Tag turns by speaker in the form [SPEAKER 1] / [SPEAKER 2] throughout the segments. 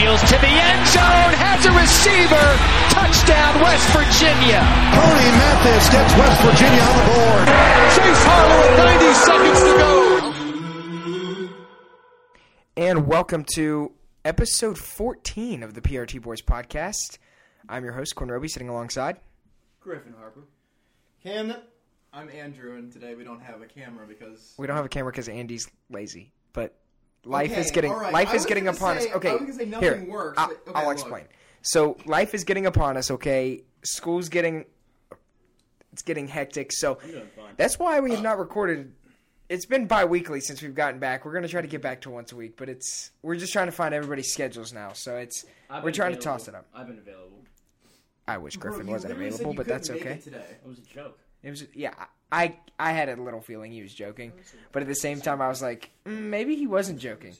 [SPEAKER 1] Fields to the end zone, has a receiver. Touchdown, West Virginia.
[SPEAKER 2] Tony Mathis gets West Virginia on the board.
[SPEAKER 3] Chase Harlow with 90 seconds to go.
[SPEAKER 4] And welcome to episode 14 of the PRT Boys podcast. I'm your host, Corn Roby, sitting alongside.
[SPEAKER 5] Griffin Harper.
[SPEAKER 6] Cam,
[SPEAKER 5] I'm Andrew, and today we don't have a camera because
[SPEAKER 4] We don't have a camera because Andy's lazy, but life
[SPEAKER 5] Okay,
[SPEAKER 4] is getting
[SPEAKER 5] all right.
[SPEAKER 4] life
[SPEAKER 5] I
[SPEAKER 4] is
[SPEAKER 5] was
[SPEAKER 4] getting
[SPEAKER 5] gonna
[SPEAKER 4] upon
[SPEAKER 5] say-
[SPEAKER 4] us. Okay,
[SPEAKER 5] I was gonna say nothing
[SPEAKER 4] here,
[SPEAKER 5] works,
[SPEAKER 4] I'll,
[SPEAKER 5] but- okay,
[SPEAKER 4] I'll
[SPEAKER 5] look.
[SPEAKER 4] explain. So life is getting upon us. Okay, school's getting it's getting hectic. So that's why we have not recorded. It's been bi-weekly since we've gotten back. We're gonna try to get back to once a week, but it's we're just trying to find everybody's schedules now. So it's
[SPEAKER 6] I've
[SPEAKER 4] we're
[SPEAKER 6] been
[SPEAKER 4] trying to
[SPEAKER 6] available.
[SPEAKER 4] toss it up.
[SPEAKER 6] I've been available.
[SPEAKER 4] I wish Griffin
[SPEAKER 5] Bro, you
[SPEAKER 4] wasn't
[SPEAKER 5] literally said
[SPEAKER 4] available,
[SPEAKER 5] you
[SPEAKER 4] but that's
[SPEAKER 5] couldn't make
[SPEAKER 4] okay.
[SPEAKER 5] it today.
[SPEAKER 6] It was a joke.
[SPEAKER 4] It was yeah. I I had a little feeling he was joking, but at the same time I was like, mm, maybe he wasn't joking.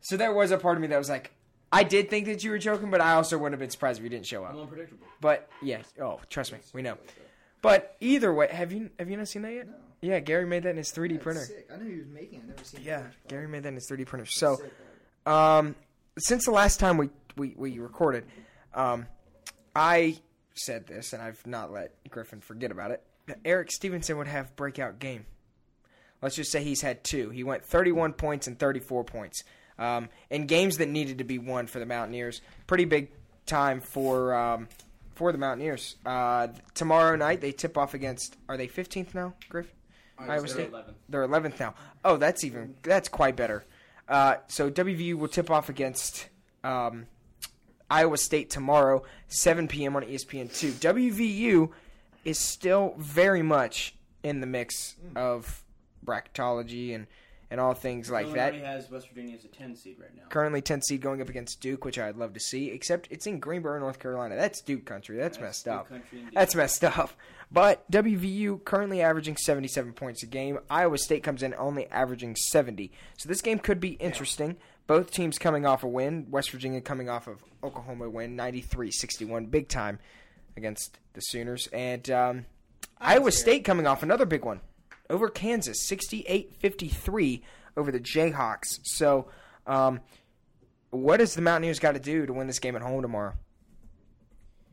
[SPEAKER 4] So there was a part of me that was like, I did think that you were joking, but I also wouldn't have been surprised if you didn't show
[SPEAKER 6] I'm
[SPEAKER 4] up.
[SPEAKER 6] unpredictable.
[SPEAKER 4] But yeah, oh trust me, we know. But either way, have you have you not seen that yet? Yeah, Gary made that in his 3D printer.
[SPEAKER 3] Sick. I knew he was making it. I've never seen it.
[SPEAKER 4] Yeah, Gary made that in his 3D printer. So, um, since the last time we we, we recorded, um, I said this, and I've not let Griffin forget about it. That Eric Stevenson would have breakout game. Let's just say he's had two. He went 31 points and 34 points um, in games that needed to be won for the Mountaineers. Pretty big time for um, for the Mountaineers. Uh, tomorrow night they tip off against. Are they 15th now, Griffin? Iowa
[SPEAKER 6] They're
[SPEAKER 4] State.
[SPEAKER 6] 11th.
[SPEAKER 4] They're 11th now. Oh, that's even that's quite better. Uh, so WVU will tip off against um, Iowa State tomorrow, 7 p.m. on E ESPN two. WVU is still very much in the mix of bracketology and and all things like
[SPEAKER 6] Illinois
[SPEAKER 4] that.
[SPEAKER 6] already has West Virginia as a 10 seed right now.
[SPEAKER 4] Currently 10 seed going up against Duke, which I'd love to see. Except it's in Greenboro, North Carolina. That's Duke country. That's, messed
[SPEAKER 6] Duke
[SPEAKER 4] up.
[SPEAKER 6] country indeed.
[SPEAKER 4] That's messed up. But WVU currently averaging 77 points a game. Iowa State comes in only averaging 70. So this game could be interesting. Both teams coming off a win. West Virginia coming off of Oklahoma win 93-61 big time against the Sooners and um, Iowa State coming off another big one over Kansas 68-53 over the Jayhawks. So um, what does the Mountaineers got to do to win this game at home tomorrow?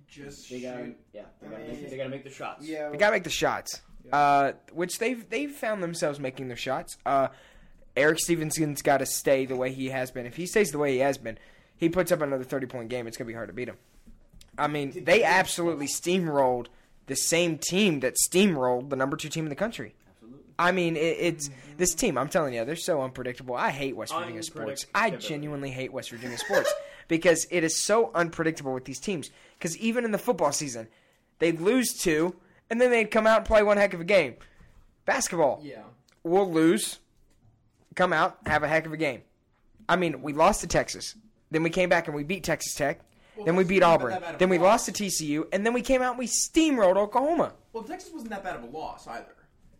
[SPEAKER 5] Just
[SPEAKER 6] They gotta,
[SPEAKER 5] shoot.
[SPEAKER 6] yeah, they gotta, make, they gotta make the shots.
[SPEAKER 3] Yeah.
[SPEAKER 4] They gotta make the shots, uh, which they've they've found themselves making their shots. Uh, Eric Stevenson's got to stay the way he has been. If he stays the way he has been, he puts up another thirty point game. It's gonna be hard to beat him. I mean, they absolutely steamrolled the same team that steamrolled the number two team in the country.
[SPEAKER 6] Absolutely.
[SPEAKER 4] I mean, it, it's this team. I'm telling you, they're so unpredictable. I hate West Virginia sports. I
[SPEAKER 6] Unpredictability.
[SPEAKER 4] genuinely hate West Virginia sports because it is so unpredictable with these teams. Because even in the football season, they'd lose two, and then they'd come out and play one heck of a game. Basketball,
[SPEAKER 5] Yeah.
[SPEAKER 4] we'll lose, come out, have a heck of a game. I mean, we lost to Texas, then we came back and we beat Texas Tech, then we
[SPEAKER 5] Texas
[SPEAKER 4] beat
[SPEAKER 5] wasn't
[SPEAKER 4] Auburn,
[SPEAKER 5] that bad of a
[SPEAKER 4] then we
[SPEAKER 5] loss.
[SPEAKER 4] lost to TCU, and then we came out and we steamrolled Oklahoma.
[SPEAKER 5] Well, Texas wasn't that bad of a loss either.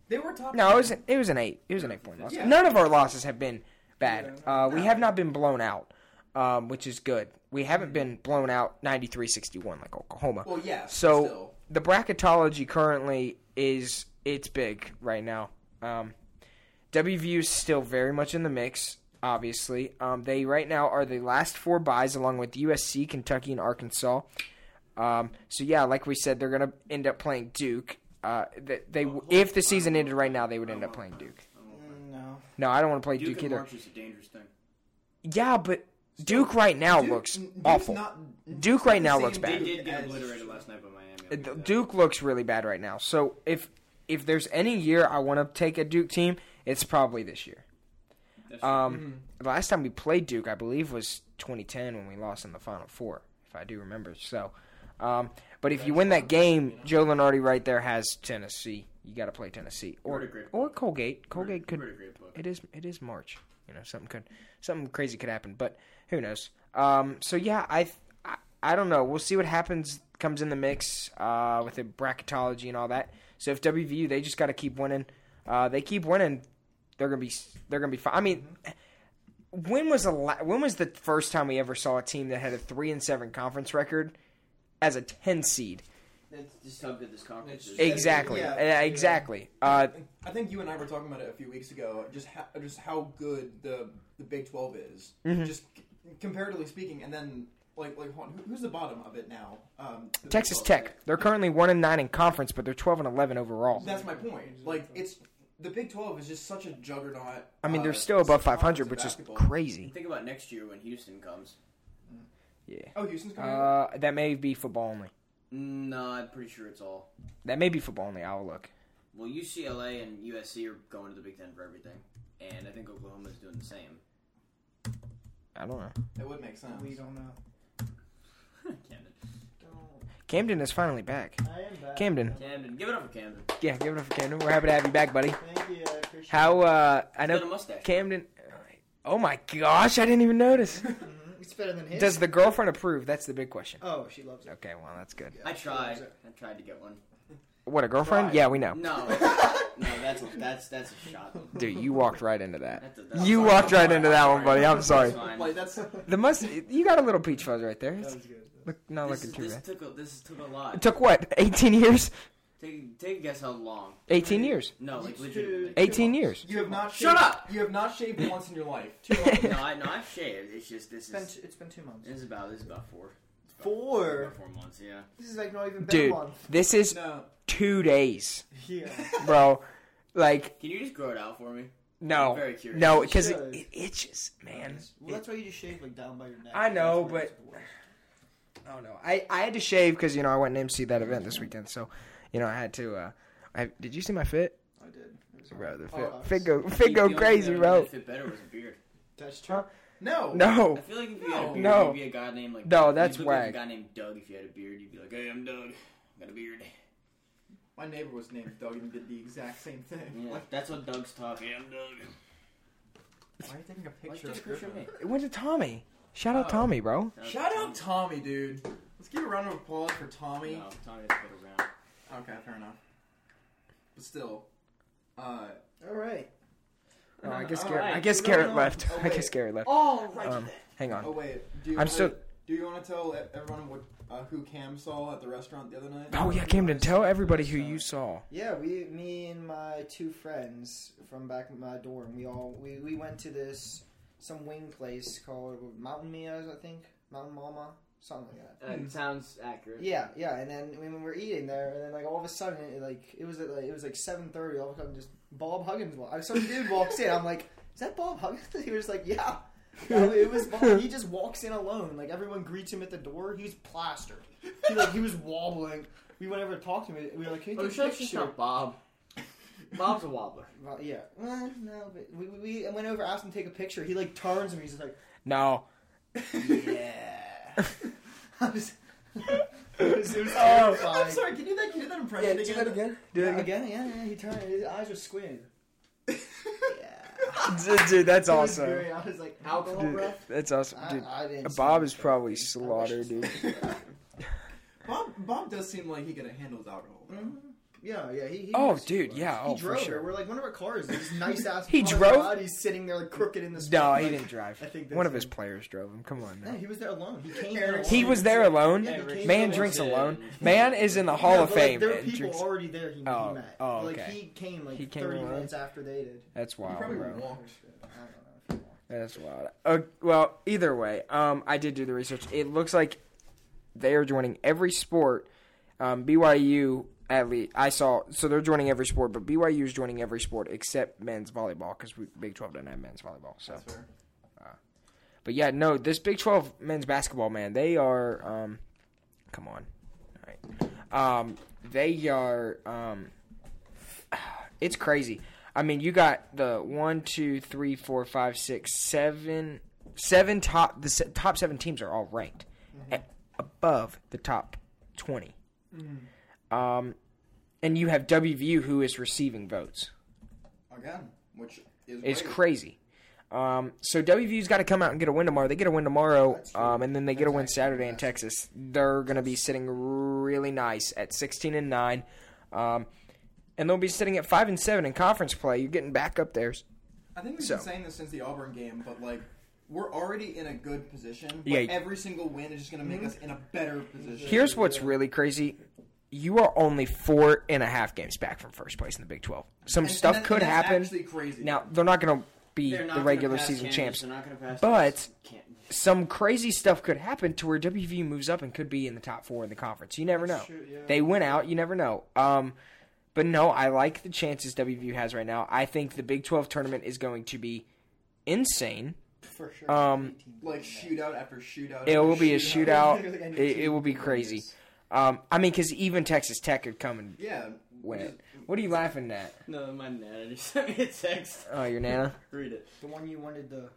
[SPEAKER 5] They were top.
[SPEAKER 4] No, it was an, it was an eight. It was an eight point loss.
[SPEAKER 5] Yeah.
[SPEAKER 4] None of our losses have been bad. Uh, we have not been blown out, um, which is good. We haven't been blown out 93-61 like Oklahoma.
[SPEAKER 5] Well, yeah, but
[SPEAKER 4] So
[SPEAKER 5] still.
[SPEAKER 4] the bracketology currently is it's big right now. Um, WVU is still very much in the mix. Obviously, um, they right now are the last four buys, along with USC, Kentucky, and Arkansas. Um, so yeah, like we said, they're gonna end up playing Duke. Uh, they, they if the season ended right now, they would end up playing Duke.
[SPEAKER 3] No.
[SPEAKER 4] No, I don't want to play
[SPEAKER 6] Duke,
[SPEAKER 4] Duke,
[SPEAKER 6] and
[SPEAKER 4] either.
[SPEAKER 6] March is a dangerous thing.
[SPEAKER 4] Yeah, but Duke right now
[SPEAKER 5] Duke-
[SPEAKER 4] looks
[SPEAKER 5] Duke's
[SPEAKER 4] awful.
[SPEAKER 5] not-
[SPEAKER 4] Duke right now
[SPEAKER 5] same
[SPEAKER 4] looks
[SPEAKER 6] They
[SPEAKER 4] bad.
[SPEAKER 5] Duke
[SPEAKER 6] did get
[SPEAKER 5] as-
[SPEAKER 6] obliterated last night by Miami. I'll give
[SPEAKER 4] Uh,
[SPEAKER 6] you
[SPEAKER 4] Duke looks really bad right now. So if if there's any year I want to take a Duke team, it's probably this year.
[SPEAKER 6] that. That's-
[SPEAKER 4] Um, The last time we played Duke, I believe, was 2010 when we lost in the Final Four, if I do remember. So, um, but if you win that game, Joe Lenardi right there has Tennessee. You got to play Tennessee
[SPEAKER 6] We're
[SPEAKER 4] or
[SPEAKER 6] a great-
[SPEAKER 4] or Colgate. Colgate
[SPEAKER 6] we're a
[SPEAKER 4] could.
[SPEAKER 6] great book.
[SPEAKER 4] It is it is March. You know something could something crazy could happen, but who knows? Um, so yeah, I, th- I I don't know. We'll see what happens comes in the mix uh, with the bracketology and all that. So if WVU they just got to keep winning. Uh, they keep winning, they're gonna be s- they're gonna be fine. I mean, when was the la- when was the first time we ever saw a team that had a three and seven conference record as a ten seed?
[SPEAKER 6] That's just how good this conference is.
[SPEAKER 5] It's-
[SPEAKER 4] Exactly,
[SPEAKER 5] Yeah.
[SPEAKER 4] Uh, exactly. Uh,
[SPEAKER 5] I think you and I
[SPEAKER 4] Mm-hmm.
[SPEAKER 5] were talking about it a few weeks ago. Just how, just how good the the Big Twelve is. Just comparatively speaking, and then like like hold on, who- who's the bottom of it now? Um,
[SPEAKER 4] Texas Tech. They're currently one and nine in conference, but they're twelve and eleven overall.
[SPEAKER 5] That's my point. Like it's the Big Twelve is just such a juggernaut.
[SPEAKER 4] I mean, they're
[SPEAKER 5] uh,
[SPEAKER 4] still above five
[SPEAKER 5] conference
[SPEAKER 4] hundred,
[SPEAKER 5] of
[SPEAKER 4] which is
[SPEAKER 5] basketball.
[SPEAKER 4] crazy.
[SPEAKER 7] Think about next year when Houston comes.
[SPEAKER 4] Yeah.
[SPEAKER 5] Oh, Houston's coming. up?
[SPEAKER 4] Uh, that may be football only.
[SPEAKER 7] No, I'm pretty sure it's all.
[SPEAKER 4] That may be football only. I'll look.
[SPEAKER 7] Well, UCLA and USC are going to the Big Ten for everything, and I think Oklahoma's doing the same.
[SPEAKER 4] I don't know.
[SPEAKER 5] That would make sense.
[SPEAKER 3] We don't know.
[SPEAKER 7] Camden.
[SPEAKER 4] Camden is finally back.
[SPEAKER 3] I am back.
[SPEAKER 4] Camden.
[SPEAKER 7] Camden. Give it up for Camden.
[SPEAKER 4] Yeah, give it up for Camden. We're happy to have you back, buddy.
[SPEAKER 3] Thank you. I appreciate
[SPEAKER 4] How? uh I
[SPEAKER 7] He's got a
[SPEAKER 4] know
[SPEAKER 7] mustache.
[SPEAKER 4] Camden. Oh my gosh! I didn't even notice.
[SPEAKER 3] it. Mhm. It's better than his.
[SPEAKER 4] Does the girlfriend approve? That's the big question.
[SPEAKER 3] oh, she loves it.
[SPEAKER 4] Okay, well that's good.
[SPEAKER 7] I tried. I tried to get one.
[SPEAKER 4] What a girlfriend?
[SPEAKER 5] Right.
[SPEAKER 4] Yeah, we know.
[SPEAKER 7] No, no, that's that's that's a shot.
[SPEAKER 4] Dude, you walked right into that.
[SPEAKER 7] That's a, that's
[SPEAKER 4] You
[SPEAKER 7] I'm
[SPEAKER 4] walked
[SPEAKER 7] sorry,
[SPEAKER 4] right into
[SPEAKER 7] I'm
[SPEAKER 4] that
[SPEAKER 7] sorry.
[SPEAKER 4] one, buddy. I'm sorry.
[SPEAKER 7] It's fine.
[SPEAKER 5] Like that's
[SPEAKER 4] The must you got a little peach fuzz right there.
[SPEAKER 3] That
[SPEAKER 4] It's
[SPEAKER 3] was good.
[SPEAKER 4] look, not
[SPEAKER 7] This,
[SPEAKER 4] looking
[SPEAKER 7] is-
[SPEAKER 4] too
[SPEAKER 7] this
[SPEAKER 4] bad.
[SPEAKER 7] took a, this took a
[SPEAKER 4] It
[SPEAKER 7] lot.
[SPEAKER 4] took what? 18 years?
[SPEAKER 7] Take take a guess how long?
[SPEAKER 4] 18 years.
[SPEAKER 7] No, like
[SPEAKER 5] You
[SPEAKER 7] legitimately.
[SPEAKER 5] should-
[SPEAKER 4] 18 years.
[SPEAKER 5] you have not.
[SPEAKER 7] Shut
[SPEAKER 5] shaved-
[SPEAKER 7] up!
[SPEAKER 5] You have not shaved once in your life.
[SPEAKER 7] No, I no, I've shaved. It's just this
[SPEAKER 3] It's been,
[SPEAKER 7] is
[SPEAKER 3] t- it's been two months.
[SPEAKER 7] this is about this is about four.
[SPEAKER 3] Four.
[SPEAKER 7] About four months, yeah.
[SPEAKER 3] This is like not even been a
[SPEAKER 4] Dude,
[SPEAKER 3] month.
[SPEAKER 4] this is
[SPEAKER 5] No,
[SPEAKER 4] 2 days,
[SPEAKER 3] Yeah.
[SPEAKER 4] bro. Like
[SPEAKER 7] Can you just grow it out for me?
[SPEAKER 4] no.
[SPEAKER 7] I'm very curious.
[SPEAKER 4] No, cuz it,
[SPEAKER 3] Should.
[SPEAKER 4] it itches, man.
[SPEAKER 3] Well, that's why you just shave like down by your neck.
[SPEAKER 4] I know,
[SPEAKER 3] That's where it's worse.
[SPEAKER 4] I don't know. I I had to shave cuz you know I went and emceed that event this weekend. So, you know, I had to uh I did you see my fit?
[SPEAKER 3] I did. It was
[SPEAKER 4] Bro, the fit,
[SPEAKER 3] Oh,
[SPEAKER 4] fit go fit go
[SPEAKER 7] The only
[SPEAKER 4] crazy,
[SPEAKER 7] thing that
[SPEAKER 4] bro.
[SPEAKER 7] would've Fit better was a beard.
[SPEAKER 3] That's true.
[SPEAKER 5] no,
[SPEAKER 4] No.
[SPEAKER 7] I feel like if you had a beard,
[SPEAKER 4] No.
[SPEAKER 7] you'd be a guy named like
[SPEAKER 4] No,
[SPEAKER 7] you'd
[SPEAKER 4] that's
[SPEAKER 7] look like
[SPEAKER 4] whack.
[SPEAKER 7] a guy named Doug. If you had a beard, you'd be like, "Hey, I'm Doug. I got a beard."
[SPEAKER 5] My neighbor was named Doug and did the exact same thing.
[SPEAKER 7] Yeah,
[SPEAKER 5] Like,
[SPEAKER 7] that's what Doug's talking. Hey, I'm Doug.
[SPEAKER 5] why are you taking a
[SPEAKER 7] Why
[SPEAKER 5] picture?
[SPEAKER 7] just
[SPEAKER 5] of
[SPEAKER 7] picture me?
[SPEAKER 5] Griffin?
[SPEAKER 4] It went to Tommy. Shout out
[SPEAKER 5] Oh.
[SPEAKER 4] Tommy, bro.
[SPEAKER 5] Shout out Tommy, dude. Let's give a round of applause for Tommy.
[SPEAKER 7] No, Tommy's a bit around.
[SPEAKER 5] Okay, fair enough. But still, uh,
[SPEAKER 3] All right.
[SPEAKER 4] Oh, I guess
[SPEAKER 5] All
[SPEAKER 4] Garrett.
[SPEAKER 7] right.
[SPEAKER 4] I guess
[SPEAKER 5] Moving
[SPEAKER 4] Garrett
[SPEAKER 5] on.
[SPEAKER 4] left.
[SPEAKER 5] Oh,
[SPEAKER 4] I
[SPEAKER 5] wait.
[SPEAKER 4] guess Garrett left.
[SPEAKER 5] all right.
[SPEAKER 4] Um, hang
[SPEAKER 5] oh
[SPEAKER 4] on.
[SPEAKER 5] wait, do you
[SPEAKER 4] I'm
[SPEAKER 5] wanna,
[SPEAKER 4] still-
[SPEAKER 5] Do you want to tell e- everyone what uh, who Cam saw at the restaurant the other night?
[SPEAKER 4] Oh yeah, Camden, tell everybody who you saw.
[SPEAKER 3] Yeah, we, me and my two friends from back in my dorm, we all we, we went to this some wing place called Mountain Mia's, I think Mountain Mama, something like that.
[SPEAKER 7] Uh, it sounds accurate.
[SPEAKER 3] Yeah, yeah, and then when we were eating there, and then like all of a sudden, it, like it was at, like, it was like seven thirty. All of a sudden, just Bob Huggins. wa- Some dude walks in. I'm like, is that Bob Huggins? He was like, yeah. No, it was Bob. He just walks in alone. "Oh," Like everyone greets him at the door. He's plastered. He like he was wobbling. We went over to talk to him. We were like, can you
[SPEAKER 7] Oh,
[SPEAKER 3] take a
[SPEAKER 7] sure, it's just
[SPEAKER 3] picture?
[SPEAKER 7] not Bob. Bob's a wobbler.
[SPEAKER 3] Well, yeah. Well, no, but we, we, we went over, asked him to take a picture. He like turns and he's just like,
[SPEAKER 4] No.
[SPEAKER 3] yeah. I was, it was, it was
[SPEAKER 4] Oh.
[SPEAKER 3] terrifying.
[SPEAKER 5] I'm sorry. Can you do that? Can you do that impression again?
[SPEAKER 4] Do
[SPEAKER 3] Yeah,
[SPEAKER 4] that again.
[SPEAKER 3] again, yeah, yeah, he turned. His eyes were squinted.
[SPEAKER 4] Dude, Dude, that's
[SPEAKER 3] It was
[SPEAKER 4] awesome.
[SPEAKER 3] very- I was like, alcohol
[SPEAKER 4] Dude,
[SPEAKER 3] breath.
[SPEAKER 4] that's awesome, dude.
[SPEAKER 3] I, I didn't.
[SPEAKER 4] Bob
[SPEAKER 3] see
[SPEAKER 4] is
[SPEAKER 3] it. I
[SPEAKER 4] probably
[SPEAKER 3] wish-
[SPEAKER 4] slaughtered, dude.
[SPEAKER 5] Bob Bob does seem like he could have handled alcohol. though.
[SPEAKER 3] Mm-hmm. Yeah, yeah. He, he
[SPEAKER 4] Oh,
[SPEAKER 3] was-
[SPEAKER 4] dude, yeah,
[SPEAKER 3] He
[SPEAKER 4] oh, for
[SPEAKER 3] drove
[SPEAKER 4] sure.
[SPEAKER 3] her. We're like one of our cars. This nice ass.
[SPEAKER 4] He drove?
[SPEAKER 3] He's sitting there like crooked in the. street,
[SPEAKER 4] No, he
[SPEAKER 3] like-
[SPEAKER 4] didn't drive.
[SPEAKER 3] I think that's
[SPEAKER 4] One of his
[SPEAKER 3] him.
[SPEAKER 4] players drove him. Come on,
[SPEAKER 3] No,
[SPEAKER 4] now.
[SPEAKER 3] he was there alone. He came.
[SPEAKER 5] Eric
[SPEAKER 3] there
[SPEAKER 4] He
[SPEAKER 3] alone.
[SPEAKER 4] was there alone.
[SPEAKER 3] Yeah, he came
[SPEAKER 4] Man
[SPEAKER 3] there
[SPEAKER 4] drinks
[SPEAKER 7] alone.
[SPEAKER 4] alone. Man is in the Hall
[SPEAKER 3] No,
[SPEAKER 4] of
[SPEAKER 3] but, like,
[SPEAKER 4] Fame.
[SPEAKER 3] there were
[SPEAKER 4] and
[SPEAKER 3] people
[SPEAKER 4] drinks-
[SPEAKER 3] already there he,
[SPEAKER 4] Oh,
[SPEAKER 3] he met.
[SPEAKER 4] oh,
[SPEAKER 3] like
[SPEAKER 4] okay.
[SPEAKER 3] he came like
[SPEAKER 4] He came
[SPEAKER 3] 30
[SPEAKER 4] alone? Oh,
[SPEAKER 3] minutes after they did.
[SPEAKER 4] That's
[SPEAKER 5] He
[SPEAKER 4] wild,
[SPEAKER 5] probably
[SPEAKER 4] bro.
[SPEAKER 5] walked.
[SPEAKER 3] I don't know. If he walked.
[SPEAKER 4] That's wild. Uh, well, either way, um, I did do the research. It looks like they are joining every sport. Um, BYU at least I saw, so they're joining every sport, but BYU is joining every sport except men's volleyball because Big Twelve doesn't have men's volleyball. So, Uh,
[SPEAKER 5] That's fair.
[SPEAKER 4] but yeah, no, this Big Twelve men's basketball man, they are. Um, come on, all right. Um, they are. Um, it's crazy. I mean, you got the one, two, three, four, five, six, seven, seven top. The se- top seven teams are all ranked a- above the top 20 Um, and you have WVU who is receiving votes.
[SPEAKER 5] Again, which is
[SPEAKER 4] It's
[SPEAKER 5] great.
[SPEAKER 4] crazy. Um, so WVU's got to come out and get a win tomorrow. They get a win tomorrow, um, and then they get a win Saturday in Texas. They're going to be sitting really nice at sixteen and nine, um, and they'll be sitting at five and seven in conference play. You're getting back up there.
[SPEAKER 5] I think we've
[SPEAKER 4] So.
[SPEAKER 5] been saying this since the Auburn game, but like we're already in a good position. But
[SPEAKER 4] Yeah.
[SPEAKER 5] every single win is just gonna make us in a better position.
[SPEAKER 4] Here's what's really crazy: you are only four and a half games back from first place in the Big Twelve. Some
[SPEAKER 5] And-
[SPEAKER 4] stuff
[SPEAKER 5] and that-
[SPEAKER 4] could
[SPEAKER 5] and that's
[SPEAKER 4] happen.
[SPEAKER 5] Actually, crazy.
[SPEAKER 4] Now they're not going to be
[SPEAKER 7] They're
[SPEAKER 4] the
[SPEAKER 7] not gonna
[SPEAKER 4] regular
[SPEAKER 7] pass
[SPEAKER 4] season
[SPEAKER 7] Kansas,
[SPEAKER 4] champs.
[SPEAKER 7] They're not going to pass.
[SPEAKER 4] But-
[SPEAKER 7] Kansas. Can't-
[SPEAKER 4] some crazy stuff could happen to where WVU moves up and could be in the top four in the conference. You never know.
[SPEAKER 3] true, yeah.
[SPEAKER 4] They went out. You never know. Um, but no, I like the chances WVU has right now. I think the Big Twelve tournament is going to be insane.
[SPEAKER 3] for sure.
[SPEAKER 4] Um,
[SPEAKER 5] Like shootout after shootout.
[SPEAKER 4] It
[SPEAKER 5] after
[SPEAKER 4] will be a shootout.
[SPEAKER 3] Literally any
[SPEAKER 4] It, it
[SPEAKER 3] team
[SPEAKER 4] will be
[SPEAKER 3] can win
[SPEAKER 4] crazy.
[SPEAKER 3] this.
[SPEAKER 4] Um, I mean, because even Texas Tech could come and
[SPEAKER 5] Yeah.
[SPEAKER 4] win
[SPEAKER 5] just-
[SPEAKER 4] it. What are you laughing at?
[SPEAKER 6] No, my nana just sent me a text.
[SPEAKER 4] Oh, your nana.
[SPEAKER 6] Read it.
[SPEAKER 3] the one you wanted to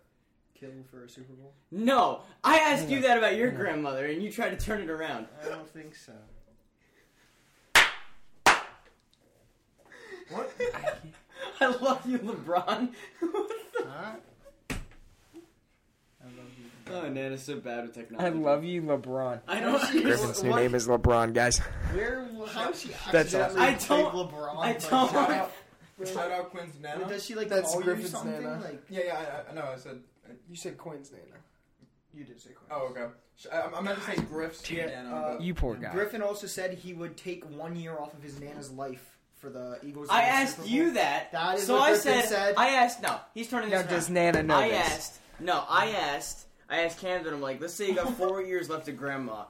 [SPEAKER 3] kill for a Super Bowl?
[SPEAKER 6] No, I asked you that about your grandmother, and you tried to turn it around.
[SPEAKER 3] I don't think so.
[SPEAKER 5] What?
[SPEAKER 6] I love you, LeBron.
[SPEAKER 3] Huh? I love you.
[SPEAKER 6] oh, Nana's so bad with technology.
[SPEAKER 4] I love you, LeBron.
[SPEAKER 6] I don't.
[SPEAKER 4] Griffin's new name is LeBron, guys.
[SPEAKER 3] Where? How she?
[SPEAKER 4] That's
[SPEAKER 3] accidentally
[SPEAKER 6] awesome. I don't-
[SPEAKER 3] played
[SPEAKER 6] I
[SPEAKER 3] LeBron. by
[SPEAKER 6] don't-
[SPEAKER 5] Shout
[SPEAKER 3] shot?
[SPEAKER 5] out, shout out Quinn's Nana.
[SPEAKER 3] Does she like
[SPEAKER 2] That's
[SPEAKER 3] call
[SPEAKER 2] Griffin's
[SPEAKER 3] you something?
[SPEAKER 2] nana.
[SPEAKER 3] Like
[SPEAKER 5] Yeah, yeah, I- I, I know. I said.
[SPEAKER 2] You said Quinn's Nana.
[SPEAKER 3] you did say. Quinn.
[SPEAKER 5] Oh, okay. Sh- I, I'm not just saying Griff's
[SPEAKER 3] Yeah,
[SPEAKER 5] Nana.
[SPEAKER 3] uh,
[SPEAKER 5] but-
[SPEAKER 4] You poor guy.
[SPEAKER 3] Griffin also said he would take one year off of his nana's life for the Eagles.
[SPEAKER 6] I
[SPEAKER 3] to win the
[SPEAKER 6] asked
[SPEAKER 3] Super
[SPEAKER 6] you
[SPEAKER 3] Bowl.
[SPEAKER 6] that.
[SPEAKER 3] That is
[SPEAKER 6] so
[SPEAKER 3] what
[SPEAKER 6] I
[SPEAKER 3] Griffin
[SPEAKER 6] said,
[SPEAKER 3] said.
[SPEAKER 6] I asked. No, he's turning
[SPEAKER 4] Now,
[SPEAKER 6] this
[SPEAKER 4] does
[SPEAKER 6] around.
[SPEAKER 4] Nana
[SPEAKER 7] Ah,
[SPEAKER 4] know
[SPEAKER 6] I
[SPEAKER 4] this?
[SPEAKER 6] asked. No, I asked. I asked Camden. I'm like, let's say you got four years left of grandma,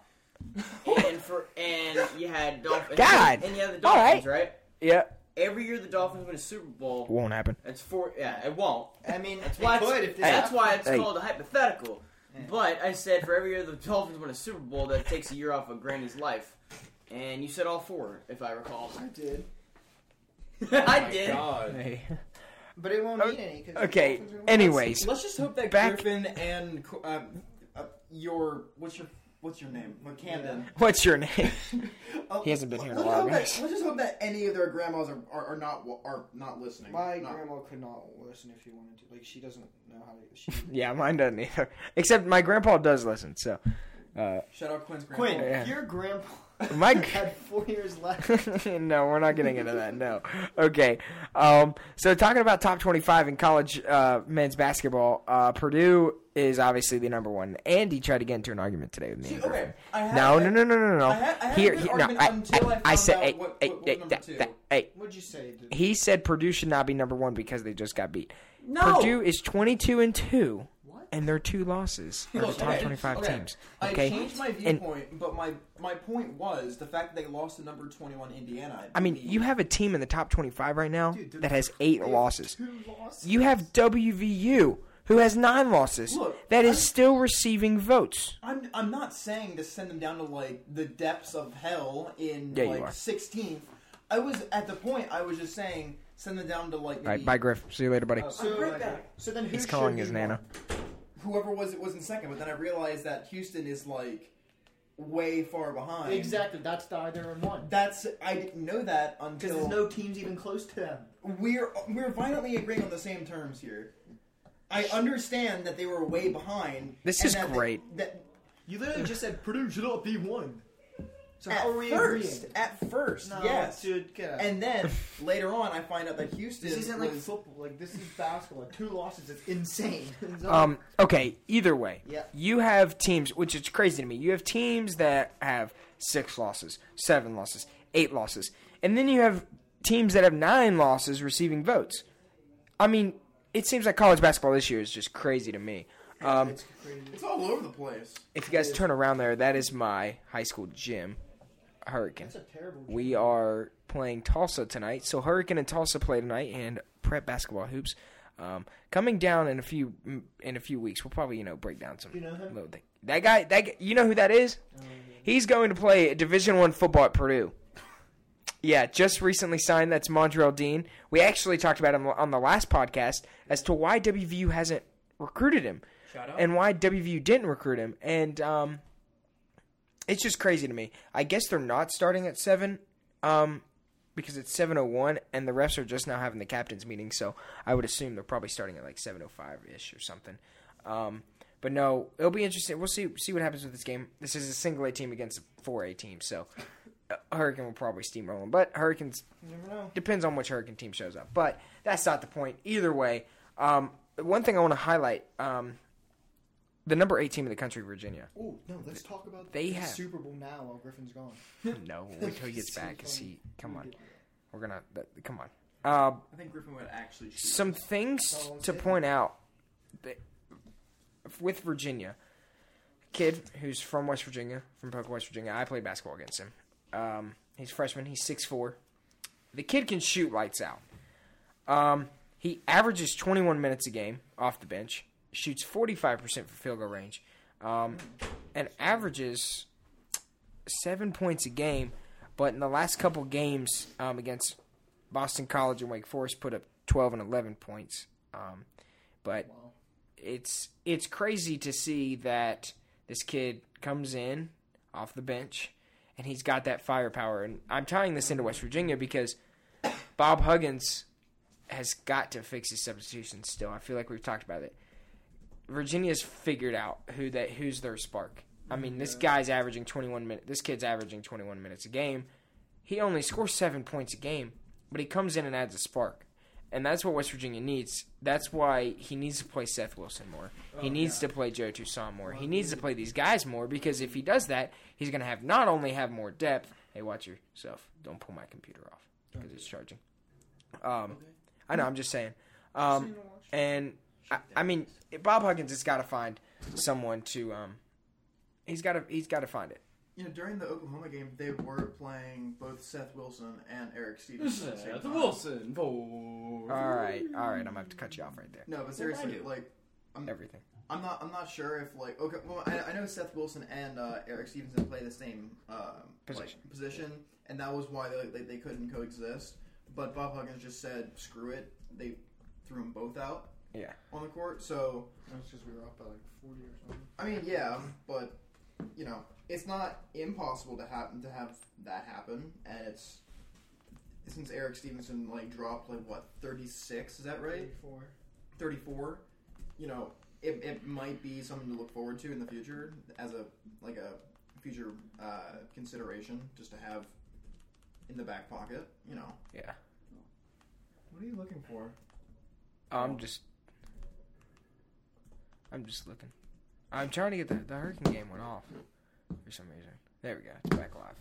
[SPEAKER 6] and for and you had dolphins.
[SPEAKER 4] God.
[SPEAKER 6] And you had the
[SPEAKER 4] All
[SPEAKER 6] dolphins, right?
[SPEAKER 4] Yeah,
[SPEAKER 6] Every year the dolphins win a Super Bowl.
[SPEAKER 4] won't happen.
[SPEAKER 6] It's four. Yeah, it won't.
[SPEAKER 3] I mean,
[SPEAKER 6] That's
[SPEAKER 3] it
[SPEAKER 6] why.
[SPEAKER 3] could
[SPEAKER 6] it's,
[SPEAKER 3] if this
[SPEAKER 6] that's
[SPEAKER 3] happened.
[SPEAKER 6] why it's
[SPEAKER 4] Hey.
[SPEAKER 6] called a hypothetical. But I said for every year the Dolphins win a Super Bowl, that takes a year off of Granny's life. And you said all four, if I recall.
[SPEAKER 3] I did, Oh
[SPEAKER 6] I
[SPEAKER 5] my
[SPEAKER 6] did.
[SPEAKER 5] God.
[SPEAKER 3] but it won't mean any. 'cause the
[SPEAKER 4] Okay.
[SPEAKER 3] Dolphins are winning.
[SPEAKER 4] Anyways,
[SPEAKER 5] Let's just hope that
[SPEAKER 4] Back-
[SPEAKER 5] Griffin and Qu- uh, uh, your what's your what's your name? McCandon.
[SPEAKER 4] what's your name?
[SPEAKER 5] Oh,
[SPEAKER 4] He hasn't been here in a
[SPEAKER 5] let's
[SPEAKER 4] while,
[SPEAKER 5] hope
[SPEAKER 4] guys.
[SPEAKER 5] that- Let's just hope that any of their grandmas are, are, are not wa- are not listening.
[SPEAKER 3] My
[SPEAKER 5] Not-
[SPEAKER 3] grandma could not listen if she wanted to. Like she doesn't know how to. She,
[SPEAKER 4] yeah, mine doesn't either. Except my grandpa does listen. So, uh,
[SPEAKER 5] Shout out Quinn's grandma.
[SPEAKER 3] Quinn,
[SPEAKER 4] Yeah.
[SPEAKER 3] your grandpa
[SPEAKER 4] My gr-
[SPEAKER 3] Oh, had four years left.
[SPEAKER 4] no, we're not getting into that. No. Okay. Um, so talking about top 25 in college uh, men's basketball, uh, Purdue is obviously the number one. Andy tried to get into an argument today with me. and
[SPEAKER 5] okay,
[SPEAKER 4] Griffin.
[SPEAKER 5] I had
[SPEAKER 4] no,
[SPEAKER 5] a-
[SPEAKER 4] no, no, no, no, no.
[SPEAKER 5] I had- I had a
[SPEAKER 4] here,
[SPEAKER 5] good
[SPEAKER 4] here- no,
[SPEAKER 5] argument
[SPEAKER 4] I,
[SPEAKER 5] until I
[SPEAKER 4] I, I
[SPEAKER 5] found
[SPEAKER 4] said,
[SPEAKER 5] out
[SPEAKER 4] hey,
[SPEAKER 5] what-
[SPEAKER 4] hey,
[SPEAKER 5] what- what
[SPEAKER 4] hey,
[SPEAKER 5] number
[SPEAKER 4] that-
[SPEAKER 5] two.
[SPEAKER 4] that- hey.
[SPEAKER 3] What'd you say? Dude?
[SPEAKER 4] He said Purdue should not be number one because they just got beat.
[SPEAKER 6] No.
[SPEAKER 4] Purdue is 22 and two,
[SPEAKER 3] What?
[SPEAKER 4] and their two losses are the
[SPEAKER 5] Okay,
[SPEAKER 4] top 25
[SPEAKER 5] okay.
[SPEAKER 4] teams.
[SPEAKER 5] I
[SPEAKER 4] Okay,
[SPEAKER 5] changed my
[SPEAKER 4] and
[SPEAKER 5] viewpoint, but my my point was the fact that they lost to number twenty one Indiana.
[SPEAKER 4] I mean, you have a team in the top 25 right now
[SPEAKER 3] Dude, they're-
[SPEAKER 4] that has eight
[SPEAKER 3] they have
[SPEAKER 4] losses.
[SPEAKER 3] Two losses.
[SPEAKER 4] You have WVU, who has nine losses,
[SPEAKER 5] Look,
[SPEAKER 4] that is
[SPEAKER 5] I'm-
[SPEAKER 4] still receiving votes.
[SPEAKER 5] I'm I'm not saying to send them down to like the depths of hell in
[SPEAKER 4] Yeah, you are.
[SPEAKER 5] like sixteenth. I was at the point I was just saying send them down to like
[SPEAKER 4] All right,
[SPEAKER 5] maybe,
[SPEAKER 4] bye, Griff. See you later,
[SPEAKER 5] uh,
[SPEAKER 4] buddy.
[SPEAKER 3] So,
[SPEAKER 5] right back.
[SPEAKER 3] so then who
[SPEAKER 4] He's calling
[SPEAKER 3] should
[SPEAKER 4] his
[SPEAKER 3] be
[SPEAKER 4] nana.
[SPEAKER 3] one?
[SPEAKER 5] whoever was it was in second, but then I realized that Houston is like way far behind.
[SPEAKER 3] Exactly. That's the either and one.
[SPEAKER 5] That's I didn't know that
[SPEAKER 3] Because
[SPEAKER 5] until
[SPEAKER 3] there's no teams even close to them.
[SPEAKER 5] we're we're violently agreeing on the same terms here. I understand that they were way behind.
[SPEAKER 4] This
[SPEAKER 5] and
[SPEAKER 4] is
[SPEAKER 5] that they-
[SPEAKER 4] great.
[SPEAKER 5] that
[SPEAKER 3] You literally just said Purdue should not be one. So
[SPEAKER 5] at
[SPEAKER 3] how are we
[SPEAKER 5] first,
[SPEAKER 3] agreeing?
[SPEAKER 5] at first,
[SPEAKER 3] No,
[SPEAKER 5] yes.
[SPEAKER 3] dude, get out.
[SPEAKER 5] And then later on, I find out that Houston
[SPEAKER 3] this isn't like
[SPEAKER 5] was-
[SPEAKER 3] football. Like this is basketball. Two losses. It's insane. It's not-
[SPEAKER 4] Um, okay, either way,
[SPEAKER 3] Yeah.
[SPEAKER 4] you have teams, which is crazy to me. You have teams that have six losses, seven losses, eight losses, and then you have teams that have nine losses receiving votes. I mean, it seems like college basketball this year is just crazy to me. Um,
[SPEAKER 3] it's crazy.
[SPEAKER 5] it's all over the place.
[SPEAKER 4] if you guys turn around there, that is my high school gym, Hurricane.
[SPEAKER 3] That's a terrible.
[SPEAKER 4] We are playing Tulsa tonight. So Hurricane and Tulsa play tonight, and prep basketball hoops. Um, coming down in a few in a few weeks, we'll probably you know break down some
[SPEAKER 3] You know him?
[SPEAKER 4] little thing. That guy, that guy, you know who that is? He's going to play Division One football at Purdue. Yeah, just recently signed. That's Montreal Dean. We actually talked about him on the last podcast as to why WVU hasn't recruited him
[SPEAKER 5] Shout out.
[SPEAKER 4] and why WVU didn't recruit him. And um, it's just crazy to me. I guess they're not starting at seven, um, because it's seven oh one, and the refs are just now having the captains meeting. So I would assume they're probably starting at like seven oh five ish or something. Um, but no, it'll be interesting. We'll see see what happens with this game. This is a single A team against a four A team, so. uh, Hurricane will probably steamroll them, but Hurricanes depends on which Hurricane team shows up. But that's not the point. Either way, um, one thing I want to highlight: um, the number eight team in the country, Virginia.
[SPEAKER 3] Oh no, let's talk about
[SPEAKER 4] They
[SPEAKER 3] the
[SPEAKER 4] have-
[SPEAKER 3] Super Bowl now while Griffin's gone.
[SPEAKER 4] No, wait till he gets back and see. Come on,
[SPEAKER 3] Dude,
[SPEAKER 4] we're gonna th- come on. Uh,
[SPEAKER 5] I think Griffin would actually. Shoot.
[SPEAKER 4] some things to point out that with Virginia. kid who's from West Virginia, from Pocono, West Virginia. I played basketball against him. Um, he's a freshman. He's 6'4". The kid can shoot lights out. Um, he averages 21 minutes a game off the bench, shoots 45% for field goal range, um, and averages seven points a game. But in the last couple games um, against Boston College and Wake Forest, put up 12 and 11 points. Um, but it's it's crazy to see that this kid comes in off the bench and he's got that firepower. And I'm tying this into West Virginia because Bob Huggins has got to fix his substitutions still. I feel like we've talked about it. Virginia's figured out who that who's their spark. I mean, this guy's averaging 21 minutes. This kid's averaging 21 minutes a game. He only scores 7 points a game, but he comes in and adds a spark. And that's what West Virginia needs. That's why he needs to play Seth Wilson more. He needs to play Joe Toussaint more. Oh, He needs to play these guys more because if he does that, he's going to have not only have more depth. Hey, watch yourself. Don't pull my computer off because it's charging. Um, I know. I'm just saying. Um, and I, I mean, Bob Huggins has got to find someone to. Um, he's got to. He's got to find it.
[SPEAKER 5] You know, during the Oklahoma game, they were playing both Seth Wilson and Eric Stevenson. at the same time.
[SPEAKER 6] Wilson.
[SPEAKER 4] All right. All right. I'm gonna have to cut you off right there.
[SPEAKER 5] No, but seriously, like
[SPEAKER 4] Everything.
[SPEAKER 5] I'm not. I'm not sure if like okay. Well, I, I know Seth Wilson and uh, Eric Stevenson play the same um,
[SPEAKER 4] Position.
[SPEAKER 5] Like, position, and that was why they, they, they couldn't coexist. But Bob Huggins just said, "Screw it." They threw them both out
[SPEAKER 4] Yeah.
[SPEAKER 5] on the court. So
[SPEAKER 3] That's just we were off by like forty or something.
[SPEAKER 5] I mean, yeah, but you know, it's not impossible to happen to have that happen, and it's since Eric Stevenson like dropped like what thirty six is that right
[SPEAKER 3] Four.
[SPEAKER 5] 34 you know it, it might be something to look forward to in the future as a like a future uh, consideration just to have in the back pocket you know
[SPEAKER 4] Yeah.
[SPEAKER 3] What are you looking for?
[SPEAKER 4] I'm just. I'm just looking. I'm trying to get the, the Hurricane game went off for some reason. There we go. It's back live.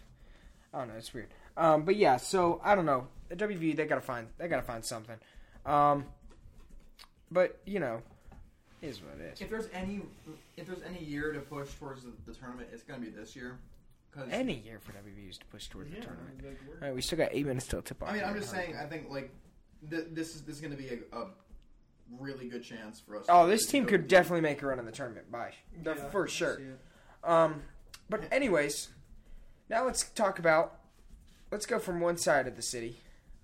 [SPEAKER 4] I don't know. It's weird. Um, but yeah. So I don't know. The WV they gotta find they gotta find something. Um, but you know, it is what it is.
[SPEAKER 5] if there's any if there's any year to push towards the, the tournament it's gonna be this year because
[SPEAKER 4] Any year for WVUs to push towards
[SPEAKER 3] Yeah.
[SPEAKER 4] the tournament.
[SPEAKER 3] Like, we're-
[SPEAKER 4] All right, we still got eight minutes till tip off.
[SPEAKER 5] i mean i'm just saying i think like th- this is this is gonna be a, a really good chance for us
[SPEAKER 4] Oh,
[SPEAKER 5] to-
[SPEAKER 4] this
[SPEAKER 5] to
[SPEAKER 4] team
[SPEAKER 5] go
[SPEAKER 4] could
[SPEAKER 5] deep.
[SPEAKER 4] definitely make a run in the tournament. Bye. The-
[SPEAKER 3] Yeah,
[SPEAKER 4] for
[SPEAKER 3] I
[SPEAKER 4] sure.
[SPEAKER 3] see it.
[SPEAKER 4] Um, but anyways, now let's talk about. Let's go from one side of the city.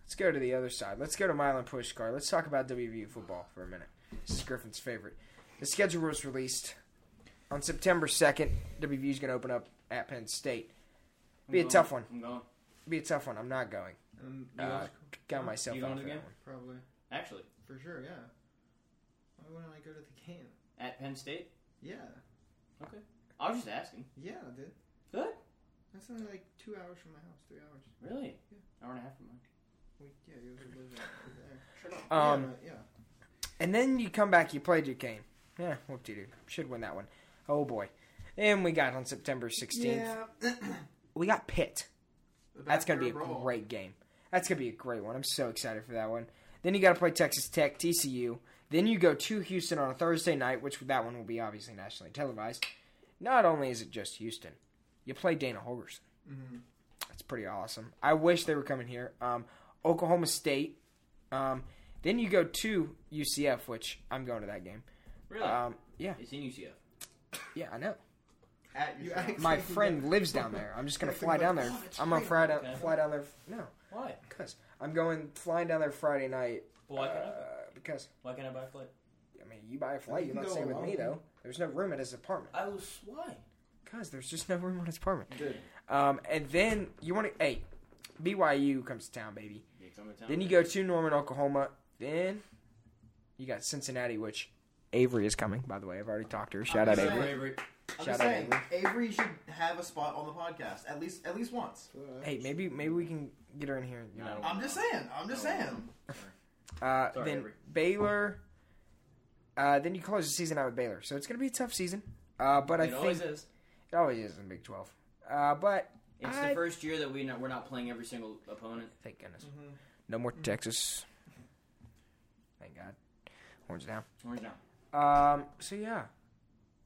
[SPEAKER 4] Let's go to the other side. Let's go to Milan Pushkar. Let's talk about WVU football for a minute. This is Griffin's favorite. The schedule was released on September second. WVU is going to open up at Penn State. Be a tough one.
[SPEAKER 6] I'm going.
[SPEAKER 4] Be a tough one. I'm not going.
[SPEAKER 3] Um,
[SPEAKER 4] Uh,
[SPEAKER 3] yes,
[SPEAKER 4] got myself
[SPEAKER 6] You
[SPEAKER 4] out
[SPEAKER 6] going
[SPEAKER 4] for that
[SPEAKER 6] again?
[SPEAKER 4] one.
[SPEAKER 3] probably
[SPEAKER 6] Actually,
[SPEAKER 3] for sure. Yeah. Why wouldn't I go to the game?
[SPEAKER 6] at Penn State.
[SPEAKER 3] Yeah.
[SPEAKER 6] I was just asking.
[SPEAKER 3] Yeah, dude.
[SPEAKER 6] Good.
[SPEAKER 3] That's only like two hours from my house. Three hours.
[SPEAKER 6] Really? Hour and a half from mine.
[SPEAKER 3] We, yeah, you guys are living over there.
[SPEAKER 6] Shut up.
[SPEAKER 4] Um,
[SPEAKER 3] yeah, but- yeah.
[SPEAKER 4] And then you come back, you play Duquesne. Yeah, whoop de doo. Should win that one. Oh boy. And we got on September 16th. We got Pitt.
[SPEAKER 5] The
[SPEAKER 4] That's going to be a
[SPEAKER 5] backdoor brawl.
[SPEAKER 4] great game. That's going to be a great one. I'm so excited for that one. Then you got to play Texas Tech, TCU. Then you go to Houston on a Thursday night, which that one will be obviously nationally televised. Not only is it just Houston, you play Dana Holgerson. That's pretty awesome. I wish they were coming here. Um, Oklahoma State. Um, then you go to UCF, which I'm going to that game.
[SPEAKER 6] Really?
[SPEAKER 4] Um, yeah,
[SPEAKER 6] it's in UCF.
[SPEAKER 4] yeah, I know.
[SPEAKER 5] at
[SPEAKER 3] You
[SPEAKER 5] your
[SPEAKER 3] act-
[SPEAKER 4] My friend lives down there. I'm just gonna fly down there.
[SPEAKER 3] "Oh,
[SPEAKER 4] I'm gonna fly down, fly down there. No,
[SPEAKER 6] Why?
[SPEAKER 4] because I'm going flying down there Friday night.
[SPEAKER 6] Why can't
[SPEAKER 4] uh, because
[SPEAKER 6] I? Why can't I buy a flight?
[SPEAKER 4] I mean, you buy a flight,
[SPEAKER 3] You
[SPEAKER 4] you're
[SPEAKER 3] can
[SPEAKER 4] not
[SPEAKER 3] go
[SPEAKER 4] staying with me
[SPEAKER 3] alone.
[SPEAKER 4] though. There's no room at his apartment.
[SPEAKER 6] I was why?
[SPEAKER 4] Cause there's just no room in his apartment.
[SPEAKER 5] Dude.
[SPEAKER 4] Um, and then you want to hey, BYU comes to town, baby. Then you go to Norman, Oklahoma. Then you got Cincinnati, which Avery is coming. By the way, I've already talked to her. Shout out
[SPEAKER 5] just
[SPEAKER 4] Avery.
[SPEAKER 5] saying. I'm
[SPEAKER 4] Shout
[SPEAKER 5] just
[SPEAKER 4] out
[SPEAKER 5] saying, Avery should have a spot on the podcast at least at least once.
[SPEAKER 4] Hey, maybe maybe we can get her in here. You
[SPEAKER 6] No.
[SPEAKER 4] know.
[SPEAKER 5] I'm just saying. I'm
[SPEAKER 4] Oh.
[SPEAKER 5] just saying.
[SPEAKER 4] Uh,
[SPEAKER 6] Sorry,
[SPEAKER 4] then
[SPEAKER 6] Avery.
[SPEAKER 4] Baylor. Uh, then you close the season out with Baylor, so it's gonna be a tough season. Uh, but I
[SPEAKER 6] It
[SPEAKER 4] think
[SPEAKER 6] always is.
[SPEAKER 4] it always is in Big Twelve. Uh, but
[SPEAKER 6] It's
[SPEAKER 4] I-
[SPEAKER 6] the first year that we not, we're not playing every single opponent.
[SPEAKER 4] thank goodness,
[SPEAKER 6] Mm-hmm.
[SPEAKER 4] no more Texas. Thank God, horns down.
[SPEAKER 6] We're not.
[SPEAKER 4] Um, so yeah,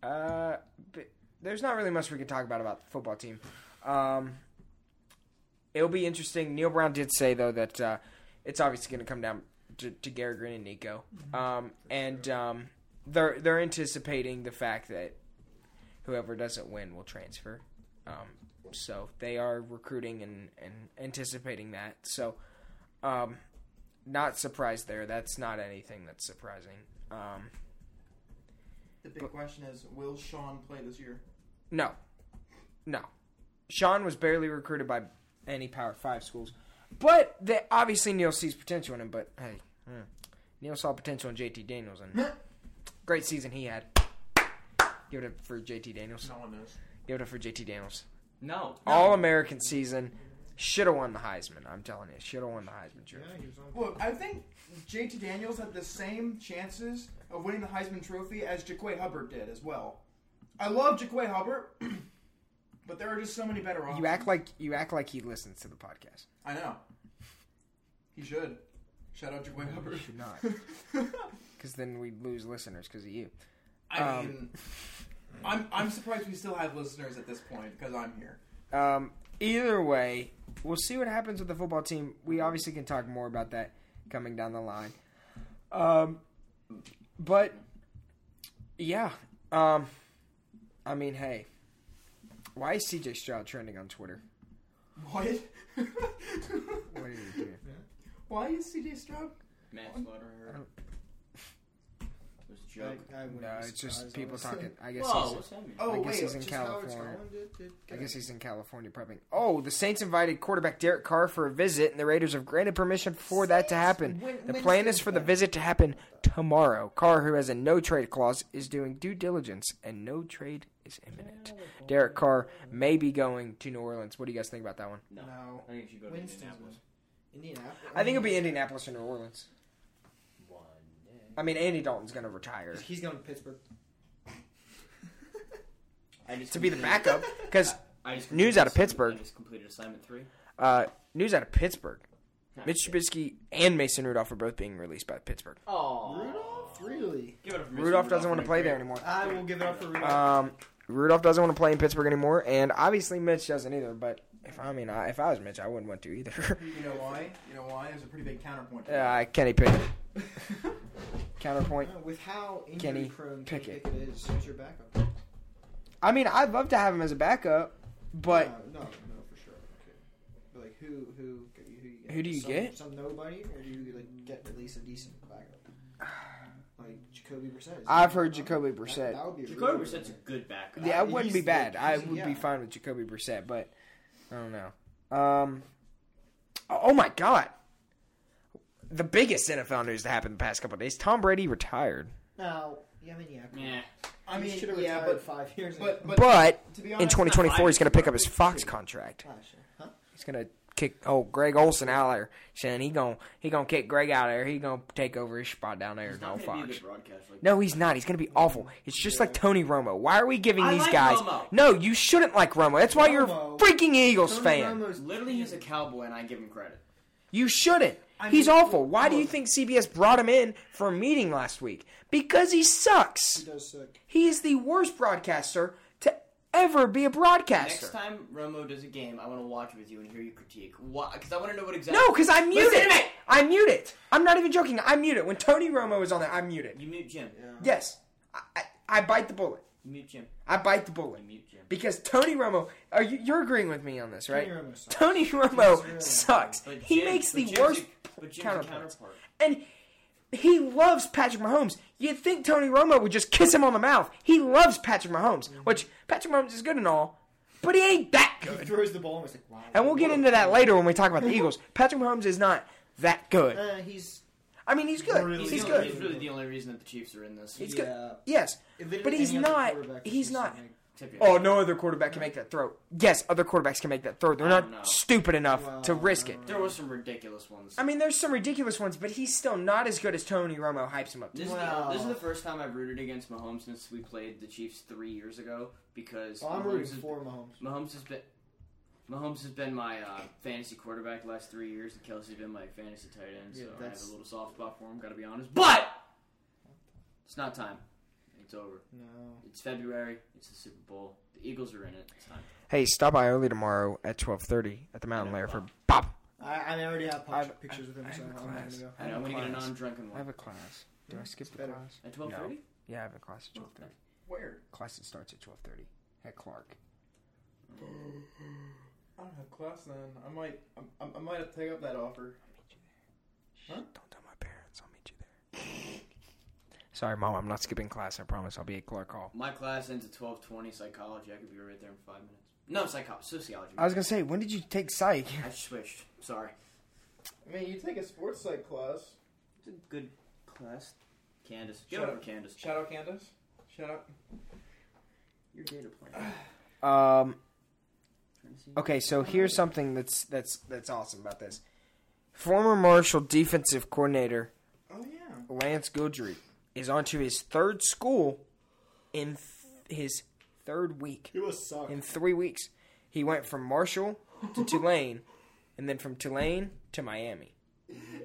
[SPEAKER 4] uh, b- there's not really much we can talk about about the football team. Um, it'll be interesting. Neil Brown did say though that uh, it's obviously going to come down to, to Gary Green and Nico, um, and um, they're they're anticipating the fact that whoever doesn't win will transfer. Um, so they are recruiting and, and anticipating that. So, um, not surprised there. That's not anything that's surprising. Um,
[SPEAKER 5] The big question is, will Sean play this year?
[SPEAKER 4] No. No. Sean was barely recruited by any Power 5 schools. But they, obviously Neil sees potential in him, but hey, mm, Neil saw potential in JT Daniels and great season he had. Give it up for JT Daniels.
[SPEAKER 5] No one knows.
[SPEAKER 4] Give it up for JT Daniels.
[SPEAKER 6] No.
[SPEAKER 4] All American season. Should have won the Heisman. I'm telling you, should have won the Heisman trophy.
[SPEAKER 5] Look, I think JT Daniels had the same chances of winning the Heisman Trophy as Jaquay Hubbard did as well. I love Jaquay Hubbard, but there are just so many better options.
[SPEAKER 4] You act like you act like he listens to the podcast.
[SPEAKER 5] I know. He should. Shout out Jaquay Hubbard.
[SPEAKER 4] Should not, because then we lose listeners because of you.
[SPEAKER 5] I
[SPEAKER 4] Um,
[SPEAKER 5] mean, I'm I'm surprised we still have listeners at this point because I'm here.
[SPEAKER 4] Um, either way, we'll see what happens with the football team. We obviously can talk more about that coming down the line. Um, but yeah, um, I mean, hey, why is CJ Stroud trending on Twitter?
[SPEAKER 5] What?
[SPEAKER 4] What did he do?
[SPEAKER 5] Why is CJ Stroud?
[SPEAKER 4] Oh.
[SPEAKER 6] Manslaughter. Was a joke.
[SPEAKER 3] I wouldn't
[SPEAKER 4] No,
[SPEAKER 3] be
[SPEAKER 4] it's just
[SPEAKER 3] surprised,
[SPEAKER 4] people
[SPEAKER 3] honestly.
[SPEAKER 4] talking. I guess
[SPEAKER 6] Whoa,
[SPEAKER 4] he's,
[SPEAKER 6] what's happening?
[SPEAKER 5] Oh
[SPEAKER 4] I guess
[SPEAKER 5] wait,
[SPEAKER 4] he's in
[SPEAKER 3] Just how it's
[SPEAKER 4] California.
[SPEAKER 3] going, dude, dude.
[SPEAKER 4] I guess he's in California prepping. Oh, the Saints invited quarterback Derek Carr for a visit, and the Raiders have granted permission for that to happen.
[SPEAKER 3] When-
[SPEAKER 4] the
[SPEAKER 3] when
[SPEAKER 4] plan
[SPEAKER 3] is
[SPEAKER 4] is for the
[SPEAKER 3] that?
[SPEAKER 4] visit to happen tomorrow. Carr, who has a no trade clause, is doing due diligence, and no trade is
[SPEAKER 3] Oh,
[SPEAKER 4] imminent. Derek Carr may be going to New Orleans. What do you guys think about that one?
[SPEAKER 6] No.
[SPEAKER 3] No.
[SPEAKER 6] I think you should go to
[SPEAKER 3] Winston's
[SPEAKER 6] Indianapolis.
[SPEAKER 3] Indianapolis.
[SPEAKER 4] I think it'll be Indianapolis or New Orleans.
[SPEAKER 7] One day.
[SPEAKER 4] I mean, Andy Dalton's going to retire
[SPEAKER 3] He's going to Pittsburgh.
[SPEAKER 6] I just
[SPEAKER 4] to be the
[SPEAKER 6] completed-
[SPEAKER 4] backup because
[SPEAKER 6] I just
[SPEAKER 4] News
[SPEAKER 6] completed
[SPEAKER 4] out of
[SPEAKER 6] assignment-
[SPEAKER 4] Pittsburgh.
[SPEAKER 6] I just completed assignment three.
[SPEAKER 4] uh, news out of Pittsburgh.
[SPEAKER 6] Not
[SPEAKER 4] Mitch
[SPEAKER 6] good.
[SPEAKER 4] Trubisky and Mason Rudolph are both being released by Pittsburgh.
[SPEAKER 6] Aw.
[SPEAKER 3] Rudolph? Really?
[SPEAKER 6] Give it up for Mr.
[SPEAKER 4] Rudolph doesn't want to
[SPEAKER 6] Rudolph.
[SPEAKER 4] play there anymore.
[SPEAKER 3] I will give it up for Rudolph.
[SPEAKER 4] Um, Rudolph doesn't want to play in Pittsburgh anymore, and obviously Mitch doesn't either. But if I mean, I, if I was Mitch, I wouldn't want to either.
[SPEAKER 5] You know why? You know why? There's a pretty big counterpoint. to that.
[SPEAKER 4] uh, Kenny Pickett. Counterpoint.
[SPEAKER 3] Uh, with how
[SPEAKER 4] Kenny
[SPEAKER 3] injury prone
[SPEAKER 4] Pickett.
[SPEAKER 3] Pickett is as your backup. No,
[SPEAKER 4] I mean, I'd love to have him as a backup, but
[SPEAKER 3] no, no, for sure. Okay. But like who, who, who, you get?
[SPEAKER 4] Who do you
[SPEAKER 3] some,
[SPEAKER 4] get?
[SPEAKER 3] Some nobody, or do you like get at least a decent backup? Like Jacoby Brissett. is-
[SPEAKER 4] I've heard Jacoby Brissett.
[SPEAKER 3] That, that would be a
[SPEAKER 6] Jacoby
[SPEAKER 3] really
[SPEAKER 6] Brissett's a
[SPEAKER 3] good-
[SPEAKER 6] good backup.
[SPEAKER 4] yeah,
[SPEAKER 3] Uh,
[SPEAKER 4] it wouldn't
[SPEAKER 3] he's
[SPEAKER 4] be
[SPEAKER 3] the-
[SPEAKER 4] bad. I
[SPEAKER 3] he's-
[SPEAKER 4] would be
[SPEAKER 3] yeah.
[SPEAKER 4] fine with Jacoby Brissett, but I don't know. Um, oh oh my God, the biggest NFL news to happen the past couple of days: Tom Brady retired,
[SPEAKER 3] Now, yeah, I mean, yeah. come on.
[SPEAKER 6] Yeah.
[SPEAKER 5] I
[SPEAKER 3] He
[SPEAKER 5] mean,
[SPEAKER 3] should have
[SPEAKER 5] yeah,
[SPEAKER 3] retired
[SPEAKER 5] but
[SPEAKER 3] five years ago.
[SPEAKER 5] but but,
[SPEAKER 4] but
[SPEAKER 5] to be honest,
[SPEAKER 4] in 2024 he's going to pick up his Fox
[SPEAKER 3] Shit.
[SPEAKER 4] contract.
[SPEAKER 3] Gosh, huh?
[SPEAKER 4] He's gonna kick oh Greg Olson out of there. Shannon, he gonna he gonna kick Greg out of there. He gonna take over his spot down there.
[SPEAKER 6] He's
[SPEAKER 4] No
[SPEAKER 6] not gonna be a
[SPEAKER 4] Fox.
[SPEAKER 6] good broadcaster. Like
[SPEAKER 4] No, he's not. He's gonna be awful. It's just like Tony Romo. Why are we giving
[SPEAKER 6] I
[SPEAKER 4] these
[SPEAKER 6] like
[SPEAKER 4] guys?
[SPEAKER 6] Romo.
[SPEAKER 4] No, you shouldn't like Romo. That's why you're a
[SPEAKER 3] Romo.
[SPEAKER 4] freaking Eagles
[SPEAKER 3] Tony
[SPEAKER 4] fan.
[SPEAKER 3] Romo's-
[SPEAKER 6] Literally, he's a cowboy, and I give him credit.
[SPEAKER 4] You shouldn't. he's awful. Why do you think CBS brought him in for a meeting last week? Because he
[SPEAKER 3] he
[SPEAKER 4] sucks.
[SPEAKER 3] does suck.
[SPEAKER 4] He is the worst broadcaster to ever be a broadcaster.
[SPEAKER 6] Next time Romo does a game, I want to watch with you and hear you critique. Why? Because I want to know what exactly.
[SPEAKER 4] No, because I mute
[SPEAKER 6] Listen
[SPEAKER 4] it.
[SPEAKER 6] to me!
[SPEAKER 4] I mute it. I'm not even joking. I mute it. When Tony Romo is on there, I mute it.
[SPEAKER 6] You mute Jim.
[SPEAKER 4] Yes, I, I, I bite the bullet.
[SPEAKER 6] You mute Jim.
[SPEAKER 4] I bite the bullet
[SPEAKER 6] You mute Jim.
[SPEAKER 4] because Tony Romo. Are you, you're agreeing with me on this, right?
[SPEAKER 3] Tony Romo sucks.
[SPEAKER 4] Tony Romo
[SPEAKER 3] really-
[SPEAKER 4] sucks.
[SPEAKER 6] But
[SPEAKER 4] He
[SPEAKER 6] Jim-
[SPEAKER 4] makes
[SPEAKER 6] but
[SPEAKER 4] the
[SPEAKER 6] Jim's
[SPEAKER 4] worst
[SPEAKER 6] a- but Jim's a
[SPEAKER 4] counterparts,
[SPEAKER 6] counterpart.
[SPEAKER 4] and he loves Patrick Mahomes. You'd think Tony Romo would just kiss him on the mouth. He loves Patrick Mahomes,
[SPEAKER 6] Mm-hmm.
[SPEAKER 4] which Patrick Mahomes is good and all, but he ain't that
[SPEAKER 3] He
[SPEAKER 4] good.
[SPEAKER 3] throws the ball and it's like, wow.
[SPEAKER 4] And we'll get into that later when we talk about the Eagles. Patrick Mahomes is not that good.
[SPEAKER 3] Uh, he's
[SPEAKER 4] I mean, he's good.
[SPEAKER 3] Really
[SPEAKER 4] he's
[SPEAKER 6] the
[SPEAKER 4] good.
[SPEAKER 6] only- He's really the only reason that the Chiefs are in this.
[SPEAKER 4] He's
[SPEAKER 3] yeah.
[SPEAKER 4] good. Yes,
[SPEAKER 3] Literally
[SPEAKER 4] but he's
[SPEAKER 3] any other
[SPEAKER 4] not.
[SPEAKER 3] quarterback is
[SPEAKER 4] He's
[SPEAKER 3] decent,
[SPEAKER 4] not.
[SPEAKER 3] like,
[SPEAKER 6] Tip your
[SPEAKER 4] Oh,
[SPEAKER 6] hat.
[SPEAKER 4] no other quarterback can make that throw. Yes, other quarterbacks can make that throw. They're
[SPEAKER 6] I don't know.
[SPEAKER 4] not stupid enough to
[SPEAKER 3] Well,
[SPEAKER 4] risk it.
[SPEAKER 6] There was some ridiculous ones.
[SPEAKER 4] I mean, there's some ridiculous ones, but he's still not as good as Tony Romo hypes him up. to.
[SPEAKER 6] This, is
[SPEAKER 3] Wow.
[SPEAKER 6] the, this is the first time I've rooted against Mahomes since we played the Chiefs three years ago because
[SPEAKER 3] Well, I'm
[SPEAKER 6] Mahomes,
[SPEAKER 3] rooting
[SPEAKER 6] has,
[SPEAKER 3] for Mahomes.
[SPEAKER 6] Mahomes has been Mahomes has been my uh, fantasy quarterback the last three years, and Kelsey's been my fantasy tight end.
[SPEAKER 3] Yeah,
[SPEAKER 6] so I have
[SPEAKER 3] that's-
[SPEAKER 6] a little soft spot for him. Got to be honest, but it's not time. It's over.
[SPEAKER 3] No.
[SPEAKER 6] It's February. It's the Super Bowl. The Eagles are in it. It's time.
[SPEAKER 4] Hey, stop by early tomorrow at twelve thirty at the Mountain Lair for Bob.
[SPEAKER 3] I, I already have
[SPEAKER 4] I've-
[SPEAKER 3] pictures with him,
[SPEAKER 4] I have
[SPEAKER 3] so
[SPEAKER 4] a
[SPEAKER 3] I'm not
[SPEAKER 4] class.
[SPEAKER 3] gonna go.
[SPEAKER 6] I know, I'm gonna get a
[SPEAKER 4] class.
[SPEAKER 6] non-drunken
[SPEAKER 4] I have
[SPEAKER 6] one
[SPEAKER 4] a class. Do I skip the
[SPEAKER 3] better.
[SPEAKER 4] class?
[SPEAKER 6] at 12:30.
[SPEAKER 4] Yeah, I have a class at twelve thirty.
[SPEAKER 5] Where?
[SPEAKER 4] Class that starts at twelve thirty at Clark.
[SPEAKER 5] I don't have class then. I might. I, I might have to take up that offer.
[SPEAKER 4] Don't tell my parents. I'll meet you there. Sorry, mom. I'm not skipping class. I promise. I'll be at Clark Hall.
[SPEAKER 6] My class ends at 12:20. Psychology. I could be right there in five minutes. No, psychology. Sociology.
[SPEAKER 4] I was gonna say, when did you take psych?
[SPEAKER 6] I switched. Sorry.
[SPEAKER 5] I mean, you take a sports psych class.
[SPEAKER 6] It's a good class. Candace. Get
[SPEAKER 5] Shut
[SPEAKER 6] over
[SPEAKER 5] up.
[SPEAKER 6] Candace.
[SPEAKER 5] Shout out, Candace. Shout out.
[SPEAKER 6] Your data plan.
[SPEAKER 4] Um.
[SPEAKER 6] Trying to see-
[SPEAKER 4] Okay, so here's something that's that's that's awesome about this. Former Marshall defensive coordinator
[SPEAKER 5] Oh yeah.
[SPEAKER 4] Lance Goodry is onto his third school in th- his third week.
[SPEAKER 3] It was suck.
[SPEAKER 4] In three weeks, he went from Marshall to Tulane, and then from Tulane to Miami.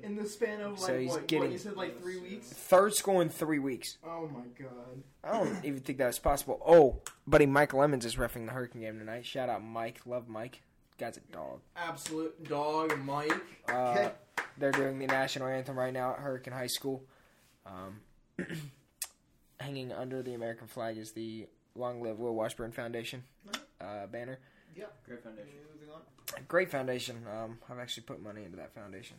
[SPEAKER 5] In the span of like
[SPEAKER 4] So he's
[SPEAKER 5] what, what,
[SPEAKER 4] getting-
[SPEAKER 5] you said like three weeks.
[SPEAKER 4] Third school in three weeks.
[SPEAKER 5] Oh my god.
[SPEAKER 4] I don't even think that was possible. Oh, buddy, Mike Lemons is refing the Hurricane game tonight. Shout out Mike, love Mike. Guy's a dog.
[SPEAKER 5] Absolute dog, Mike.
[SPEAKER 4] Uh, they're doing the national anthem right now at Hurricane High School. Um, hanging under the American flag is the Long Live Will Washburn Foundation uh, banner.
[SPEAKER 6] Great foundation.
[SPEAKER 3] Moving on.
[SPEAKER 4] Great foundation. Um, I've actually put money into that foundation.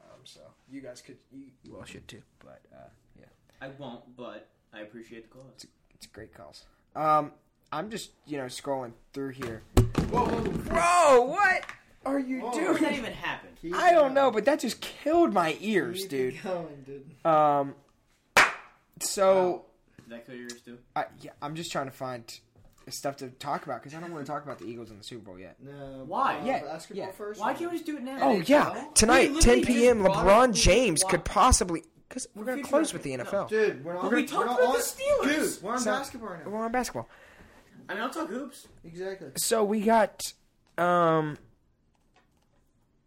[SPEAKER 4] Um, so you guys could, you, you all should too. But uh, yeah,
[SPEAKER 6] I won't, but I appreciate the cause.
[SPEAKER 4] it's a great cause. Um, I'm just you know scrolling through here.
[SPEAKER 5] Whoa, whoa, whoa.
[SPEAKER 4] Bro, what are you
[SPEAKER 6] Dude, that
[SPEAKER 4] doing?
[SPEAKER 6] even happened.
[SPEAKER 3] Keep
[SPEAKER 4] I don't
[SPEAKER 3] going.
[SPEAKER 4] know, but that just killed my ears,
[SPEAKER 3] Keep
[SPEAKER 4] dude.
[SPEAKER 3] Going, dude.
[SPEAKER 4] Um, so.
[SPEAKER 6] Did that kill yours too?
[SPEAKER 4] I, yeah, I'm just trying to find stuff to talk about because I don't want to talk about the Eagles in the Super Bowl yet.
[SPEAKER 3] No.
[SPEAKER 6] Why?
[SPEAKER 3] Bob,
[SPEAKER 4] Yeah,
[SPEAKER 3] Basketball
[SPEAKER 4] yeah.
[SPEAKER 3] first.
[SPEAKER 6] Why can't we just do it now?
[SPEAKER 4] Oh yeah, tonight, 10 p.m. LeBron James could possibly because we're gonna
[SPEAKER 6] Future
[SPEAKER 4] close with the
[SPEAKER 6] reference.
[SPEAKER 4] NFL.
[SPEAKER 3] Dude, we're not.
[SPEAKER 6] We talked about the
[SPEAKER 3] on,
[SPEAKER 6] Steelers.
[SPEAKER 3] Dude, we're on
[SPEAKER 4] So-
[SPEAKER 3] basketball right now.
[SPEAKER 4] We're on basketball,
[SPEAKER 6] I mean, I'll talk hoops.
[SPEAKER 3] Exactly.
[SPEAKER 4] so we got um,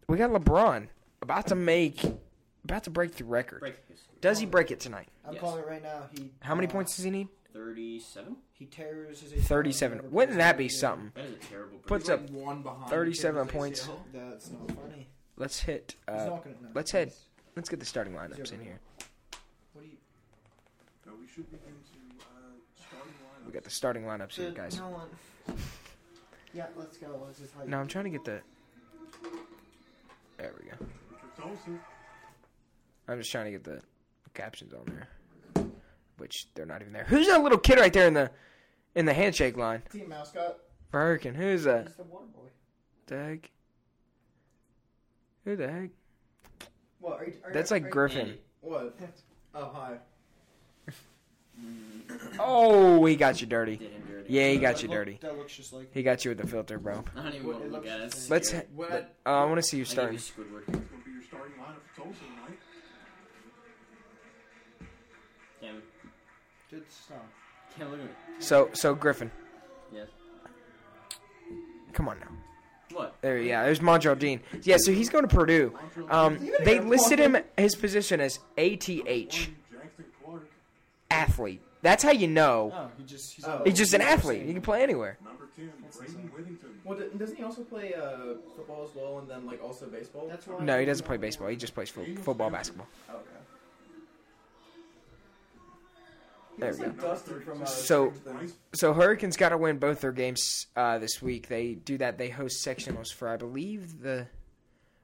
[SPEAKER 4] we got LeBron about to make about to break the record.
[SPEAKER 6] Break history.
[SPEAKER 4] Does he break it tonight?
[SPEAKER 3] I'm
[SPEAKER 6] Yes.
[SPEAKER 3] calling it right now. He.
[SPEAKER 4] How many
[SPEAKER 3] uh,
[SPEAKER 4] points does he need?
[SPEAKER 6] Thirty-seven.
[SPEAKER 3] He terrorizes.
[SPEAKER 4] 37. Wouldn't that be something?
[SPEAKER 6] That is a terrible.
[SPEAKER 4] Puts
[SPEAKER 6] prediction.
[SPEAKER 4] up
[SPEAKER 5] Like one behind.
[SPEAKER 4] 37
[SPEAKER 5] Achilles
[SPEAKER 4] points.
[SPEAKER 5] ACL.
[SPEAKER 3] That's not funny.
[SPEAKER 4] Let's hit.
[SPEAKER 3] He's
[SPEAKER 4] Uh,
[SPEAKER 3] not gonna. No,
[SPEAKER 4] let's head. let's get the starting lineups in here.
[SPEAKER 3] What do you?
[SPEAKER 8] No, we should begin to uh, starting lineup.
[SPEAKER 4] We got the starting lineups here,
[SPEAKER 3] Dude,
[SPEAKER 4] guys.
[SPEAKER 3] Uh, No one. Yeah, let's go. Let's just like.
[SPEAKER 4] No, I'm trying to get the. There we go. I'm just trying to get the captions on there, which they're not even there. Who's that little kid right there in the in the handshake line?
[SPEAKER 5] Team mascot.
[SPEAKER 4] Birkin. Who's that?
[SPEAKER 3] He's the water boy.
[SPEAKER 4] The heck? Who the heck?
[SPEAKER 5] What? Are you, are,
[SPEAKER 4] That's
[SPEAKER 5] are,
[SPEAKER 4] like Griffin.
[SPEAKER 5] What? Oh hi.
[SPEAKER 4] Oh, he got
[SPEAKER 6] Did
[SPEAKER 4] you dirty.
[SPEAKER 6] him dirty.
[SPEAKER 4] Yeah, he got
[SPEAKER 3] That
[SPEAKER 4] you
[SPEAKER 3] look-
[SPEAKER 4] dirty.
[SPEAKER 3] That looks just like.
[SPEAKER 4] He got you with the filter, bro.
[SPEAKER 6] I don't even
[SPEAKER 3] What-
[SPEAKER 6] want
[SPEAKER 3] it
[SPEAKER 6] to look
[SPEAKER 3] looks
[SPEAKER 6] at
[SPEAKER 3] the
[SPEAKER 6] it.
[SPEAKER 3] same.
[SPEAKER 4] Let's.
[SPEAKER 6] Scary.
[SPEAKER 4] ha-
[SPEAKER 5] What?
[SPEAKER 4] let- uh, I want to see
[SPEAKER 6] I
[SPEAKER 4] you
[SPEAKER 6] give you
[SPEAKER 4] starting.
[SPEAKER 6] Squidward.
[SPEAKER 8] It's going to be your starting lineup for Tulsa tonight.
[SPEAKER 6] Cam,
[SPEAKER 3] Good stuff.
[SPEAKER 6] Cam, look at me.
[SPEAKER 4] So, so Griffin.
[SPEAKER 6] Yes.
[SPEAKER 4] Come on now.
[SPEAKER 6] What?
[SPEAKER 4] There, yeah, there's Montreal Dean. Yeah, so he's going to Purdue. Um, they listed him his position as ATH,
[SPEAKER 8] Jackson Clark,
[SPEAKER 4] athlete. That's how you know
[SPEAKER 3] Oh, he just. He's
[SPEAKER 5] Oh.
[SPEAKER 4] he's just an athlete. He can play anywhere.
[SPEAKER 8] number 10, Braden Whittington.
[SPEAKER 5] Well, d- doesn't he also play uh, football as well, and then like also baseball?
[SPEAKER 3] That's why.
[SPEAKER 4] No, he doesn't play baseball. He just plays fo- football, basketball.
[SPEAKER 5] Oh, okay.
[SPEAKER 4] There
[SPEAKER 5] It's
[SPEAKER 4] we go.
[SPEAKER 5] like Dustin from uh,
[SPEAKER 4] So-
[SPEAKER 5] Stranger Things.
[SPEAKER 4] So Hurricanes got to win both their games uh, this week. They do that. They host sectionals for I believe the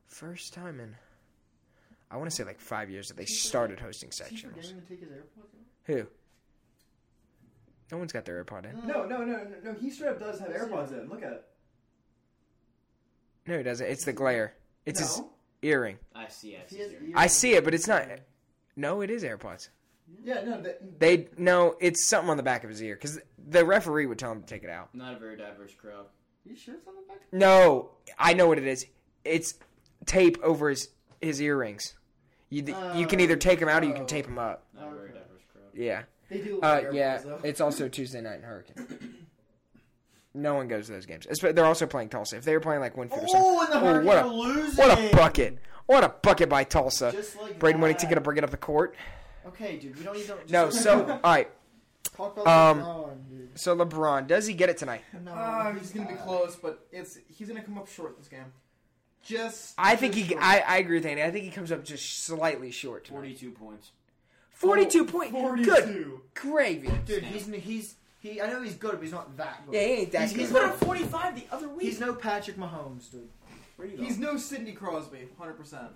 [SPEAKER 4] first time in I want to say like five years that they started hosting
[SPEAKER 3] Is he forgetting
[SPEAKER 4] sectionals.
[SPEAKER 3] to take his AirPods out?
[SPEAKER 4] Who? No one's got their AirPod in.
[SPEAKER 5] No, no, no, no, no. He straight up does have AirPods in. Look at it.
[SPEAKER 4] No, he doesn't. It's the glare. It's his
[SPEAKER 5] No.
[SPEAKER 4] earring.
[SPEAKER 6] I see. I see.
[SPEAKER 3] He has
[SPEAKER 6] Jerry.
[SPEAKER 3] ears.
[SPEAKER 4] I see it, but it's not. No, it is AirPods.
[SPEAKER 5] Yeah, no. That,
[SPEAKER 4] They no, it's something on the back of his ear because the referee would tell him to take it out.
[SPEAKER 6] Not a very diverse crowd.
[SPEAKER 3] You sure it's on the back?
[SPEAKER 4] No, I know what it is. It's tape over his his earrings. You you can either take them out or you can tape them up.
[SPEAKER 6] Not a very diverse crowd.
[SPEAKER 4] Yeah,
[SPEAKER 3] They do.
[SPEAKER 4] uh,
[SPEAKER 3] wear
[SPEAKER 4] yeah.
[SPEAKER 3] AirPods, though.
[SPEAKER 4] It's also Tuesday night in Hurricane. No one goes to those games. It's- but They're also playing Tulsa. If they were playing like Winfield or something,
[SPEAKER 3] Oh, and the Hurricane
[SPEAKER 4] what a
[SPEAKER 3] are losing.
[SPEAKER 4] what a bucket! What a bucket by Tulsa.
[SPEAKER 3] Just like
[SPEAKER 4] Braden
[SPEAKER 3] that.
[SPEAKER 4] Winnington gonna bring it up the court.
[SPEAKER 3] Okay, dude, we don't need to.
[SPEAKER 4] No, so all right.
[SPEAKER 3] Talk about
[SPEAKER 4] uh, Um,
[SPEAKER 3] LeBron, dude.
[SPEAKER 4] So LeBron, does he get it tonight?
[SPEAKER 3] No,
[SPEAKER 5] Ah, he's gonna be
[SPEAKER 3] not.
[SPEAKER 5] close, but it's he's gonna come up short this game. Just
[SPEAKER 4] I think
[SPEAKER 5] just
[SPEAKER 4] he.
[SPEAKER 5] short.
[SPEAKER 4] I, I agree with Andy. I think he comes up just slightly short. tonight.
[SPEAKER 7] Forty-two points.
[SPEAKER 4] Forty-two point. Good
[SPEAKER 5] 42.
[SPEAKER 4] gravy.
[SPEAKER 3] Dude, he's he's he. I know he's good, but he's not that good.
[SPEAKER 4] Yeah, he ain't that
[SPEAKER 3] He's-
[SPEAKER 4] good.
[SPEAKER 3] he's
[SPEAKER 6] Put up 45 the other week.
[SPEAKER 3] He's no Patrick Mahomes, dude.
[SPEAKER 6] Where you
[SPEAKER 5] He's no Sidney Crosby, hundred percent.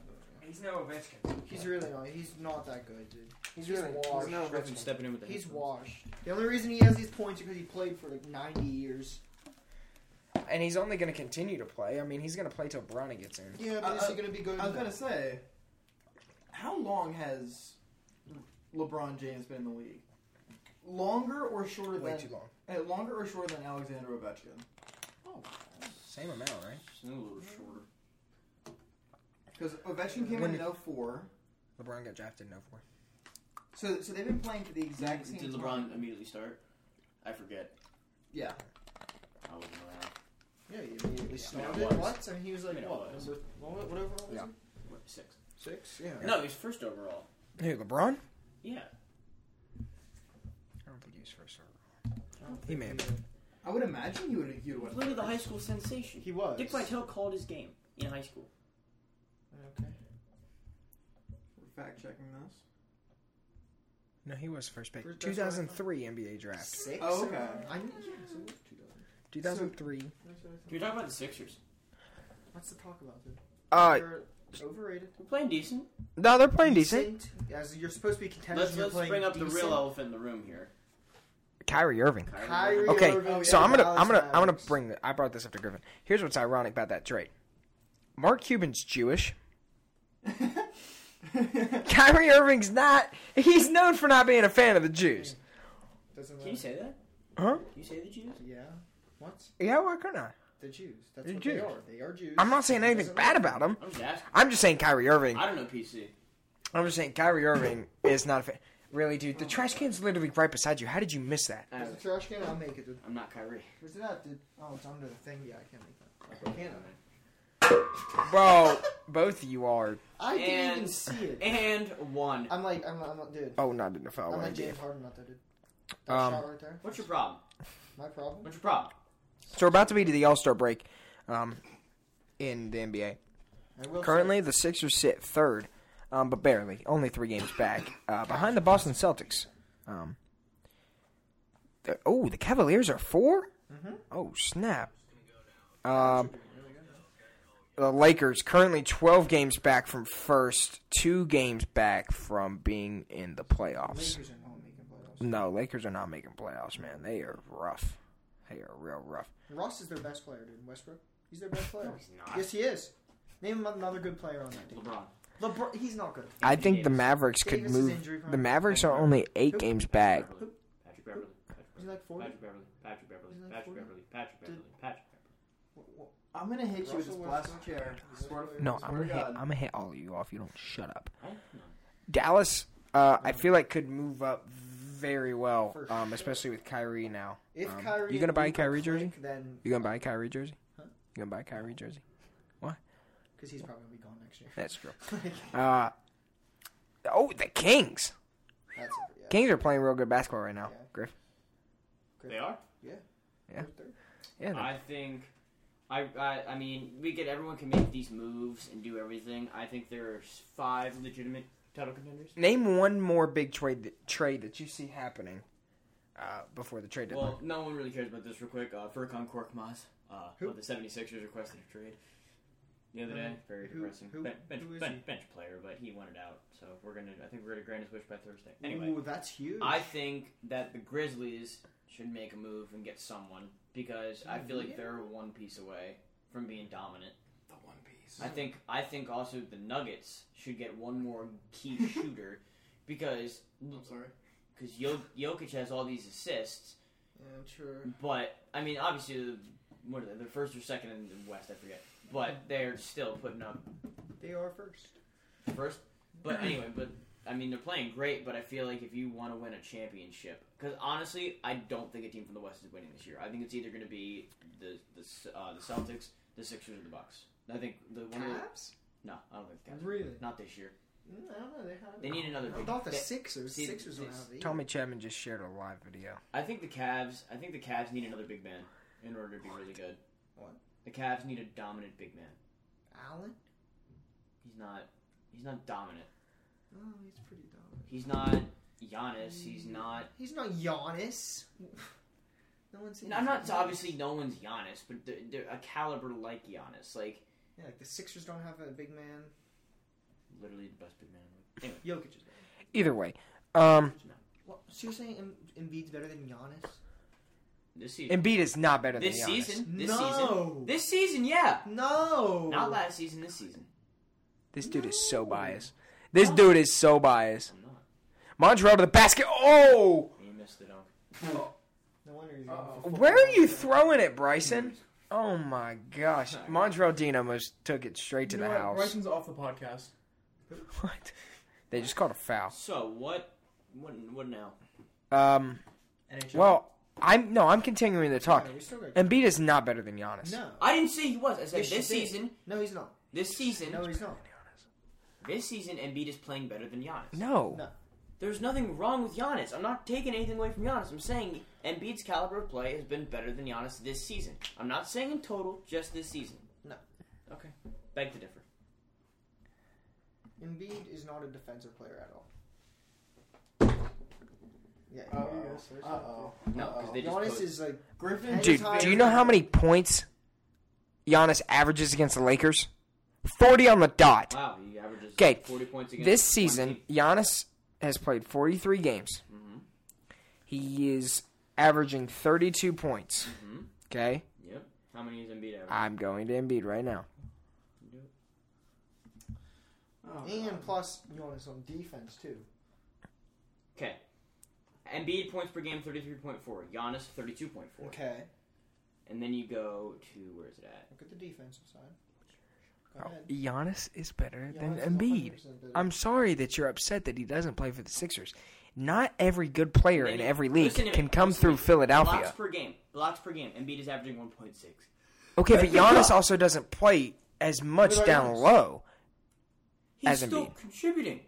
[SPEAKER 6] he's no Ovechkin.
[SPEAKER 3] He's really not. He's not that good, dude. He's
[SPEAKER 4] He's
[SPEAKER 3] really
[SPEAKER 4] washed.
[SPEAKER 3] washed.
[SPEAKER 6] He's no Griffin stepping in with the
[SPEAKER 3] He's
[SPEAKER 6] hits.
[SPEAKER 3] washed. The only reason he has these points is because he played for like 90 years.
[SPEAKER 4] And he's only going to continue to play. I mean, he's going to play till Bronny gets in.
[SPEAKER 3] Yeah, but
[SPEAKER 5] Uh,
[SPEAKER 3] is he
[SPEAKER 5] uh,
[SPEAKER 3] going to be good?
[SPEAKER 5] I was gonna
[SPEAKER 3] enough?
[SPEAKER 5] say, how long has LeBron James been in the league? Longer or shorter
[SPEAKER 4] Way
[SPEAKER 5] than
[SPEAKER 4] too long.
[SPEAKER 5] eh, longer or shorter than Alexander Ovechkin?
[SPEAKER 4] Same amount, right?
[SPEAKER 7] Just a little shorter.
[SPEAKER 5] Because Ovechkin came
[SPEAKER 4] When
[SPEAKER 5] in oh
[SPEAKER 4] did-
[SPEAKER 5] in 04,
[SPEAKER 4] LeBron got drafted in 04.
[SPEAKER 5] so so they've been playing for the exact same.
[SPEAKER 7] Did
[SPEAKER 5] time.
[SPEAKER 7] LeBron immediately start? I forget.
[SPEAKER 5] Yeah.
[SPEAKER 7] I wasn't around.
[SPEAKER 3] Yeah, he immediately started.
[SPEAKER 7] was.
[SPEAKER 3] What? I mean, he was like
[SPEAKER 7] Yeah,
[SPEAKER 3] what?
[SPEAKER 7] was.
[SPEAKER 3] Number, what? Whatever. Was
[SPEAKER 4] Yeah.
[SPEAKER 3] he?
[SPEAKER 7] What, six?
[SPEAKER 3] Six. Yeah.
[SPEAKER 7] No, he's first overall.
[SPEAKER 4] Who, LeBron?
[SPEAKER 7] Yeah.
[SPEAKER 4] I don't think he was first overall. He may have been.
[SPEAKER 5] I would imagine you would
[SPEAKER 7] He's
[SPEAKER 5] you would.
[SPEAKER 7] Literally the high school sensation.
[SPEAKER 3] He was.
[SPEAKER 7] Dick Vitale called his game in high school.
[SPEAKER 3] Okay.
[SPEAKER 5] We're fact checking this.
[SPEAKER 4] No, he was first pick.
[SPEAKER 3] First- that's
[SPEAKER 4] 2003 NBA draft.
[SPEAKER 3] Six.
[SPEAKER 5] Oh, okay.
[SPEAKER 3] or- I knew- yeah, so what-
[SPEAKER 4] 2003.
[SPEAKER 7] Can we talk about the Sixers?
[SPEAKER 3] What's to talk about, dude?
[SPEAKER 4] Uh,
[SPEAKER 3] They're overrated.
[SPEAKER 7] We're playing decent.
[SPEAKER 4] no, they're playing decent.
[SPEAKER 3] As you're supposed to be contenders.
[SPEAKER 7] Let's
[SPEAKER 3] and you're
[SPEAKER 7] let's
[SPEAKER 3] playing
[SPEAKER 7] bring up the
[SPEAKER 3] decent.
[SPEAKER 7] real elephant in the room here.
[SPEAKER 4] Kyrie Irving.
[SPEAKER 7] Kyrie
[SPEAKER 3] Kyrie
[SPEAKER 7] Irving.
[SPEAKER 4] Okay,
[SPEAKER 3] Irving and
[SPEAKER 4] so I'm gonna,
[SPEAKER 3] Dallas
[SPEAKER 4] I'm gonna, I'm gonna
[SPEAKER 3] Mavericks.
[SPEAKER 4] bring. The, I brought this up to Griffin. Here's what's ironic about that trade. Mark Cuban's Jewish. Kyrie Irving's not. He's known for not being a fan of the Jews.
[SPEAKER 3] Doesn't
[SPEAKER 7] Can you say that?
[SPEAKER 4] Huh?
[SPEAKER 7] Can you say the Jews?
[SPEAKER 3] Yeah. What?
[SPEAKER 4] Yeah, why couldn't I?
[SPEAKER 3] The Jews. That's
[SPEAKER 4] They're
[SPEAKER 3] what
[SPEAKER 4] Jews.
[SPEAKER 3] they are. They are Jews.
[SPEAKER 4] I'm not saying anything
[SPEAKER 3] Doesn't
[SPEAKER 4] bad
[SPEAKER 3] matter.
[SPEAKER 4] about him.
[SPEAKER 7] I'm just asking.
[SPEAKER 4] I'm just saying Kyrie Irving.
[SPEAKER 7] I don't know PC.
[SPEAKER 4] I'm just saying Kyrie Irving is not a fan. Really, dude, the trash can's literally right beside you. How did you miss that?
[SPEAKER 7] I
[SPEAKER 3] There's a trash can. I'll make it. Dude.
[SPEAKER 7] am not Kyrie.
[SPEAKER 3] Where's it at, dude? Oh, it's under the thing. Yeah, I can't make that. I can't.
[SPEAKER 4] Bro, both of you are.
[SPEAKER 3] I didn't even
[SPEAKER 7] And-
[SPEAKER 3] see it.
[SPEAKER 7] And one.
[SPEAKER 3] I'm like, I'm, I'm not, dude.
[SPEAKER 4] Oh, not in the foul
[SPEAKER 3] I'm
[SPEAKER 4] line.
[SPEAKER 3] like
[SPEAKER 4] dude.
[SPEAKER 3] James Harden out there, dude. That
[SPEAKER 4] Um,
[SPEAKER 3] shot right there.
[SPEAKER 7] What's your problem?
[SPEAKER 3] My problem.
[SPEAKER 7] What's your problem?
[SPEAKER 4] So we're about to be to the All Star break um, in the NBA.
[SPEAKER 3] I will
[SPEAKER 4] Currently, the Sixers sit third, um, but barely, only three games back, uh, behind the Boston Celtics. Um, the- oh, the Cavaliers are 4 Oh snap! Um, the Lakers currently twelve games back from first, two games back from being in the
[SPEAKER 3] say
[SPEAKER 4] playoffs.
[SPEAKER 3] Lakers are not making playoffs.
[SPEAKER 4] No, Lakers are not making playoffs, man. They are rough. They are real rough.
[SPEAKER 3] Russ is their best player, dude. Westbrook. He's their best player.
[SPEAKER 7] he's not.
[SPEAKER 3] Yes, he is. Name another good player on that team.
[SPEAKER 7] LeBron.
[SPEAKER 3] LeBron. He's not good.
[SPEAKER 4] I
[SPEAKER 7] Anthony
[SPEAKER 4] think the
[SPEAKER 7] Davis.
[SPEAKER 4] Mavericks could
[SPEAKER 3] Davis is
[SPEAKER 4] move.
[SPEAKER 3] injury prone.
[SPEAKER 4] The Mavericks are only eight games back.
[SPEAKER 7] Beverly. Patrick Beverly. Patrick
[SPEAKER 3] He's like
[SPEAKER 7] Beverly.
[SPEAKER 3] forty.
[SPEAKER 7] Patrick Beverly.
[SPEAKER 3] Isn't that
[SPEAKER 7] Patrick
[SPEAKER 3] forty?
[SPEAKER 7] Beverly. Patrick Beverly. Patrick
[SPEAKER 3] Wh- wh-
[SPEAKER 5] I'm gonna hit you with this
[SPEAKER 3] Russell
[SPEAKER 5] plastic
[SPEAKER 3] Westbrook.
[SPEAKER 5] chair. I swear to-
[SPEAKER 4] No,
[SPEAKER 5] I
[SPEAKER 4] I'm
[SPEAKER 5] swear
[SPEAKER 4] gonna
[SPEAKER 5] to
[SPEAKER 4] hit.
[SPEAKER 5] God.
[SPEAKER 4] I'm gonna hit all of you off. You don't shut up.
[SPEAKER 7] Beverly. I- no.
[SPEAKER 4] Dallas, uh, I feel like could move up very well,
[SPEAKER 3] For
[SPEAKER 4] um,
[SPEAKER 3] sure.
[SPEAKER 4] especially with Kyrie now.
[SPEAKER 3] If
[SPEAKER 4] Um,
[SPEAKER 3] Kyrie,
[SPEAKER 4] you gonna
[SPEAKER 3] and
[SPEAKER 4] buy a
[SPEAKER 3] Luka
[SPEAKER 4] Kyrie
[SPEAKER 3] click,
[SPEAKER 4] jersey?
[SPEAKER 3] Then
[SPEAKER 4] You gonna buy a Kyrie jersey?
[SPEAKER 3] Huh?
[SPEAKER 4] You gonna buy a Kyrie jersey?
[SPEAKER 3] because he's probably gonna be gone next year.
[SPEAKER 4] That's true.
[SPEAKER 3] Like,
[SPEAKER 4] Uh, oh, the Kings.
[SPEAKER 3] That's yeah.
[SPEAKER 4] Kings are playing real good basketball right now.
[SPEAKER 3] Yeah.
[SPEAKER 4] Griff.
[SPEAKER 3] Good.
[SPEAKER 7] They are.
[SPEAKER 4] Yeah.
[SPEAKER 3] Good third.
[SPEAKER 4] Yeah. they-
[SPEAKER 7] I think. I, I I mean we get everyone can make these moves and do everything. I think there's five legitimate title contenders.
[SPEAKER 4] Name one more big trade that, trade that you see happening uh, before the trade deadline.
[SPEAKER 7] Well, no one really cares about this real quick. Uh, Furkan Korkmaz, uh,
[SPEAKER 3] Who?
[SPEAKER 7] with the 76ers requested a trade the other day. Very
[SPEAKER 3] Who-
[SPEAKER 7] depressing.
[SPEAKER 3] who-
[SPEAKER 7] ben, bench,
[SPEAKER 3] who is
[SPEAKER 7] ben-
[SPEAKER 3] he?
[SPEAKER 7] bench player, but he wanted out. So we're gonna. I think we're gonna grant his wish by Thursday. Anyway,
[SPEAKER 3] Ooh, that's huge.
[SPEAKER 7] I think that the Grizzlies should make a move and get someone because I feel like they're one piece away from being dominant.
[SPEAKER 5] The One Piece.
[SPEAKER 7] I think I think also the Nuggets should get one more key shooter because
[SPEAKER 5] I'm sorry.
[SPEAKER 7] because Jokic has all these assists,
[SPEAKER 3] Yeah, true.
[SPEAKER 7] but I mean obviously the, what are they? They're first or second in the West. I forget, but they're still putting up
[SPEAKER 3] They are first.
[SPEAKER 7] first. But anyway, but I mean they're playing great. But I feel like if you want to win a championship, because honestly, I don't think a team from the West is winning this year. I think it's either going to be the the S- uh, the Celtics, the Sixers, or the Bucks. I think the one of the,
[SPEAKER 3] Caps?
[SPEAKER 7] no, I don't think the Cavs.
[SPEAKER 3] Really?
[SPEAKER 7] Not this year.
[SPEAKER 3] Mm, I don't know. They, have,
[SPEAKER 7] They need another
[SPEAKER 3] I
[SPEAKER 7] big-
[SPEAKER 3] thought the
[SPEAKER 7] they-
[SPEAKER 3] Sixers.
[SPEAKER 7] see,
[SPEAKER 3] Sixers don't
[SPEAKER 7] they-
[SPEAKER 3] have it
[SPEAKER 4] Tommy Chapman just shared a live video.
[SPEAKER 7] I think the Cavs. I think the Cavs need another big man in order to be really good.
[SPEAKER 3] What?
[SPEAKER 7] The Cavs need a dominant big man.
[SPEAKER 3] either. Allen.
[SPEAKER 7] He's not. He's not dominant.
[SPEAKER 3] Oh, he's pretty dumb.
[SPEAKER 7] He's not Giannis. He's not.
[SPEAKER 3] He's not Giannis. no one's.
[SPEAKER 7] And I'm not obviously no one's Giannis, but they're, they're a caliber like Giannis, like
[SPEAKER 3] Yeah, like the Sixers don't have a big man.
[SPEAKER 7] literally the best big man. Anyway,
[SPEAKER 3] Jokic is better.
[SPEAKER 4] Either way, um,
[SPEAKER 3] Well, so you're saying Em- Embiid's better than Giannis?
[SPEAKER 7] this season.
[SPEAKER 4] Embiid is not better than
[SPEAKER 7] This
[SPEAKER 4] Giannis.
[SPEAKER 7] season. This season.
[SPEAKER 3] no.
[SPEAKER 7] This season, yeah.
[SPEAKER 3] No.
[SPEAKER 7] Not last season. This season.
[SPEAKER 4] This dude is so biased. This dude is so biased.
[SPEAKER 7] I'm not.
[SPEAKER 4] Montreal to the basket. Oh,
[SPEAKER 7] You missed the dunk.
[SPEAKER 3] No wonder he's. going for
[SPEAKER 4] where are you throwing it, Bryson? Oh my gosh, Montreal Dino almost took it straight to
[SPEAKER 5] You
[SPEAKER 4] the
[SPEAKER 5] know what?
[SPEAKER 4] house.
[SPEAKER 5] Bryson's off the podcast.
[SPEAKER 4] What? They just called a foul.
[SPEAKER 7] So what? What? What now?
[SPEAKER 4] Um,
[SPEAKER 3] NHL.
[SPEAKER 4] well, I'm no, I'm continuing to talk.
[SPEAKER 3] No, we still got-
[SPEAKER 4] Embiid is not better than Giannis.
[SPEAKER 3] No.
[SPEAKER 7] I didn't say he was. I said
[SPEAKER 3] Yes, you
[SPEAKER 7] this
[SPEAKER 3] did.
[SPEAKER 7] season.
[SPEAKER 3] No, he's not.
[SPEAKER 7] This season.
[SPEAKER 3] No, he's not.
[SPEAKER 7] This season, Embiid is playing better than Giannis.
[SPEAKER 4] No.
[SPEAKER 3] No.
[SPEAKER 7] There's nothing wrong with Giannis. I'm not taking anything away from Giannis. I'm saying Embiid's caliber of play has been better than Giannis this season. I'm not saying in total, just this season.
[SPEAKER 3] No.
[SPEAKER 7] Okay. Beg to differ.
[SPEAKER 3] Embiid is not a defensive player at all. Yeah.
[SPEAKER 5] Uh
[SPEAKER 3] here you go, sir.
[SPEAKER 5] oh.
[SPEAKER 7] No, because they just
[SPEAKER 3] Giannis
[SPEAKER 7] posed-
[SPEAKER 3] is like
[SPEAKER 5] Griffin.
[SPEAKER 4] Dude, do you know how many points Giannis averages against the Lakers? Forty on the dot.
[SPEAKER 7] Wow, he averages
[SPEAKER 4] 'Kay.
[SPEAKER 7] 40 points against
[SPEAKER 4] This
[SPEAKER 7] one
[SPEAKER 4] season,
[SPEAKER 7] team. Mm-hmm.
[SPEAKER 4] Giannis has played 43 games. He is averaging 32 points.
[SPEAKER 7] Mm-hmm.
[SPEAKER 4] Okay,
[SPEAKER 7] Yep. How many is Embiid average?
[SPEAKER 4] I'm going to Embiid right now.
[SPEAKER 7] Oh,
[SPEAKER 3] And plus, Giannis on defense too.
[SPEAKER 7] Okay. Embiid points per game 33.4. Giannis 32.4.
[SPEAKER 3] Okay.
[SPEAKER 7] And then you go to where is it at?
[SPEAKER 3] Look at the defensive side. Go
[SPEAKER 4] Oh,
[SPEAKER 3] ahead.
[SPEAKER 4] Giannis is better
[SPEAKER 3] Giannis is
[SPEAKER 4] than
[SPEAKER 3] 100%
[SPEAKER 4] Embiid.
[SPEAKER 3] better.
[SPEAKER 4] I'm sorry that you're upset that he doesn't play for the Sixers. Not every good player in every league
[SPEAKER 7] Listen to me.
[SPEAKER 4] can come
[SPEAKER 7] Listen to
[SPEAKER 4] through
[SPEAKER 7] me. Blocks
[SPEAKER 4] Philadelphia.
[SPEAKER 7] per game. Blocks per game. Embiid is averaging 1.6.
[SPEAKER 4] Okay, but Giannis also doesn't play as much
[SPEAKER 3] about
[SPEAKER 4] down
[SPEAKER 3] Giannis?
[SPEAKER 4] low.
[SPEAKER 7] He's
[SPEAKER 4] As
[SPEAKER 7] still
[SPEAKER 4] Embiid.
[SPEAKER 7] contributing.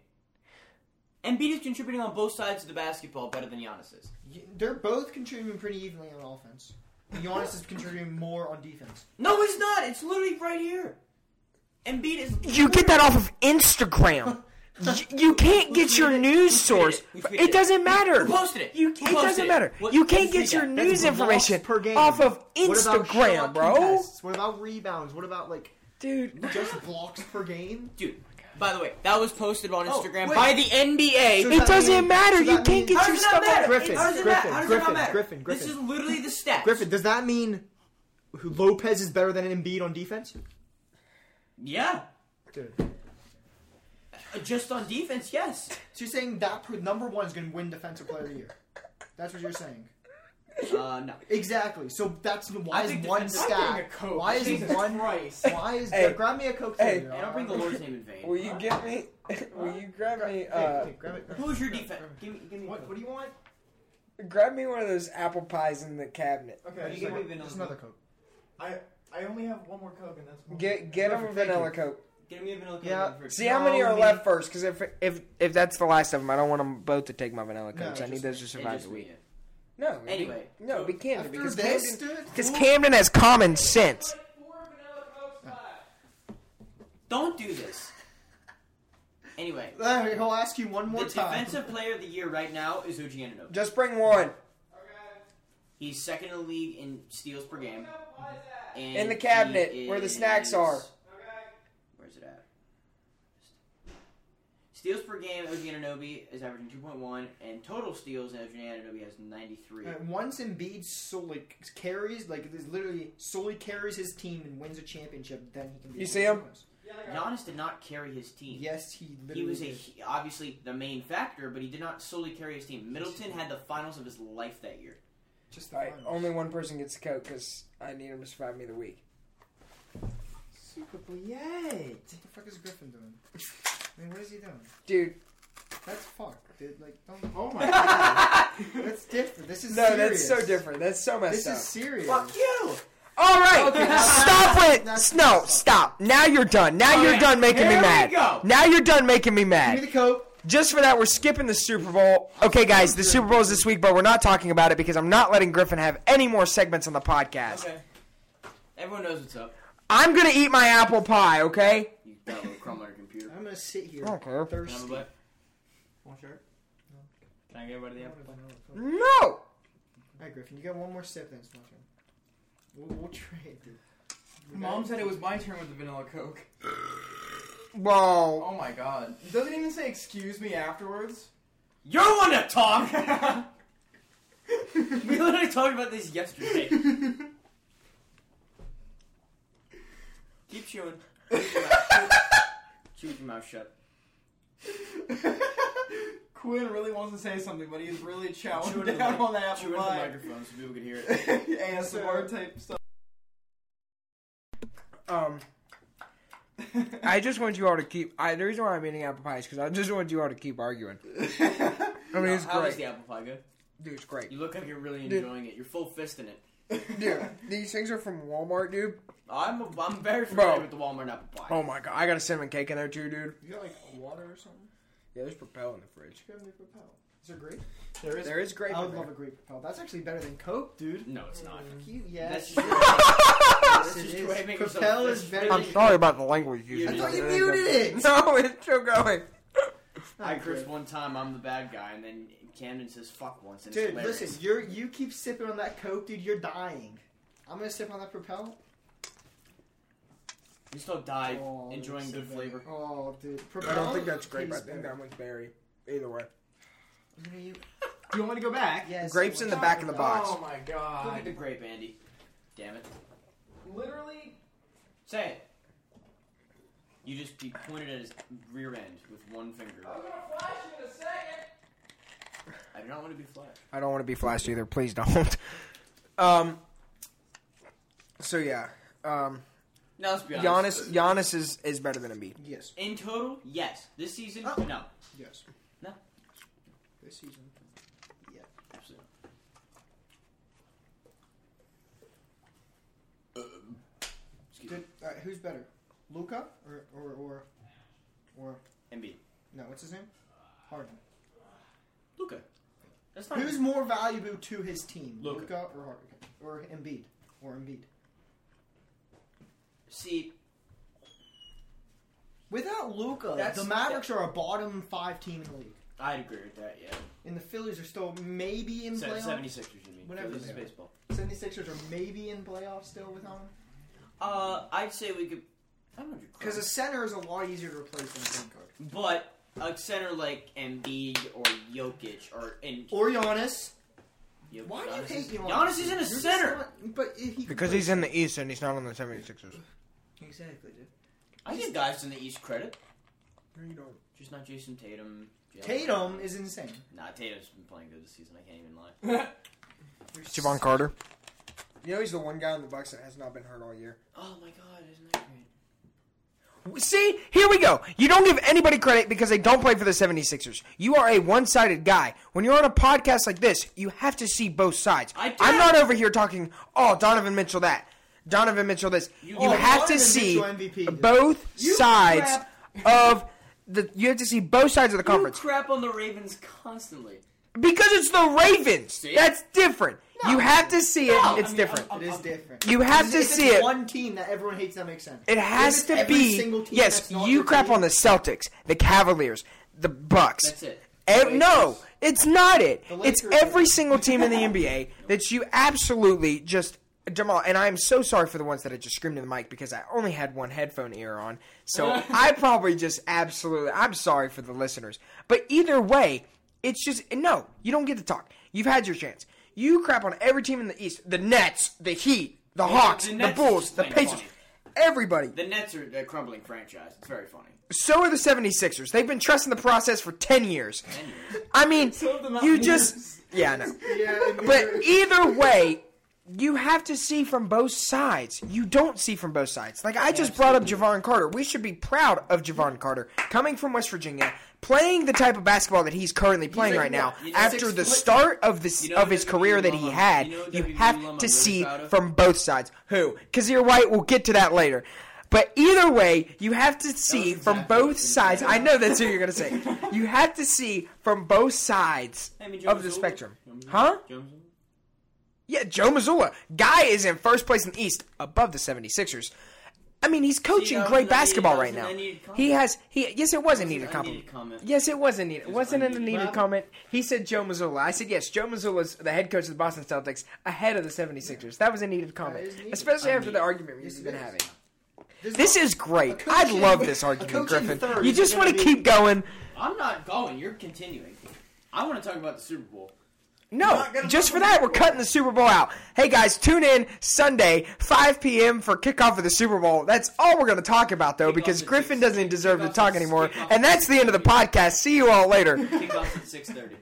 [SPEAKER 7] Embiid is contributing on both sides of the basketball better than Giannis is.
[SPEAKER 3] Y- They're both contributing pretty evenly on offense. Giannis is contributing more on defense.
[SPEAKER 7] No, he's not. It's literally right here. Embiid is.
[SPEAKER 4] You get that off of Instagram. Y- you can't get your news source.
[SPEAKER 7] Who tweeted
[SPEAKER 4] It doesn't matter.
[SPEAKER 7] Who posted it?
[SPEAKER 4] You,
[SPEAKER 7] Who
[SPEAKER 4] it
[SPEAKER 7] posted
[SPEAKER 4] doesn't
[SPEAKER 7] it?
[SPEAKER 4] matter.
[SPEAKER 7] What-
[SPEAKER 4] you
[SPEAKER 7] what
[SPEAKER 4] can't
[SPEAKER 7] did you
[SPEAKER 4] get
[SPEAKER 7] see
[SPEAKER 4] your
[SPEAKER 7] that?
[SPEAKER 3] That's
[SPEAKER 4] news
[SPEAKER 3] blocks
[SPEAKER 4] information
[SPEAKER 3] per game.
[SPEAKER 4] off of
[SPEAKER 3] What about
[SPEAKER 4] Instagram,
[SPEAKER 3] shot
[SPEAKER 4] bro.
[SPEAKER 3] contests? What about rebounds? What about like
[SPEAKER 4] Dude,
[SPEAKER 3] just blocks per game?
[SPEAKER 7] Dude, by the way, that was posted on
[SPEAKER 3] Oh,
[SPEAKER 7] Instagram
[SPEAKER 3] wait.
[SPEAKER 7] by the NBA.
[SPEAKER 3] So
[SPEAKER 4] it
[SPEAKER 3] that
[SPEAKER 4] doesn't
[SPEAKER 3] mean-
[SPEAKER 4] matter.
[SPEAKER 3] so
[SPEAKER 4] you
[SPEAKER 3] that
[SPEAKER 4] can't
[SPEAKER 3] means-
[SPEAKER 4] get
[SPEAKER 7] How
[SPEAKER 4] your
[SPEAKER 7] does it not
[SPEAKER 4] stuff
[SPEAKER 7] matter?
[SPEAKER 4] out.
[SPEAKER 3] Griffin,
[SPEAKER 7] How does it
[SPEAKER 3] Griffin,
[SPEAKER 7] matter? How does it
[SPEAKER 3] Griffin,
[SPEAKER 7] not matter?
[SPEAKER 3] Griffin, Griffin.
[SPEAKER 7] This is literally the stats.
[SPEAKER 3] Griffin, does that mean who- Lopez is better than Embiid on defense?
[SPEAKER 7] Yeah.
[SPEAKER 3] Dude.
[SPEAKER 7] Uh, Just on defense, yes.
[SPEAKER 3] So you're saying that per- number one is going to win Defensive Player of the Year? That's what you're saying.
[SPEAKER 7] Uh, no.
[SPEAKER 3] Exactly. So that's why
[SPEAKER 7] I
[SPEAKER 3] is
[SPEAKER 7] think
[SPEAKER 3] one
[SPEAKER 7] defensive- I'm getting
[SPEAKER 3] stat?
[SPEAKER 7] a Coke.
[SPEAKER 3] Why is
[SPEAKER 7] Jesus
[SPEAKER 3] one?
[SPEAKER 7] Christ.
[SPEAKER 3] Why is
[SPEAKER 4] Hey.
[SPEAKER 3] grab me a coke?
[SPEAKER 4] Hey. Uh,
[SPEAKER 3] too,
[SPEAKER 7] I don't bring the Lord's name in vain.
[SPEAKER 4] you get me? Will you grab me?
[SPEAKER 3] Hey,
[SPEAKER 4] uh,
[SPEAKER 3] hey, grab it.
[SPEAKER 7] Who is your defense? Give me, give me.
[SPEAKER 3] What, what do you want?
[SPEAKER 4] grab me one of those apple pies in the cabinet.
[SPEAKER 5] Okay,
[SPEAKER 7] you
[SPEAKER 5] just,
[SPEAKER 7] give
[SPEAKER 5] like,
[SPEAKER 7] me vanilla
[SPEAKER 3] Just another coke.
[SPEAKER 5] I I only have one more coke and that's. more-
[SPEAKER 4] get
[SPEAKER 3] 'em a vanilla
[SPEAKER 4] coke.
[SPEAKER 7] Give me a vanilla Coke
[SPEAKER 3] Yeah.
[SPEAKER 7] in the fridge.
[SPEAKER 4] See how many
[SPEAKER 3] No,
[SPEAKER 4] are
[SPEAKER 3] me-
[SPEAKER 4] left first, because if if if that's the last of them, I don't want them both to take my vanilla cokes. I need
[SPEAKER 3] just-
[SPEAKER 4] those to
[SPEAKER 7] And
[SPEAKER 4] survive
[SPEAKER 7] just
[SPEAKER 4] the
[SPEAKER 7] me
[SPEAKER 4] week.
[SPEAKER 7] in.
[SPEAKER 4] No.
[SPEAKER 7] Anyway,
[SPEAKER 4] No,
[SPEAKER 7] so
[SPEAKER 4] be Camden
[SPEAKER 3] after
[SPEAKER 4] because
[SPEAKER 3] this,
[SPEAKER 4] Camden,
[SPEAKER 3] dude,
[SPEAKER 4] because
[SPEAKER 3] four-
[SPEAKER 4] Camden has common sense.
[SPEAKER 7] Don't do this. Anyway,
[SPEAKER 3] Uh, he'll ask you one
[SPEAKER 7] the
[SPEAKER 3] more time.
[SPEAKER 7] defensive player of the year right now is Uji Ananobi.
[SPEAKER 4] Just bring one
[SPEAKER 7] He's second in the league in steals per game. And
[SPEAKER 4] in the cabinet
[SPEAKER 7] he
[SPEAKER 4] where the snacks are.
[SPEAKER 7] is- Where's it at? Steals per game, OG Ananobi is averaging 2.1, and total steals, OG Ananobi has 93.
[SPEAKER 3] Uh, Once Embiid solely carries, like this literally solely carries his team and wins a championship, then he can. Be
[SPEAKER 4] You see him?
[SPEAKER 3] famous.
[SPEAKER 7] Giannis did not carry his team.
[SPEAKER 3] Yes, he. Literally
[SPEAKER 7] He was a,
[SPEAKER 3] did.
[SPEAKER 7] he- obviously the main factor, but he did not solely carry his team. Middleton had the finals of his life that year.
[SPEAKER 3] just the
[SPEAKER 4] Alright,
[SPEAKER 3] finals.
[SPEAKER 4] only one person gets a coke because I need him to survive me the week.
[SPEAKER 3] What the fuck is Griffin doing? I mean, what is he doing?
[SPEAKER 4] Dude,
[SPEAKER 3] That's fucked, dude. Like, don't.
[SPEAKER 5] Oh my god.
[SPEAKER 3] That's different. This is
[SPEAKER 4] no,
[SPEAKER 3] serious.
[SPEAKER 4] that's so different. That's so messed
[SPEAKER 3] This
[SPEAKER 4] up.
[SPEAKER 3] is serious.
[SPEAKER 7] Fuck you!
[SPEAKER 4] All right, stop with
[SPEAKER 3] That's-
[SPEAKER 4] no, stop. Now you're done. Now you're
[SPEAKER 7] right,
[SPEAKER 4] done making me
[SPEAKER 7] here we
[SPEAKER 4] mad.
[SPEAKER 7] go.
[SPEAKER 4] Now you're done making me
[SPEAKER 3] Give
[SPEAKER 4] mad.
[SPEAKER 3] me the coat.
[SPEAKER 4] Just for that, we're skipping the Super Bowl. Okay, guys, the Super Bowl is this week, but we're not talking about it because I'm not letting Griffin have any more segments on the podcast.
[SPEAKER 7] Okay. Everyone knows what's up.
[SPEAKER 4] I'm gonna eat my apple pie. Okay.
[SPEAKER 7] You got a little crumb on your computer.
[SPEAKER 3] I'm gonna sit here
[SPEAKER 4] Okay.
[SPEAKER 7] Can I have a
[SPEAKER 3] thirsty.
[SPEAKER 7] bite? Want a shirt? Can I get everybody the apple?
[SPEAKER 3] All
[SPEAKER 4] No.
[SPEAKER 3] right, Griffin, you got one more sip, then it's my turn. We'll, we'll trade. Dude.
[SPEAKER 5] Mom said it was my turn with the vanilla coke.
[SPEAKER 4] Whoa.
[SPEAKER 5] Oh my god. It doesn't even say excuse me afterwards.
[SPEAKER 7] You're the one to talk! we literally talked about this yesterday. Keep chewing. Chew with your mouth shut.
[SPEAKER 5] Quinn really wants to say something, but he's really
[SPEAKER 7] Chew
[SPEAKER 5] chowing
[SPEAKER 7] into the,
[SPEAKER 5] down
[SPEAKER 7] mic-
[SPEAKER 5] on the
[SPEAKER 7] chew
[SPEAKER 5] apple
[SPEAKER 7] into the
[SPEAKER 5] pie.
[SPEAKER 7] microphone so people can hear it.
[SPEAKER 5] ASMR type stuff.
[SPEAKER 4] Um. I just want you all to keep. I, the reason why I'm eating apple pie is because I just want you all to keep arguing. I mean, it's
[SPEAKER 7] Uh, How is
[SPEAKER 4] great.
[SPEAKER 7] the apple pie good?
[SPEAKER 4] Dude, it's great.
[SPEAKER 7] You look like you're really enjoying it. You're full fisting it.
[SPEAKER 4] Dude, these things are from Walmart, dude.
[SPEAKER 7] I'm, I'm very familiar
[SPEAKER 4] Bro.
[SPEAKER 7] with the Walmart apple pie.
[SPEAKER 4] Oh my god, I got a cinnamon cake in there too, dude.
[SPEAKER 3] You got like water or something?
[SPEAKER 4] Yeah, there's Propel in the fridge.
[SPEAKER 3] You got any propel? Is there grape?
[SPEAKER 4] There is grape.
[SPEAKER 3] I
[SPEAKER 4] in
[SPEAKER 3] would
[SPEAKER 4] there.
[SPEAKER 3] love a grape propel. That's actually better than Coke, dude.
[SPEAKER 7] No, it's not.
[SPEAKER 3] You,
[SPEAKER 7] That's
[SPEAKER 3] Mm. yes. Yes,
[SPEAKER 7] just your way, that's just
[SPEAKER 3] it
[SPEAKER 7] your way
[SPEAKER 3] is.
[SPEAKER 7] of making yourself
[SPEAKER 3] Propel is
[SPEAKER 7] fish.
[SPEAKER 3] very.
[SPEAKER 4] I'm sorry about the language you
[SPEAKER 7] I
[SPEAKER 4] used.
[SPEAKER 7] thought
[SPEAKER 3] you muted it.
[SPEAKER 4] No, it's still going.
[SPEAKER 7] I
[SPEAKER 3] Not
[SPEAKER 7] cursed
[SPEAKER 3] good.
[SPEAKER 7] one time I'm the bad guy, and then Camden says fuck once, and it's
[SPEAKER 3] Dude,
[SPEAKER 7] hilarious.
[SPEAKER 3] listen, you're you keep sipping on that Coke, dude. You're dying. I'm gonna sip on that propel.
[SPEAKER 7] You still die
[SPEAKER 3] Oh,
[SPEAKER 7] enjoying
[SPEAKER 3] that's
[SPEAKER 7] good
[SPEAKER 3] so
[SPEAKER 7] flavor.
[SPEAKER 3] bad. Oh, dude, propel.
[SPEAKER 4] I don't think that's grape. I
[SPEAKER 3] tastes
[SPEAKER 4] think
[SPEAKER 3] better.
[SPEAKER 4] that one's berry. Either way,
[SPEAKER 3] You know, you-
[SPEAKER 5] Do you want me to go back?
[SPEAKER 3] Yes,
[SPEAKER 4] grapes in the back of the box.
[SPEAKER 5] Oh my
[SPEAKER 7] Look at
[SPEAKER 5] god.
[SPEAKER 7] the grape, Andy. Damn it.
[SPEAKER 5] Literally.
[SPEAKER 7] Say it. You just you pointed at his rear end with one finger. I'm gonna flash in a second. I do not want to be flashed.
[SPEAKER 4] I don't want to be flashed either. Please don't. Um. So yeah, um,
[SPEAKER 7] Now let's be honest.
[SPEAKER 4] Giannis Giannis is, is better than Embiid.
[SPEAKER 3] Yes,
[SPEAKER 7] In total, yes. This season,
[SPEAKER 3] Oh.
[SPEAKER 7] no.
[SPEAKER 3] yes.
[SPEAKER 7] No.
[SPEAKER 3] This season. Yeah.
[SPEAKER 7] Absolutely.
[SPEAKER 3] Good. All right, who's better, Luca or or or or
[SPEAKER 7] Embiid.
[SPEAKER 3] no? What's his name? Harden.
[SPEAKER 7] Luca. That's not
[SPEAKER 3] Who's more valuable to his team,
[SPEAKER 7] Luka.
[SPEAKER 3] Luca or Harden or Embiid or Embiid?
[SPEAKER 7] See,
[SPEAKER 3] Without Luca,
[SPEAKER 7] That's-
[SPEAKER 3] the Mavericks are a bottom five team in the league,
[SPEAKER 7] I'd agree with that, yeah.
[SPEAKER 3] and the Phillies are still maybe in
[SPEAKER 7] Se-
[SPEAKER 3] playoffs.
[SPEAKER 7] 76ers, you mean.
[SPEAKER 3] Whatever
[SPEAKER 7] This
[SPEAKER 3] they
[SPEAKER 7] is
[SPEAKER 3] are.
[SPEAKER 7] baseball.
[SPEAKER 3] 76ers are maybe in playoffs still with him.
[SPEAKER 7] Uh, I'd say we could. I don't know.
[SPEAKER 3] Because a center is a lot easier to replace than a point guard.
[SPEAKER 7] But a center like Embiid or Jokic or and
[SPEAKER 3] Or Giannis.
[SPEAKER 7] Jokic-
[SPEAKER 3] Why do you
[SPEAKER 7] Giannis
[SPEAKER 3] hate
[SPEAKER 7] is-
[SPEAKER 3] Giannis?
[SPEAKER 7] Giannis is in a
[SPEAKER 3] You're just
[SPEAKER 7] center.
[SPEAKER 3] not- but if he
[SPEAKER 4] Because he's in the East and he's not on the 76ers.
[SPEAKER 3] exactly dude.
[SPEAKER 7] I give guys in the East credit,
[SPEAKER 4] No, you don't.
[SPEAKER 7] just not Jason Tatum. Jalen-
[SPEAKER 3] Tatum is insane.
[SPEAKER 7] Nah, Tatum's been playing good this season. I can't even lie.
[SPEAKER 3] You're
[SPEAKER 4] Javon
[SPEAKER 3] s-
[SPEAKER 4] Carter. You know he's the one guy in the Bucks that has not been hurt all year.
[SPEAKER 7] Oh my god, isn't that great?
[SPEAKER 4] See, here we go. You don't give anybody credit because they don't play for the 76ers. You are a one sided guy. When you're on a podcast like this, you have to see both sides.
[SPEAKER 7] I do.
[SPEAKER 4] I'm not over here talking, oh, Donovan Mitchell that, Donovan Mitchell this. You,
[SPEAKER 7] Oh,
[SPEAKER 4] have
[SPEAKER 3] Donovan
[SPEAKER 4] to see
[SPEAKER 3] Mitchell MVP.
[SPEAKER 4] both
[SPEAKER 3] You
[SPEAKER 4] sides of the. You have to see both sides of the
[SPEAKER 7] You
[SPEAKER 4] conference.
[SPEAKER 7] crap on the Ravens constantly.
[SPEAKER 4] because it's the Ravens.
[SPEAKER 7] See?
[SPEAKER 4] That's different. you have to see it.
[SPEAKER 7] No, I
[SPEAKER 4] it's
[SPEAKER 7] mean,
[SPEAKER 4] different.
[SPEAKER 7] I'm-
[SPEAKER 3] It is different.
[SPEAKER 4] you have
[SPEAKER 3] If
[SPEAKER 4] to
[SPEAKER 3] it's
[SPEAKER 4] see it.
[SPEAKER 3] one team that everyone hates, that makes sense.
[SPEAKER 4] It has
[SPEAKER 3] it's
[SPEAKER 4] to
[SPEAKER 3] every
[SPEAKER 4] be
[SPEAKER 3] single team
[SPEAKER 4] yes.
[SPEAKER 3] that's not
[SPEAKER 4] You
[SPEAKER 3] your
[SPEAKER 4] crap
[SPEAKER 3] team.
[SPEAKER 4] on the Celtics, the Cavaliers, the Bucks.
[SPEAKER 7] That's it.
[SPEAKER 4] Ev- no,
[SPEAKER 7] Lakers.
[SPEAKER 4] it's not it.
[SPEAKER 3] The
[SPEAKER 4] It's
[SPEAKER 3] Lakers.
[SPEAKER 4] every single team in the NBA that you absolutely just demol. And I am so sorry for the ones that I just screamed in the mic because I only had one headphone ear on, so I probably just absolutely. I'm sorry for the listeners, but either way, it's just no. You don't get to talk. You've had your chance. You crap on every team in the East: the Nets, the Heat, the Hawks, the,
[SPEAKER 7] Nets
[SPEAKER 4] Bulls,
[SPEAKER 7] is
[SPEAKER 4] the
[SPEAKER 7] playing
[SPEAKER 4] Pacers.
[SPEAKER 7] funny.
[SPEAKER 4] Everybody.
[SPEAKER 7] The Nets are a crumbling franchise. It's very funny.
[SPEAKER 4] So are the 76ers. They've been trusting the process for 10 years. I mean, you just. Yeah, I know.
[SPEAKER 3] Yeah, and
[SPEAKER 4] But either way, you have to see from both sides. You don't see from both sides. Like I just brought up Javon Carter. We should be proud of Javon Carter coming from West Virginia, playing the type of basketball that he's currently playing
[SPEAKER 6] like,
[SPEAKER 4] right now.
[SPEAKER 6] you know,
[SPEAKER 4] After
[SPEAKER 6] six
[SPEAKER 4] the
[SPEAKER 6] foot-
[SPEAKER 4] start of this
[SPEAKER 6] You know
[SPEAKER 4] of his
[SPEAKER 6] WWE
[SPEAKER 4] career that he
[SPEAKER 6] alum-
[SPEAKER 4] had,
[SPEAKER 6] you
[SPEAKER 4] you,
[SPEAKER 6] know WWE alum
[SPEAKER 4] have
[SPEAKER 6] I'm really
[SPEAKER 4] to see
[SPEAKER 6] proud of?
[SPEAKER 4] from both sides. Who? Kazir White. We'll get to that later. But either way, you have to see
[SPEAKER 6] exactly
[SPEAKER 4] from
[SPEAKER 6] what
[SPEAKER 4] both
[SPEAKER 6] you
[SPEAKER 4] sides.
[SPEAKER 6] said.
[SPEAKER 4] I know that's who you're gonna say. You have to see from both sides
[SPEAKER 7] I mean, Joe
[SPEAKER 4] of the
[SPEAKER 7] Mazzulla?
[SPEAKER 4] spectrum,
[SPEAKER 7] Joe Mazzulla?
[SPEAKER 4] huh?
[SPEAKER 7] Joe Mazzulla?
[SPEAKER 4] Yeah, Joe Missoula. Guy is in first place in the East, above the 76ers. I mean, he's coaching
[SPEAKER 7] that was
[SPEAKER 4] great
[SPEAKER 7] an unneeded-
[SPEAKER 4] basketball
[SPEAKER 7] that was
[SPEAKER 4] right
[SPEAKER 7] an
[SPEAKER 4] now.
[SPEAKER 7] unneeded comment.
[SPEAKER 4] He has he yes, it was a
[SPEAKER 7] That was an
[SPEAKER 4] needed compliment.
[SPEAKER 7] unneeded comment.
[SPEAKER 4] Yes, it was a needed. It wasn't an
[SPEAKER 7] unneeded.
[SPEAKER 4] unneeded
[SPEAKER 7] Well-
[SPEAKER 4] comment. He said Joe Missoula. I said yes, Joe Missoula's the head coach of the Boston Celtics ahead of the 76ers. That was a needed comment.
[SPEAKER 3] is needed.
[SPEAKER 4] Especially after the
[SPEAKER 6] Unneeded.
[SPEAKER 4] argument we've
[SPEAKER 3] Yes, it
[SPEAKER 4] been
[SPEAKER 3] is.
[SPEAKER 4] having.
[SPEAKER 3] There's
[SPEAKER 4] This
[SPEAKER 3] no-
[SPEAKER 4] is great.
[SPEAKER 3] coach
[SPEAKER 4] I
[SPEAKER 3] in-
[SPEAKER 4] love this
[SPEAKER 3] a
[SPEAKER 4] argument,
[SPEAKER 3] coach in
[SPEAKER 4] Griffin.
[SPEAKER 3] third
[SPEAKER 4] You
[SPEAKER 3] is
[SPEAKER 4] just
[SPEAKER 3] gonna
[SPEAKER 4] want to
[SPEAKER 3] be-
[SPEAKER 4] keep going.
[SPEAKER 7] I'm not going. You're continuing. I want to talk about the Super Bowl.
[SPEAKER 4] No, just for that, we're cutting the Super Bowl out. Hey guys, tune in Sunday, 5 p.m. for kickoff of the Super Bowl. That's all we're going to talk about, though,
[SPEAKER 7] Kickoff
[SPEAKER 4] because
[SPEAKER 7] at
[SPEAKER 4] Griffin
[SPEAKER 7] six.
[SPEAKER 4] doesn't deserve to
[SPEAKER 7] Kickoff
[SPEAKER 4] talk
[SPEAKER 7] at-
[SPEAKER 4] anymore.
[SPEAKER 7] kickoff
[SPEAKER 4] And
[SPEAKER 7] at
[SPEAKER 4] that's the end of the
[SPEAKER 7] 6:30.
[SPEAKER 4] podcast. See you all later.
[SPEAKER 7] Kickoffs at six thirty.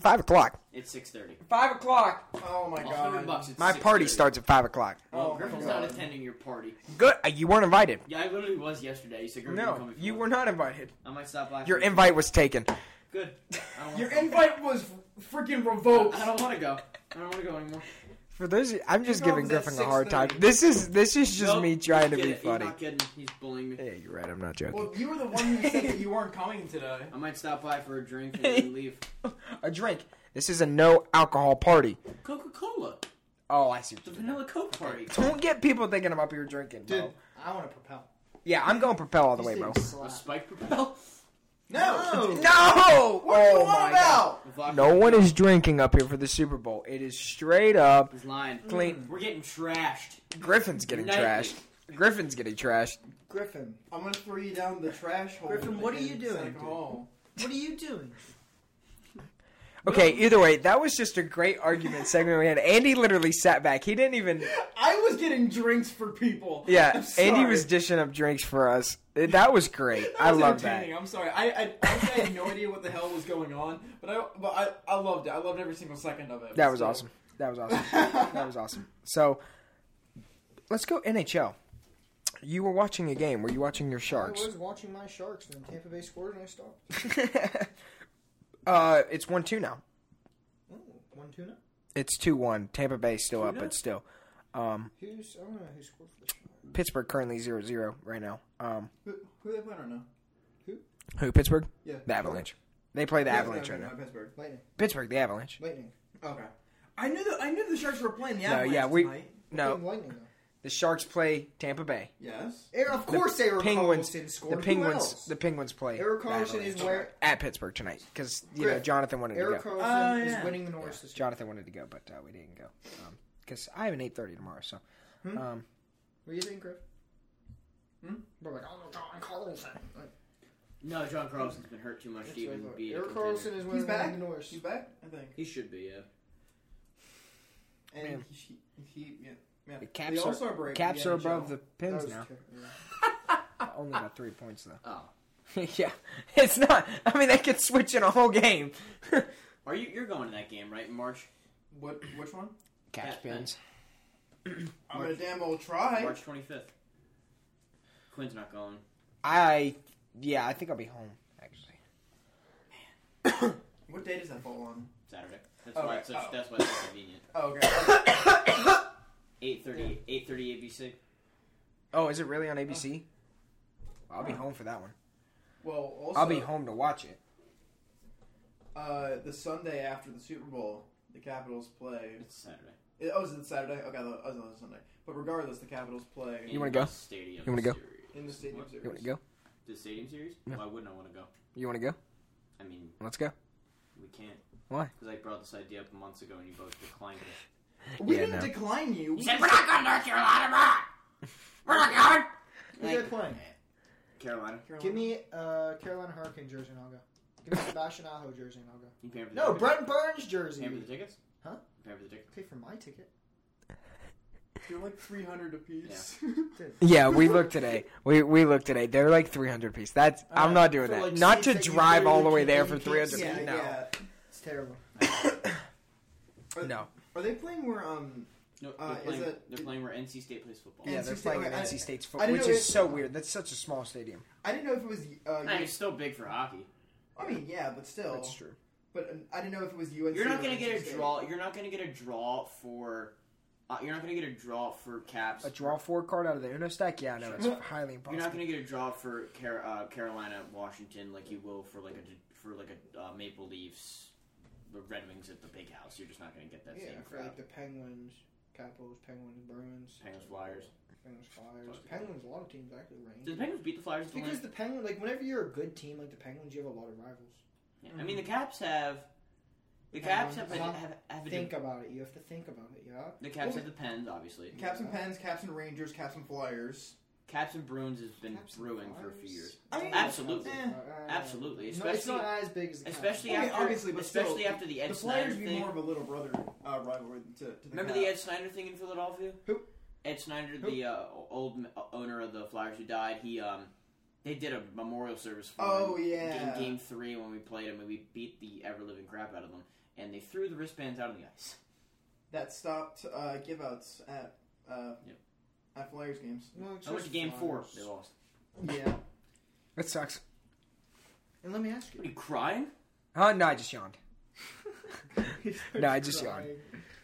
[SPEAKER 4] 5 o'clock.
[SPEAKER 7] It's six thirty.
[SPEAKER 4] 5 o'clock.
[SPEAKER 5] Oh my
[SPEAKER 7] hundred
[SPEAKER 5] god.
[SPEAKER 7] bucks. It's
[SPEAKER 4] My
[SPEAKER 7] 6:30.
[SPEAKER 4] party starts at 5 o'clock.
[SPEAKER 7] Well,
[SPEAKER 5] Oh my
[SPEAKER 7] Griffin's
[SPEAKER 5] God.
[SPEAKER 7] not attending your party.
[SPEAKER 4] Good. uh, You weren't invited.
[SPEAKER 7] Yeah, I literally was yesterday. You said Griffin, come
[SPEAKER 4] No,
[SPEAKER 7] if
[SPEAKER 4] you
[SPEAKER 7] want.
[SPEAKER 4] were not invited.
[SPEAKER 7] I might stop by.
[SPEAKER 4] Your invite was taken.
[SPEAKER 7] Good. I don't
[SPEAKER 5] Your
[SPEAKER 7] want
[SPEAKER 5] invite was freaking revoked.
[SPEAKER 7] I don't want to go. I don't want to go anymore.
[SPEAKER 4] For those, I'm just
[SPEAKER 5] Kickoff
[SPEAKER 4] giving
[SPEAKER 5] is at
[SPEAKER 4] Griffin a hard time.
[SPEAKER 5] 6:30.
[SPEAKER 4] This is this is just
[SPEAKER 7] Nope,
[SPEAKER 4] me trying to
[SPEAKER 7] he's
[SPEAKER 4] be
[SPEAKER 7] kidding.
[SPEAKER 4] funny.
[SPEAKER 7] He's not kidding. He's bullying me.
[SPEAKER 4] Yeah, you're right. I'm not joking.
[SPEAKER 5] Well, you were the one who said that you weren't coming today.
[SPEAKER 7] I might stop by for a drink and then leave.
[SPEAKER 4] A drink. This is a no alcohol party.
[SPEAKER 7] Coca Cola,
[SPEAKER 4] Oh, I see.
[SPEAKER 7] the Vanilla Coke party.
[SPEAKER 4] Don't get people thinking I'm up here drinking, bro.
[SPEAKER 3] Dude, I want to propel.
[SPEAKER 4] Yeah, I'm going propel all the way, bro.
[SPEAKER 3] This thing
[SPEAKER 7] A
[SPEAKER 3] slaps.
[SPEAKER 7] spike propel.
[SPEAKER 5] No!
[SPEAKER 4] No! oh my
[SPEAKER 5] about?
[SPEAKER 7] A vodka
[SPEAKER 4] God. No one is drinking up here for the Super Bowl. It is straight up
[SPEAKER 7] He's lying.
[SPEAKER 4] clean.
[SPEAKER 7] We're getting trashed.
[SPEAKER 4] Griffin's getting
[SPEAKER 7] Nightly.
[SPEAKER 4] trashed. Griffin's getting trashed.
[SPEAKER 3] Griffin,
[SPEAKER 5] I'm gonna throw you down the trash hole.
[SPEAKER 3] Griffin, what are you
[SPEAKER 5] in
[SPEAKER 3] doing,
[SPEAKER 5] Seneca
[SPEAKER 3] dude?
[SPEAKER 5] Hall.
[SPEAKER 3] what are you doing?
[SPEAKER 4] Okay, either way, that was just a great argument segment we had. Andy literally sat back. He didn't even.
[SPEAKER 5] I was getting drinks for people.
[SPEAKER 4] Yeah,
[SPEAKER 5] I'm sorry.
[SPEAKER 4] Andy was dishing up drinks for us. That was great.
[SPEAKER 5] That
[SPEAKER 4] I
[SPEAKER 5] was
[SPEAKER 4] love that.
[SPEAKER 5] entertaining. I'm sorry. I I, I had no idea what the hell was going on, but I but I, I loved it. I loved every single second of it.
[SPEAKER 4] That was
[SPEAKER 5] Still.
[SPEAKER 4] awesome. That was awesome. that was awesome. So, let's go NHL. You were watching a game. Were you watching your
[SPEAKER 3] I
[SPEAKER 4] Sharks?
[SPEAKER 3] was watching my Sharks when Tampa Bay scored and I stopped.
[SPEAKER 4] uh, it's one two now.
[SPEAKER 3] Ooh, one tuna.
[SPEAKER 4] It's two one. Tampa Bay still up, but still um,
[SPEAKER 3] Who's I don't know who scored for this. one.
[SPEAKER 4] Pittsburgh currently zero zero right now. Um,
[SPEAKER 5] Who, who they playing right now?
[SPEAKER 4] who Pittsburgh?
[SPEAKER 5] Yeah.
[SPEAKER 4] The Avalanche. They play the
[SPEAKER 5] Yeah,
[SPEAKER 4] Avalanche
[SPEAKER 5] no,
[SPEAKER 4] right
[SPEAKER 5] no,
[SPEAKER 4] now.
[SPEAKER 5] no, Pittsburgh.
[SPEAKER 3] Lightning,
[SPEAKER 4] Pittsburgh, the Avalanche.
[SPEAKER 3] lightning.
[SPEAKER 5] Okay. I knew the I knew the Sharks were playing the
[SPEAKER 4] No,
[SPEAKER 5] Avalanche
[SPEAKER 4] yeah, we-
[SPEAKER 5] tonight.
[SPEAKER 3] Fucking
[SPEAKER 4] No,
[SPEAKER 3] lightning. Though.
[SPEAKER 4] the Sharks play Tampa Bay.
[SPEAKER 5] Yes.
[SPEAKER 3] Eric- of course, they were
[SPEAKER 4] Penguins.
[SPEAKER 3] Carlson
[SPEAKER 4] The
[SPEAKER 3] scored. Who
[SPEAKER 4] Penguins.
[SPEAKER 3] else?
[SPEAKER 4] The Penguins play.
[SPEAKER 3] Eric
[SPEAKER 4] the
[SPEAKER 3] Carlson
[SPEAKER 4] Avalanche
[SPEAKER 3] is where
[SPEAKER 4] at Pittsburgh tonight because you know
[SPEAKER 3] Griff,
[SPEAKER 4] Jonathan wanted to
[SPEAKER 3] Eric
[SPEAKER 4] go.
[SPEAKER 3] Carlson
[SPEAKER 5] Oh,
[SPEAKER 3] is
[SPEAKER 5] yeah.
[SPEAKER 3] winning the Norris this year.
[SPEAKER 4] Jonathan wanted to go, but uh, we didn't go because I have an eight thirty tomorrow. So,
[SPEAKER 3] Hmm?
[SPEAKER 4] um,
[SPEAKER 3] What do you think, Griff?
[SPEAKER 5] Hmm?
[SPEAKER 3] We're like, oh, John Carlson. Like,
[SPEAKER 7] No, John Carlson's been hurt too much to even be. a
[SPEAKER 3] Eric
[SPEAKER 7] contender.
[SPEAKER 3] Carlson is
[SPEAKER 5] He's
[SPEAKER 3] winning the
[SPEAKER 5] back.
[SPEAKER 3] Norris.
[SPEAKER 5] He's back. I think.
[SPEAKER 7] He should be. Yeah.
[SPEAKER 5] And
[SPEAKER 4] Man.
[SPEAKER 5] he, he yeah. Yeah.
[SPEAKER 4] the caps
[SPEAKER 5] the
[SPEAKER 4] are,
[SPEAKER 5] All-Star break in
[SPEAKER 4] caps
[SPEAKER 5] the
[SPEAKER 4] are above
[SPEAKER 5] NHL.
[SPEAKER 4] the
[SPEAKER 3] That
[SPEAKER 4] pins
[SPEAKER 3] was
[SPEAKER 4] now.
[SPEAKER 3] terrible.
[SPEAKER 4] Only about three points though.
[SPEAKER 7] Oh.
[SPEAKER 4] yeah, it's not. I mean, they could switch in a whole game.
[SPEAKER 7] Are you? You're going to that game right in March?
[SPEAKER 5] What? Which one?
[SPEAKER 4] Caps
[SPEAKER 7] Yeah,
[SPEAKER 4] pins.
[SPEAKER 5] I'm gonna damn old try.
[SPEAKER 7] March 25th. Quinn's not going.
[SPEAKER 4] I yeah, I think I'll be home actually.
[SPEAKER 5] What date does that fall on?
[SPEAKER 7] Saturday. That's
[SPEAKER 5] Oh,
[SPEAKER 7] why
[SPEAKER 5] right.
[SPEAKER 7] it's such,
[SPEAKER 5] Oh.
[SPEAKER 7] that's why it's so convenient.
[SPEAKER 5] Oh, okay.
[SPEAKER 7] 8:30 8:30 ABC.
[SPEAKER 4] Oh, is it really on ABC? I'll be home for that one.
[SPEAKER 5] well, also,
[SPEAKER 4] I'll be home to watch it.
[SPEAKER 5] Uh, the Sunday after the Super Bowl, the Capitals play.
[SPEAKER 7] It's Saturday.
[SPEAKER 5] It, oh, is it Saturday? Okay, I thought it was on Sunday. But regardless, the Capitals play
[SPEAKER 4] You
[SPEAKER 7] In
[SPEAKER 4] wanna go?
[SPEAKER 7] the Stadium.
[SPEAKER 4] You wanna go?
[SPEAKER 7] series.
[SPEAKER 5] in the Stadium
[SPEAKER 7] What?
[SPEAKER 5] Series.
[SPEAKER 4] You want to go?
[SPEAKER 7] The stadium series?
[SPEAKER 4] Yeah.
[SPEAKER 7] Why wouldn't I want to go?
[SPEAKER 4] You want to go?
[SPEAKER 7] I mean,
[SPEAKER 4] Let's go.
[SPEAKER 7] we can't.
[SPEAKER 4] Why?
[SPEAKER 7] Because I brought this idea up months ago and you both declined it.
[SPEAKER 5] We
[SPEAKER 4] Yeah,
[SPEAKER 5] didn't
[SPEAKER 4] no.
[SPEAKER 5] decline you. We
[SPEAKER 7] we're not going to North Carolina, We're not
[SPEAKER 3] Who's that playing?
[SPEAKER 7] Carolina.
[SPEAKER 3] Give me uh, Carolina Hurricane jersey and I'll go. Give me Sebastian Aho jersey and I'll go.
[SPEAKER 7] You paying for the
[SPEAKER 3] No,
[SPEAKER 7] tickets?
[SPEAKER 3] Brent Burns jersey.
[SPEAKER 7] Paying for the tickets?
[SPEAKER 3] Huh?
[SPEAKER 7] You Paying for the tickets?
[SPEAKER 3] Pay for my ticket.
[SPEAKER 5] You're like 300 apiece.
[SPEAKER 4] Yeah, we looked today. We we looked today. They're like 300 piece. That's I'm not doing
[SPEAKER 3] for,
[SPEAKER 4] that.
[SPEAKER 3] like,
[SPEAKER 4] not to
[SPEAKER 3] seats that you
[SPEAKER 4] drive all the
[SPEAKER 3] literally
[SPEAKER 4] way there
[SPEAKER 3] can't
[SPEAKER 4] for
[SPEAKER 3] even
[SPEAKER 4] 300
[SPEAKER 3] see.
[SPEAKER 4] piece.
[SPEAKER 5] yeah,
[SPEAKER 4] No,
[SPEAKER 5] yeah.
[SPEAKER 3] It's terrible.
[SPEAKER 5] Are-
[SPEAKER 4] no.
[SPEAKER 5] Are they playing where um
[SPEAKER 7] No,
[SPEAKER 5] Uh,
[SPEAKER 7] they're,
[SPEAKER 5] is
[SPEAKER 7] playing,
[SPEAKER 5] it-
[SPEAKER 7] they're playing where NC State plays football.
[SPEAKER 4] Yeah,
[SPEAKER 5] NC
[SPEAKER 4] they're
[SPEAKER 5] State-
[SPEAKER 4] playing
[SPEAKER 5] okay,
[SPEAKER 4] at
[SPEAKER 5] I-
[SPEAKER 4] NC State's
[SPEAKER 5] I
[SPEAKER 4] football,
[SPEAKER 5] didn't
[SPEAKER 4] which
[SPEAKER 5] know
[SPEAKER 4] is
[SPEAKER 5] it-
[SPEAKER 4] so weird. That's such a small stadium.
[SPEAKER 5] I didn't know if it was. Uh,
[SPEAKER 7] I mean,
[SPEAKER 5] U-
[SPEAKER 7] it's still big for hockey.
[SPEAKER 5] I mean, yeah, but
[SPEAKER 3] Oh.
[SPEAKER 5] still.
[SPEAKER 4] That's true.
[SPEAKER 5] But
[SPEAKER 3] uh,
[SPEAKER 5] um, I didn't know if it was UNC.
[SPEAKER 7] You're not
[SPEAKER 5] or
[SPEAKER 7] gonna get
[SPEAKER 5] NC
[SPEAKER 7] a draw. You're not gonna get a draw for. Uh, you're not gonna get a draw for Caps.
[SPEAKER 4] A draw four card out of the Uno stack? Yeah, no, it's highly
[SPEAKER 7] You're
[SPEAKER 4] impossible.
[SPEAKER 7] not gonna get a draw for Car- uh, Carolina, Washington, like you will for like a for like a uh, Maple Leafs, the Red Wings at the Big House. You're just not gonna get that
[SPEAKER 3] yeah,
[SPEAKER 7] same
[SPEAKER 3] for
[SPEAKER 7] crowd.
[SPEAKER 3] like the Penguins, Capitals, Penguins, Bruins,
[SPEAKER 7] Penguins, Flyers.
[SPEAKER 3] Penguins, Flyers,
[SPEAKER 7] Fuck.
[SPEAKER 3] Penguins. A lot of teams actually range.
[SPEAKER 7] Did the Penguins beat the Flyers?
[SPEAKER 3] It's
[SPEAKER 7] to win?
[SPEAKER 3] because the Penguins, like whenever you're a good team like the Penguins, you have a lot of rivals.
[SPEAKER 7] Yeah, I mean, the Caps have. The Caps have,
[SPEAKER 3] Penguins.
[SPEAKER 7] have, have, a-
[SPEAKER 3] Think about it. You have to think about it. Yeah.
[SPEAKER 7] the Caps have the Pens, obviously.
[SPEAKER 5] State. Caps and Pens, Caps and Rangers, Caps and Flyers.
[SPEAKER 7] Caps and Bruins has been
[SPEAKER 3] Caps and
[SPEAKER 7] brewing for a few
[SPEAKER 3] Flyers?
[SPEAKER 7] years.
[SPEAKER 5] I mean,
[SPEAKER 7] Absolutely.
[SPEAKER 5] eh,
[SPEAKER 7] Absolutely,
[SPEAKER 3] No, it's not
[SPEAKER 7] especially-
[SPEAKER 3] as big as the
[SPEAKER 7] Especially
[SPEAKER 5] Okay,
[SPEAKER 7] after,
[SPEAKER 5] obviously, but still,
[SPEAKER 7] especially after the Ed
[SPEAKER 5] the
[SPEAKER 7] Snyder
[SPEAKER 5] Flyers would be
[SPEAKER 7] thing.
[SPEAKER 5] more of a little brother uh, rivalry to, to the
[SPEAKER 7] Remember the Ed Snyder thing in Philadelphia?
[SPEAKER 5] Who?
[SPEAKER 7] Ed Snyder,
[SPEAKER 5] Who?
[SPEAKER 7] the uh, old m- uh, owner of the Flyers who died. He um, they did a memorial service for
[SPEAKER 5] Oh,
[SPEAKER 7] him
[SPEAKER 5] yeah.
[SPEAKER 7] in Game Three when we played him, and we beat the ever living crap out of them. And they threw the wristbands out on the ice.
[SPEAKER 5] that stopped uh, giveouts at uh,
[SPEAKER 7] Yep.
[SPEAKER 5] at Flyers games.
[SPEAKER 3] No, it's
[SPEAKER 7] I went
[SPEAKER 3] just
[SPEAKER 7] to Game Four.
[SPEAKER 3] Flyers.
[SPEAKER 7] They lost.
[SPEAKER 5] Yeah,
[SPEAKER 4] That sucks.
[SPEAKER 3] And let me ask you.
[SPEAKER 7] What are you crying?
[SPEAKER 4] Oh, no, I just yawned. No, I just yawned.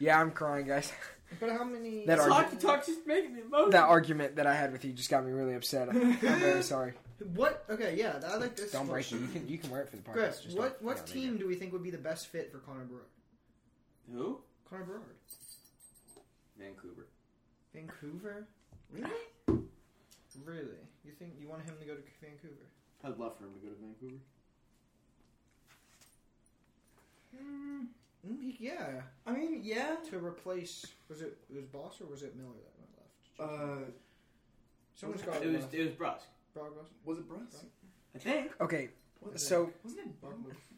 [SPEAKER 4] Yeah, I'm crying, guys.
[SPEAKER 3] But how many?
[SPEAKER 4] That
[SPEAKER 7] This
[SPEAKER 4] argu-
[SPEAKER 7] hockey talk's just making me emotional.
[SPEAKER 4] that argument that I had with you just got me really upset. I'm, I'm very sorry.
[SPEAKER 3] What? Okay, yeah, I like this.
[SPEAKER 4] Don't break it.
[SPEAKER 3] question.
[SPEAKER 4] You can, you can wear it for the podcast.
[SPEAKER 3] Chris,
[SPEAKER 4] just
[SPEAKER 3] what
[SPEAKER 4] don't-
[SPEAKER 3] what
[SPEAKER 4] don't read
[SPEAKER 3] team
[SPEAKER 4] it.
[SPEAKER 3] do we think would be the best fit for Connor Brewer?
[SPEAKER 7] Who?
[SPEAKER 3] Connor Brewer,
[SPEAKER 7] Vancouver.
[SPEAKER 3] Vancouver.
[SPEAKER 7] Really?
[SPEAKER 3] Really? You think you want him to go to Vancouver?
[SPEAKER 7] I'd love for him to go to Vancouver.
[SPEAKER 3] Mm, he- yeah,
[SPEAKER 5] I mean, yeah.
[SPEAKER 3] to replace was it, it was Boss or was it Miller that went left?
[SPEAKER 5] Uh,
[SPEAKER 3] Someone's
[SPEAKER 5] it
[SPEAKER 3] got
[SPEAKER 7] It was
[SPEAKER 3] left.
[SPEAKER 7] it was Brusque.
[SPEAKER 3] Brock Boss.
[SPEAKER 5] was it Bruce?
[SPEAKER 7] I think.
[SPEAKER 4] Okay,
[SPEAKER 5] Was it-
[SPEAKER 4] so
[SPEAKER 5] wasn't it
[SPEAKER 3] Brock
[SPEAKER 5] Brock-
[SPEAKER 3] Boss.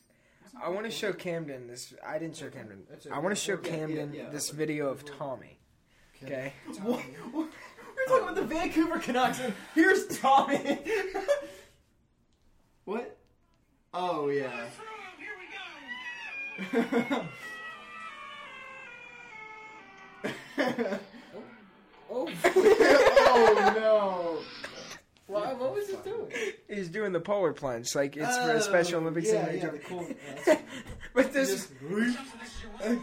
[SPEAKER 4] I want to show Camden this. I didn't show Camden.
[SPEAKER 3] That's it.
[SPEAKER 4] I want to show
[SPEAKER 5] Yeah, yeah,
[SPEAKER 4] Camden
[SPEAKER 5] yeah.
[SPEAKER 4] this video of Tommy. Okay,
[SPEAKER 5] What? what? We're talking about the Vancouver Canucks, and here's Tommy. what? Oh yeah. oh
[SPEAKER 3] Why? What was it doing?
[SPEAKER 4] he's doing the polar plunge like it's for the Special Olympics
[SPEAKER 3] Oh, yeah,
[SPEAKER 4] in
[SPEAKER 3] yeah,
[SPEAKER 4] Beijing.
[SPEAKER 3] the cool. yeah.
[SPEAKER 4] But this is
[SPEAKER 5] no!
[SPEAKER 8] Seventh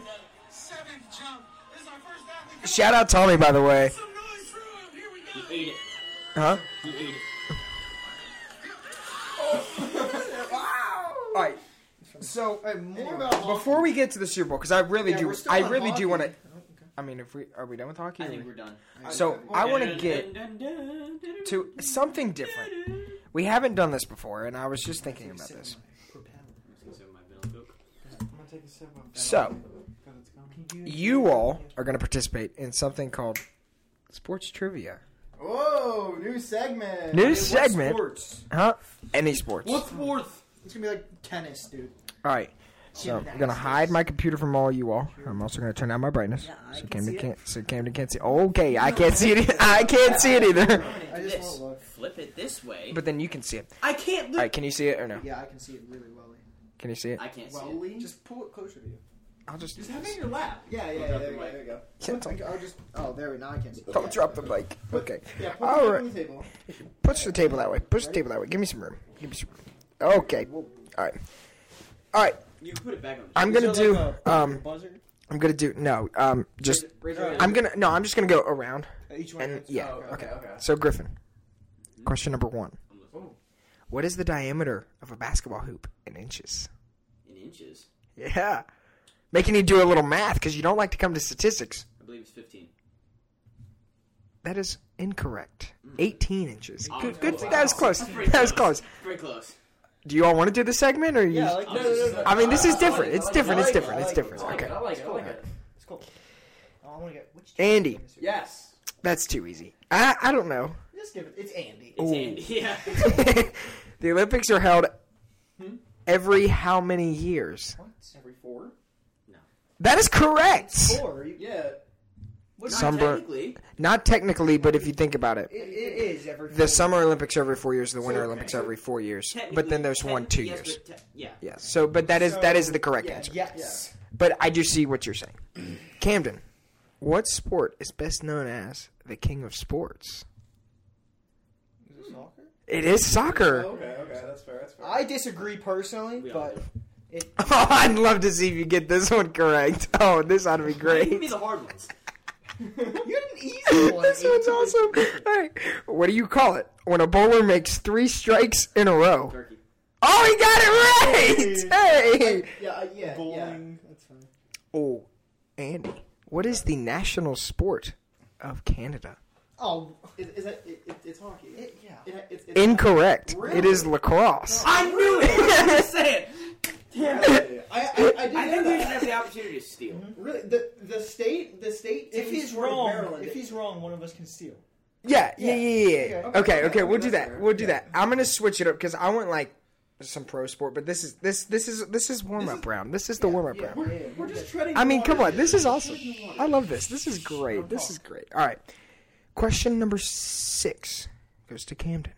[SPEAKER 8] jump. This is our first athlete.
[SPEAKER 4] shout out Tommy by the way,
[SPEAKER 8] Some noise for him. Here we go.
[SPEAKER 7] He ate it.
[SPEAKER 4] huh?
[SPEAKER 7] He ate it.
[SPEAKER 4] All right. So uh,
[SPEAKER 3] All right, more about hockey.
[SPEAKER 4] before we get to the Super Bowl, because I really
[SPEAKER 3] Yeah,
[SPEAKER 4] do,
[SPEAKER 3] we're still
[SPEAKER 4] I
[SPEAKER 3] on
[SPEAKER 4] really
[SPEAKER 3] hockey.
[SPEAKER 4] do want to.
[SPEAKER 3] Oh, okay.
[SPEAKER 4] I mean, if we are we done with hockey?
[SPEAKER 7] I
[SPEAKER 4] or
[SPEAKER 7] think
[SPEAKER 4] we-
[SPEAKER 7] we're done.
[SPEAKER 4] so I want to get to something different. We haven't done this before, and I was just thinking about
[SPEAKER 3] Sip
[SPEAKER 4] this.
[SPEAKER 3] my propeller.
[SPEAKER 5] I'm gonna take a sip of that
[SPEAKER 4] So,
[SPEAKER 5] because it's gone.
[SPEAKER 4] You all are going to participate in something called sports trivia.
[SPEAKER 5] Whoa! New segment.
[SPEAKER 4] New
[SPEAKER 3] What
[SPEAKER 4] segment,
[SPEAKER 3] Sports.
[SPEAKER 4] huh? Any sports.
[SPEAKER 7] What's worth?
[SPEAKER 3] It's gonna be like tennis, dude.
[SPEAKER 4] All right. So I'm gonna hide my computer from all you all. I'm also gonna turn down my brightness. so Camden can't. So Camden can't see. Okay, I can't see it. I can't see it either.
[SPEAKER 3] I just
[SPEAKER 7] This.
[SPEAKER 3] want to look.
[SPEAKER 7] Flip it this way.
[SPEAKER 4] But then you can see it.
[SPEAKER 7] I can't
[SPEAKER 4] All
[SPEAKER 7] look.
[SPEAKER 4] right, can you see it or no?
[SPEAKER 3] Yeah, I can see it really well.
[SPEAKER 4] Can you see it?
[SPEAKER 7] I can't see. it.
[SPEAKER 5] Welly.
[SPEAKER 3] Just pull it closer to you.
[SPEAKER 4] I'll just
[SPEAKER 5] Just have it in your lap. Yeah, yeah, yeah.
[SPEAKER 7] Drop
[SPEAKER 5] There
[SPEAKER 7] the
[SPEAKER 5] you go.
[SPEAKER 7] mic.
[SPEAKER 5] There you go.
[SPEAKER 4] Cancel.
[SPEAKER 3] Like, I'll just. Oh, there we go. Now I can't see.
[SPEAKER 4] Don't drop the mic. Okay.
[SPEAKER 5] Yeah, put
[SPEAKER 4] All
[SPEAKER 5] it
[SPEAKER 4] right.
[SPEAKER 5] on the table.
[SPEAKER 4] Push the table that way. Push the table that way. Give me some room. Give me some room. Okay. All right. All right.
[SPEAKER 7] You put it back on.
[SPEAKER 4] I'm
[SPEAKER 7] Is
[SPEAKER 4] gonna
[SPEAKER 7] there,
[SPEAKER 4] do.
[SPEAKER 7] like, a
[SPEAKER 4] Um.
[SPEAKER 7] buzzer.
[SPEAKER 4] I'm gonna do. No. Um. Just.
[SPEAKER 7] Raise your hand.
[SPEAKER 4] I'm gonna. No. I'm just gonna go around.
[SPEAKER 3] Each one.
[SPEAKER 4] And
[SPEAKER 3] gets-
[SPEAKER 4] yeah.
[SPEAKER 5] Oh,
[SPEAKER 4] Okay.
[SPEAKER 5] okay, okay.
[SPEAKER 4] So Griffin. Question number one.
[SPEAKER 7] I'm listening.
[SPEAKER 4] What is the diameter of a basketball hoop in inches?
[SPEAKER 7] In inches,
[SPEAKER 4] Yeah. Making you do a little math because you don't like to come to statistics.
[SPEAKER 7] I believe it's 15.
[SPEAKER 4] That is incorrect. 18 inches.
[SPEAKER 7] Oh,
[SPEAKER 4] Good.
[SPEAKER 7] no.
[SPEAKER 4] good.
[SPEAKER 7] Wow.
[SPEAKER 4] That was close.
[SPEAKER 7] That's pretty
[SPEAKER 4] That was close.
[SPEAKER 7] Pretty close.
[SPEAKER 4] Do you all want to do the segment or you?
[SPEAKER 3] Yeah, like no,
[SPEAKER 7] no, no,
[SPEAKER 3] no, no.
[SPEAKER 4] I mean, this is
[SPEAKER 7] I
[SPEAKER 4] different.
[SPEAKER 7] like it,
[SPEAKER 4] It's
[SPEAKER 7] I
[SPEAKER 4] different.
[SPEAKER 7] like
[SPEAKER 4] It's
[SPEAKER 7] it, I
[SPEAKER 4] different. It's
[SPEAKER 7] like it,
[SPEAKER 4] different.
[SPEAKER 7] I like
[SPEAKER 4] Okay.
[SPEAKER 7] it, I like it. I like it.
[SPEAKER 3] It's cool. Oh, I want to get which.
[SPEAKER 4] Andy,
[SPEAKER 5] Yes.
[SPEAKER 4] that's too easy. I I don't know.
[SPEAKER 3] Just give it. It's Andy.
[SPEAKER 7] It's Andy. Yeah.
[SPEAKER 4] the Olympics are held every how many years?
[SPEAKER 3] What?
[SPEAKER 5] Every four.
[SPEAKER 4] That is correct.
[SPEAKER 3] Four. You,
[SPEAKER 5] Yeah.
[SPEAKER 7] Well, not
[SPEAKER 4] Sunburn-
[SPEAKER 7] technically.
[SPEAKER 4] Not technically, but if you think about it,
[SPEAKER 3] it, it is every.
[SPEAKER 4] the
[SPEAKER 3] four.
[SPEAKER 4] Summer Olympics are every four years, the Winter Olympics are every four years, but then there's
[SPEAKER 7] Technically-
[SPEAKER 4] one two
[SPEAKER 7] yes,
[SPEAKER 4] years.
[SPEAKER 7] but te- yeah.
[SPEAKER 4] Yeah. So, but that is that is the correct
[SPEAKER 5] yeah,
[SPEAKER 4] answer.
[SPEAKER 3] Yes.
[SPEAKER 4] But I do see what you're saying, Camden. What sport is best known as the king of sports?
[SPEAKER 3] Is it soccer?
[SPEAKER 4] It is soccer.
[SPEAKER 5] okay, okay, that's fair. That's fair.
[SPEAKER 3] I disagree personally,
[SPEAKER 7] We all
[SPEAKER 3] but
[SPEAKER 7] do.
[SPEAKER 3] it,
[SPEAKER 4] Oh, I'd love to see if you get this one correct. Oh, this ought to be
[SPEAKER 7] Give me
[SPEAKER 4] great.
[SPEAKER 7] the hard ones.
[SPEAKER 3] you had an easy one.
[SPEAKER 4] this one's awesome. All right. What do you call it when a bowler makes three strikes in a row?
[SPEAKER 7] Turkey.
[SPEAKER 4] Oh, he got it right! Hey!
[SPEAKER 5] yeah, I- yeah, yeah.
[SPEAKER 3] Bowling. uh, That's fine.
[SPEAKER 4] Oh, Andy, what is the national sport of Canada?
[SPEAKER 3] Oh,
[SPEAKER 5] It, is that, it, it, it's hockey.
[SPEAKER 3] it, yeah.
[SPEAKER 5] It, it, it's
[SPEAKER 4] Incorrect. It is lacrosse.
[SPEAKER 7] I knew it. I was gonna say it. Damn it.
[SPEAKER 5] I, I, I did
[SPEAKER 7] I
[SPEAKER 5] know
[SPEAKER 7] think we should
[SPEAKER 5] that.
[SPEAKER 7] have the opportunity to steal.
[SPEAKER 5] Really, the the state, the state.
[SPEAKER 3] If
[SPEAKER 5] team
[SPEAKER 3] he's
[SPEAKER 5] scored
[SPEAKER 3] wrong,
[SPEAKER 5] Maryland.
[SPEAKER 3] if he's wrong, one of us can steal.
[SPEAKER 4] Yeah, yeah, yeah, yeah. yeah.
[SPEAKER 5] Okay,
[SPEAKER 4] Okay, okay,
[SPEAKER 5] okay,
[SPEAKER 4] we'll do
[SPEAKER 5] that's
[SPEAKER 4] that.
[SPEAKER 5] fair.
[SPEAKER 4] We'll do that. I'm gonna switch it up because I want like some pro sport, but this is this this is this is warm up round. This is the warm up round.
[SPEAKER 5] we're, we're just treading.
[SPEAKER 4] I mean,
[SPEAKER 5] water.
[SPEAKER 4] come on, this is awesome. I love this. This is great. This is great. All right, question number six goes to Camden.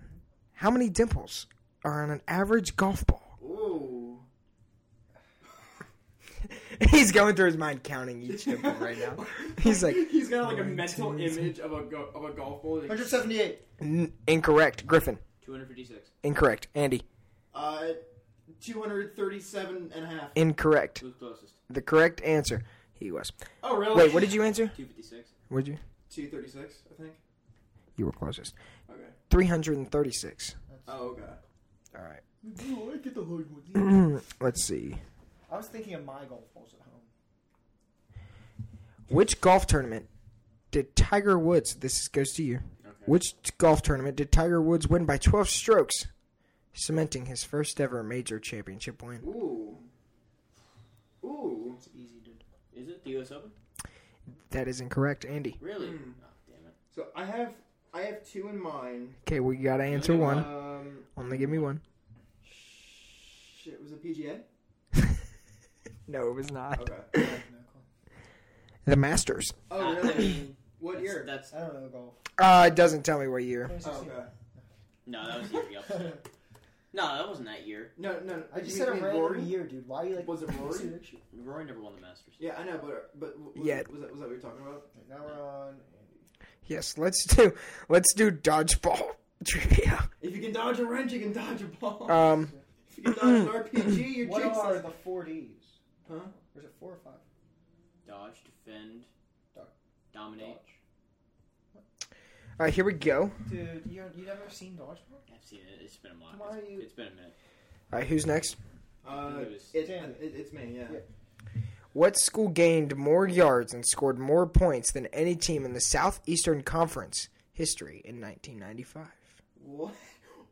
[SPEAKER 4] How many dimples are on an average golf ball?
[SPEAKER 5] Ooh.
[SPEAKER 4] He's going through his mind counting each dimple right now. He's like,
[SPEAKER 7] He's got like a mental image of a go- of a golf ball.
[SPEAKER 3] 178.
[SPEAKER 4] "N- incorrect, Griffin.
[SPEAKER 7] 256.
[SPEAKER 4] Incorrect, Andy.
[SPEAKER 5] Uh, 237 and a half.
[SPEAKER 4] Incorrect.
[SPEAKER 7] Who's closest?
[SPEAKER 4] The correct answer. He was.
[SPEAKER 5] Oh, really?
[SPEAKER 4] Wait, what did you answer?
[SPEAKER 7] 256.
[SPEAKER 4] What did you?
[SPEAKER 5] 236, I think.
[SPEAKER 4] You were closest.
[SPEAKER 5] Okay.
[SPEAKER 4] Three hundred and thirty-six.
[SPEAKER 5] Oh, okay.
[SPEAKER 4] All right.
[SPEAKER 5] Oh, I get the hard one.
[SPEAKER 4] Let's see.
[SPEAKER 3] I was thinking of my golf balls at home.
[SPEAKER 4] Which golf tournament did Tiger Woods? This goes to you. Which golf tournament did Tiger Woods win by twelve strokes, cementing his first ever major championship win?
[SPEAKER 5] Ooh. Ooh.
[SPEAKER 3] It's easy, dude.
[SPEAKER 7] Is it the U.S. Open?
[SPEAKER 4] That is incorrect, Andy.
[SPEAKER 7] Really? Oh, damn it.
[SPEAKER 5] So I have I have two in mind.
[SPEAKER 4] Okay, we gotta answer
[SPEAKER 7] Only
[SPEAKER 4] one.
[SPEAKER 5] Um,
[SPEAKER 4] Only give me one.
[SPEAKER 5] shit, was it PGA?
[SPEAKER 4] No, it was not.
[SPEAKER 5] Okay.
[SPEAKER 4] The Masters.
[SPEAKER 5] Oh, really? What year?
[SPEAKER 7] Uh, That's,
[SPEAKER 3] I don't know golf.
[SPEAKER 4] Uh, it doesn't tell me what year.
[SPEAKER 5] Oh, okay.
[SPEAKER 3] 2016.
[SPEAKER 7] no, that was the year we upset. it. No, that wasn't that year.
[SPEAKER 5] No, no.
[SPEAKER 3] I just
[SPEAKER 5] you
[SPEAKER 3] said a
[SPEAKER 5] mean
[SPEAKER 3] random
[SPEAKER 5] Rory?
[SPEAKER 3] year, dude. Why are you like?
[SPEAKER 5] Was it Rory?
[SPEAKER 3] See the picture?
[SPEAKER 7] Rory never won the Masters.
[SPEAKER 5] Yeah, I know, but but was,
[SPEAKER 4] Yeah.
[SPEAKER 5] was that was that what you're talking about?
[SPEAKER 3] Right, Now we're on.
[SPEAKER 4] Yes, let's do let's do dodgeball trivia.
[SPEAKER 5] If you can dodge a wrench, you can dodge a ball.
[SPEAKER 4] Um,
[SPEAKER 5] if you can dodge an RPG, you're
[SPEAKER 3] What
[SPEAKER 5] Jesus.
[SPEAKER 3] are the four Ds?
[SPEAKER 5] Huh?
[SPEAKER 3] Or is it four or five?
[SPEAKER 7] Dodge, defend,
[SPEAKER 3] Dodge.
[SPEAKER 7] dominate.
[SPEAKER 4] all right, here we go.
[SPEAKER 3] Dude, you you never seen dodgeball?
[SPEAKER 7] I've seen it. It's been a lot.
[SPEAKER 3] Why are
[SPEAKER 7] It's-
[SPEAKER 3] you-
[SPEAKER 7] it's been a minute.
[SPEAKER 4] All right, who's next?
[SPEAKER 5] Uh,
[SPEAKER 7] It was-
[SPEAKER 5] it's, it,
[SPEAKER 3] Damn it.
[SPEAKER 5] it's me. Yeah.
[SPEAKER 3] Yeah.
[SPEAKER 4] What school gained more yards and scored more points than any team in the Southeastern Conference history in 1995?
[SPEAKER 5] What?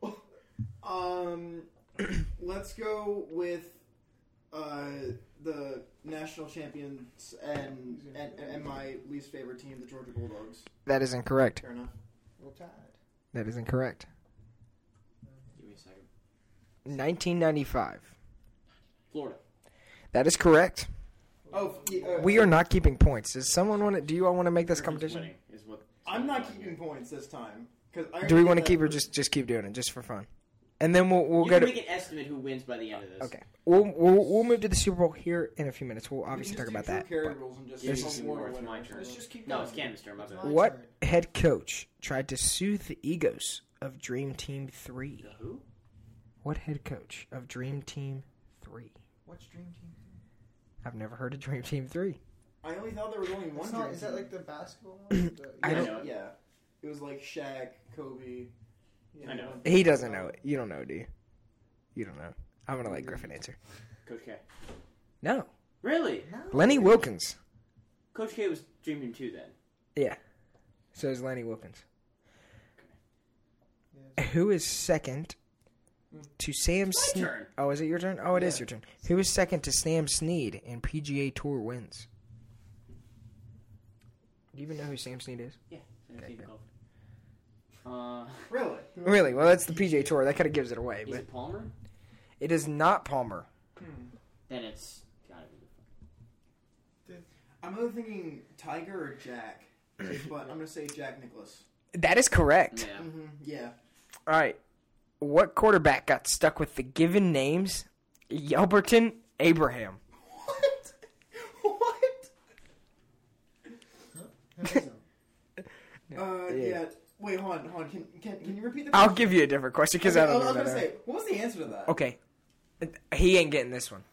[SPEAKER 5] um, let's go with uh the national champions and, and and my least favorite team, the Georgia Bulldogs.
[SPEAKER 4] That is incorrect.
[SPEAKER 5] Fair enough.
[SPEAKER 3] Roll Tide.
[SPEAKER 4] That is incorrect.
[SPEAKER 7] Give me a second.
[SPEAKER 4] 1995.
[SPEAKER 7] Florida.
[SPEAKER 4] That is correct.
[SPEAKER 5] Oh, f- yeah, uh,
[SPEAKER 4] We are not keeping points. Does someone want to? Do you all want to make this
[SPEAKER 7] Griffin's
[SPEAKER 4] competition?
[SPEAKER 7] winning Is what
[SPEAKER 5] I'm not keeping points this time because
[SPEAKER 4] Do we want to keep or just just keep doing it just for fun? And then we'll we'll
[SPEAKER 7] you
[SPEAKER 4] go
[SPEAKER 7] can
[SPEAKER 4] to
[SPEAKER 7] make an estimate who wins by the end of this.
[SPEAKER 4] Okay. We'll, we'll we'll move to the Super Bowl here in a few minutes. We'll obviously talk about that.
[SPEAKER 5] Carry
[SPEAKER 4] but-
[SPEAKER 5] rules and just
[SPEAKER 7] Yeah,
[SPEAKER 5] pick
[SPEAKER 7] it's
[SPEAKER 5] one
[SPEAKER 7] more,
[SPEAKER 5] winner.
[SPEAKER 7] it's my turn.
[SPEAKER 3] Let's just keep
[SPEAKER 7] No,
[SPEAKER 3] going.
[SPEAKER 7] it's Candace turn. My
[SPEAKER 3] It's
[SPEAKER 7] bad.
[SPEAKER 3] my
[SPEAKER 4] What
[SPEAKER 3] turn.
[SPEAKER 4] head coach tried to soothe the egos of Dream Team 3?
[SPEAKER 7] The who?
[SPEAKER 4] What head coach of Dream Team 3?
[SPEAKER 3] What's Dream Team?
[SPEAKER 4] I've never heard of Dream Team 3.
[SPEAKER 5] I only thought there was only one.
[SPEAKER 3] It's not,
[SPEAKER 5] dream
[SPEAKER 3] is that
[SPEAKER 5] team.
[SPEAKER 3] like the basketball one? The-
[SPEAKER 4] I
[SPEAKER 7] don't-
[SPEAKER 5] Yeah, Yeah, it was like Shaq, Kobe.
[SPEAKER 3] Yeah.
[SPEAKER 7] I know.
[SPEAKER 4] He doesn't know it. You don't know, do you? You don't know. I'm going to let Griffin answer.
[SPEAKER 7] Coach K.
[SPEAKER 4] No.
[SPEAKER 7] Really?
[SPEAKER 4] Lenny Wilkins.
[SPEAKER 7] Coach K was Dream Team 2 then.
[SPEAKER 4] Yeah. So is Lenny Wilkins. Who is second to Sam
[SPEAKER 7] My
[SPEAKER 4] Snead?
[SPEAKER 7] turn.
[SPEAKER 4] Oh, is it your Hmm. turn? Oh, it is your turn. Who is second to Sam Snead in PGA Tour wins? Do you even know who Sam Snead is?
[SPEAKER 7] Yeah. Dream
[SPEAKER 4] Okay,
[SPEAKER 7] Team
[SPEAKER 4] good.
[SPEAKER 7] Golf. Uh,
[SPEAKER 5] Really?
[SPEAKER 4] Really? Well, that's the PGA Tour. That kind of gives it away,
[SPEAKER 7] is
[SPEAKER 4] but
[SPEAKER 7] it Palmer?
[SPEAKER 4] it is not Palmer.
[SPEAKER 7] Then it's gotta be.
[SPEAKER 5] I'm either thinking Tiger or Jack, but I'm gonna say Jack Nicholas.
[SPEAKER 4] That is correct.
[SPEAKER 7] Yeah.
[SPEAKER 5] Mm-hmm. Yeah.
[SPEAKER 4] All right. What quarterback got stuck with the given names Yelberton Abraham?
[SPEAKER 5] What? What? Uh,
[SPEAKER 4] Yeah.
[SPEAKER 5] yeah. Wait, hold on, hold on. Can, can, can you repeat the
[SPEAKER 4] I'll give you a different question because I
[SPEAKER 5] Okay,
[SPEAKER 4] don't
[SPEAKER 5] was
[SPEAKER 4] know.
[SPEAKER 5] gonna
[SPEAKER 4] that
[SPEAKER 5] say, what was the answer to that?
[SPEAKER 4] Okay. He ain't getting this one.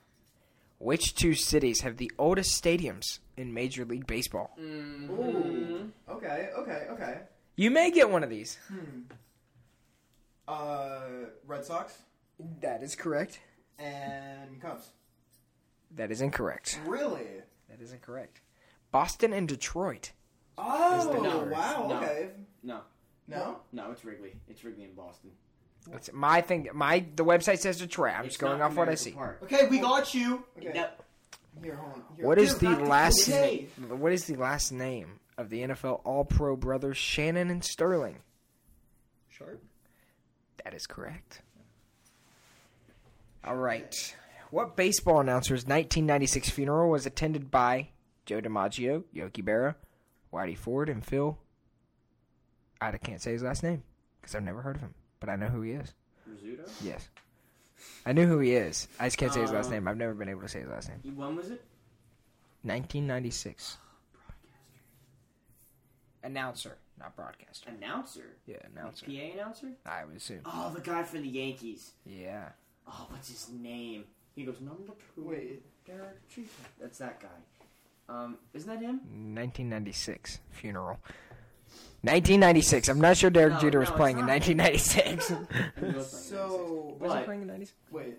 [SPEAKER 4] Which two cities have the oldest stadiums in Major League Baseball?
[SPEAKER 3] Mm-hmm.
[SPEAKER 5] Ooh. Okay, okay, okay.
[SPEAKER 4] You may get one of these.
[SPEAKER 5] Uh, Red Sox
[SPEAKER 4] That is correct.
[SPEAKER 5] and Cubs.
[SPEAKER 4] That is incorrect.
[SPEAKER 5] Really?
[SPEAKER 4] That is incorrect. Boston and Detroit.
[SPEAKER 5] Oh,
[SPEAKER 6] No.
[SPEAKER 5] wow,
[SPEAKER 6] No.
[SPEAKER 5] okay.
[SPEAKER 6] No,
[SPEAKER 5] No?
[SPEAKER 6] no, it's Wrigley. It's Wrigley in Boston.
[SPEAKER 4] That's my thing. My the website says Detroit. I'm
[SPEAKER 6] It's
[SPEAKER 4] just going
[SPEAKER 6] not
[SPEAKER 4] off what I
[SPEAKER 6] Comerica
[SPEAKER 4] see.
[SPEAKER 6] Park.
[SPEAKER 3] Okay, we got you.
[SPEAKER 5] Okay.
[SPEAKER 6] No,
[SPEAKER 5] Here, hold on. Here.
[SPEAKER 4] What is the
[SPEAKER 3] not the
[SPEAKER 4] last?
[SPEAKER 3] Jay.
[SPEAKER 4] What is the last name of the NFL All-Pro brothers Shannon and Sterling?
[SPEAKER 3] Sharp.
[SPEAKER 4] That is correct. All right. What baseball announcer's 1996 funeral was attended by Joe DiMaggio, Yogi Berra, Whitey Ford, and Phil? I can't say his last name because I've never heard of him, but I know who he is.
[SPEAKER 6] Rizzuto?
[SPEAKER 4] Yes, I knew who he is. I just can't say his last
[SPEAKER 6] Uh,
[SPEAKER 4] name. I've never been able to say his last name.
[SPEAKER 6] When was it?
[SPEAKER 4] 1996. Announcer, not broadcaster.
[SPEAKER 6] Announcer.
[SPEAKER 4] Yeah, announcer.
[SPEAKER 6] PA announcer?
[SPEAKER 4] I would assume.
[SPEAKER 6] Oh, the guy from the Yankees.
[SPEAKER 4] Yeah.
[SPEAKER 6] Oh, what's his name? He goes number two.
[SPEAKER 5] Wait.
[SPEAKER 6] Derek Jeter. That's that guy. Um, isn't that him?
[SPEAKER 4] 1996 funeral. 1996. I'm not sure Derek
[SPEAKER 6] No,
[SPEAKER 4] Jeter
[SPEAKER 6] no,
[SPEAKER 4] was
[SPEAKER 6] it's
[SPEAKER 4] playing in
[SPEAKER 6] not.
[SPEAKER 4] 1996.
[SPEAKER 6] He looks like him.
[SPEAKER 5] So,
[SPEAKER 4] was he
[SPEAKER 6] But-
[SPEAKER 4] playing in the 90s?
[SPEAKER 5] wait.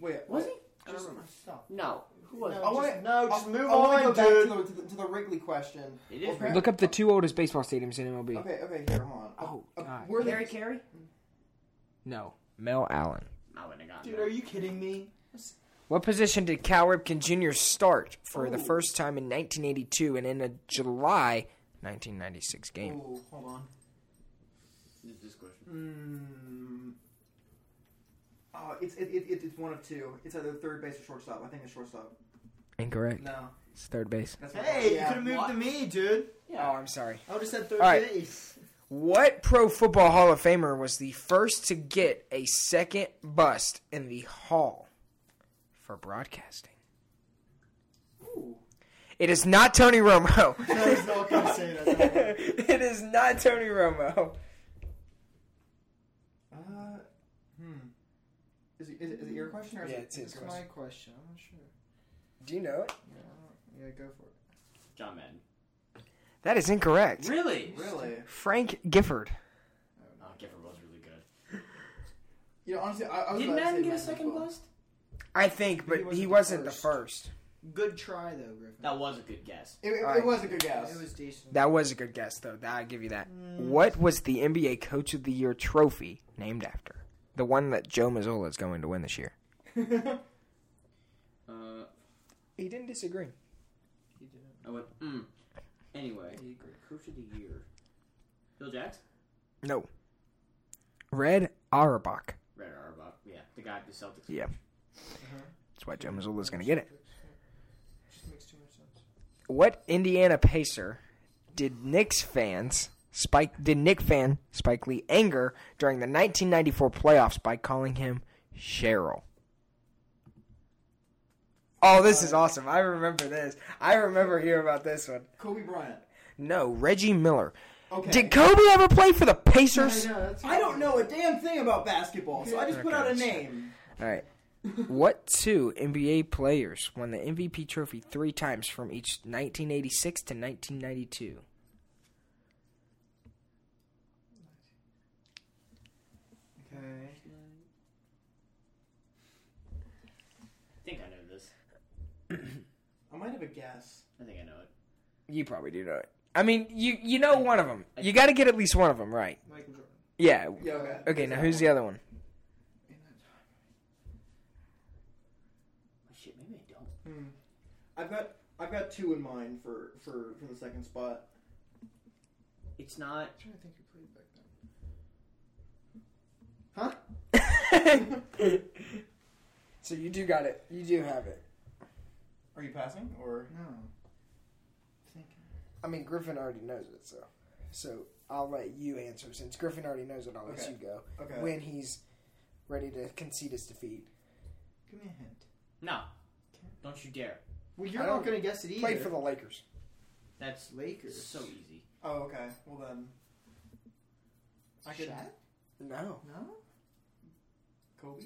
[SPEAKER 5] Wait.
[SPEAKER 6] was he?
[SPEAKER 5] I don't remember.
[SPEAKER 3] Stop.
[SPEAKER 6] No. Who was?
[SPEAKER 5] I
[SPEAKER 6] it? Oh,
[SPEAKER 5] want to
[SPEAKER 3] no, just move
[SPEAKER 5] I wanna
[SPEAKER 3] on,
[SPEAKER 5] go back
[SPEAKER 3] dude.
[SPEAKER 5] To the, to, the, to the Wrigley question.
[SPEAKER 6] It is
[SPEAKER 5] Okay.
[SPEAKER 4] Look up the two oldest baseball stadiums in MLB.
[SPEAKER 5] Okay, okay, here, hold on.
[SPEAKER 4] Oh,
[SPEAKER 5] Uh,
[SPEAKER 4] God.
[SPEAKER 5] were
[SPEAKER 6] Harry
[SPEAKER 5] they,
[SPEAKER 6] Carey.
[SPEAKER 4] No. Mel Allen.
[SPEAKER 6] I wouldn't have gotten
[SPEAKER 3] Dude,
[SPEAKER 6] that.
[SPEAKER 3] are you kidding me?
[SPEAKER 4] What position did Cal Ripken Jr. start for the
[SPEAKER 5] Ooh.
[SPEAKER 4] first time in 1982 and in a July 1996 game?
[SPEAKER 5] Ooh, hold on.
[SPEAKER 6] This is this question.
[SPEAKER 5] Mm. Oh, it's it, it, it, it's one of two. It's either third base or shortstop. I think it's shortstop.
[SPEAKER 4] Incorrect.
[SPEAKER 5] No,
[SPEAKER 4] It's third base.
[SPEAKER 5] that's not-
[SPEAKER 3] Hey, you
[SPEAKER 5] yeah.
[SPEAKER 3] could have moved to me, dude.
[SPEAKER 6] Yeah.
[SPEAKER 4] Oh, I'm sorry.
[SPEAKER 3] I would have said third
[SPEAKER 4] All right.
[SPEAKER 3] base.
[SPEAKER 4] What Pro Football Hall of Famer was the first to get a second bust in the hall for broadcasting?
[SPEAKER 5] Ooh.
[SPEAKER 4] It is not Tony Romo.
[SPEAKER 3] I was not going to say that.
[SPEAKER 4] it is not Tony Romo.
[SPEAKER 5] Uh, hmm. Is it, is, it, is it your question or is
[SPEAKER 4] Yeah,
[SPEAKER 5] it
[SPEAKER 4] it's his
[SPEAKER 5] it's
[SPEAKER 3] That's my
[SPEAKER 5] mine?
[SPEAKER 3] question. I'm not sure.
[SPEAKER 4] Do you know it?
[SPEAKER 3] Yeah, go for it.
[SPEAKER 6] John Madden.
[SPEAKER 4] That is incorrect.
[SPEAKER 6] Really?
[SPEAKER 5] Really?
[SPEAKER 4] Frank Gifford.
[SPEAKER 6] Oh, Gifford was really good.
[SPEAKER 5] You know, honestly, I, I was
[SPEAKER 6] Did
[SPEAKER 5] about to
[SPEAKER 6] Madden get
[SPEAKER 5] say
[SPEAKER 6] a
[SPEAKER 5] Madden as
[SPEAKER 6] second
[SPEAKER 5] well.
[SPEAKER 6] bust?
[SPEAKER 4] I think, but he wasn't the first.
[SPEAKER 3] Good try, though, Griffin.
[SPEAKER 6] That was a good guess.
[SPEAKER 5] It, it,
[SPEAKER 4] Alright.
[SPEAKER 5] it was a good guess.
[SPEAKER 3] It was decent.
[SPEAKER 4] That was a good guess, though. That- I give you that. What was the NBA Coach of the Year trophy named after? The one that Joe Mazzola is going to win this year.
[SPEAKER 6] Uh,
[SPEAKER 4] He didn't disagree.
[SPEAKER 3] He did it.
[SPEAKER 6] I went.
[SPEAKER 7] hmm.
[SPEAKER 6] Mm. Anyway, coach of the year. Bill Jackson.
[SPEAKER 4] No. Red Auerbach.
[SPEAKER 6] Red Auerbach. Yeah, the guy at the Celtics.
[SPEAKER 4] Yeah. That's why Joe Mazzola is going to get it.
[SPEAKER 3] Uh-huh. Just makes too much sense.
[SPEAKER 4] What Indiana Pacer did Knicks fans Spike did Nick fan Spike Lee anger during the 1994 playoffs by calling him Cheryl? Oh, this is awesome! I remember this. I remember hearing about this one.
[SPEAKER 5] Kobe Bryant.
[SPEAKER 4] No, Reggie Miller.
[SPEAKER 5] Okay.
[SPEAKER 4] Did Kobe ever play for the
[SPEAKER 3] I
[SPEAKER 4] Pacers?
[SPEAKER 3] know, that's
[SPEAKER 5] I don't know a damn thing about basketball, so I just put
[SPEAKER 4] Okay.
[SPEAKER 5] out a name.
[SPEAKER 4] All right. what two NBA players won the MVP trophy three times from each 1986 to 1992?
[SPEAKER 3] Okay.
[SPEAKER 6] I think I know this.
[SPEAKER 5] I might have a guess.
[SPEAKER 6] I think I know it.
[SPEAKER 4] You probably do know it. I mean, you you know one of them. You got to get at least one of them right.
[SPEAKER 3] Michael Jordan.
[SPEAKER 4] Yeah.
[SPEAKER 5] Yeah, okay.
[SPEAKER 4] Okay, now who's the other one?
[SPEAKER 3] In that time.
[SPEAKER 6] Oh, shit, maybe I don't.
[SPEAKER 5] I've got I've got two in mind for for for the second spot.
[SPEAKER 6] It's not.
[SPEAKER 3] I'm trying to think who played back then. Huh?
[SPEAKER 4] So you do got it. You do have it.
[SPEAKER 5] Are you passing or?
[SPEAKER 3] No.
[SPEAKER 4] I mean, Griffin already knows it, so so I'll let you answer since Griffin already knows it. I'll let
[SPEAKER 5] Okay.
[SPEAKER 4] you go
[SPEAKER 5] Okay.
[SPEAKER 4] when he's ready to concede his defeat.
[SPEAKER 3] Give me a hint.
[SPEAKER 6] No. Don't you dare.
[SPEAKER 3] Well, you're
[SPEAKER 4] I
[SPEAKER 3] not
[SPEAKER 4] don't-
[SPEAKER 3] going to guess it either.
[SPEAKER 4] Played for the Lakers.
[SPEAKER 7] That's
[SPEAKER 3] Lakers.
[SPEAKER 7] so easy.
[SPEAKER 5] Oh, okay. Well then, I could
[SPEAKER 3] Shaq?
[SPEAKER 4] No,
[SPEAKER 3] No.
[SPEAKER 5] Kobe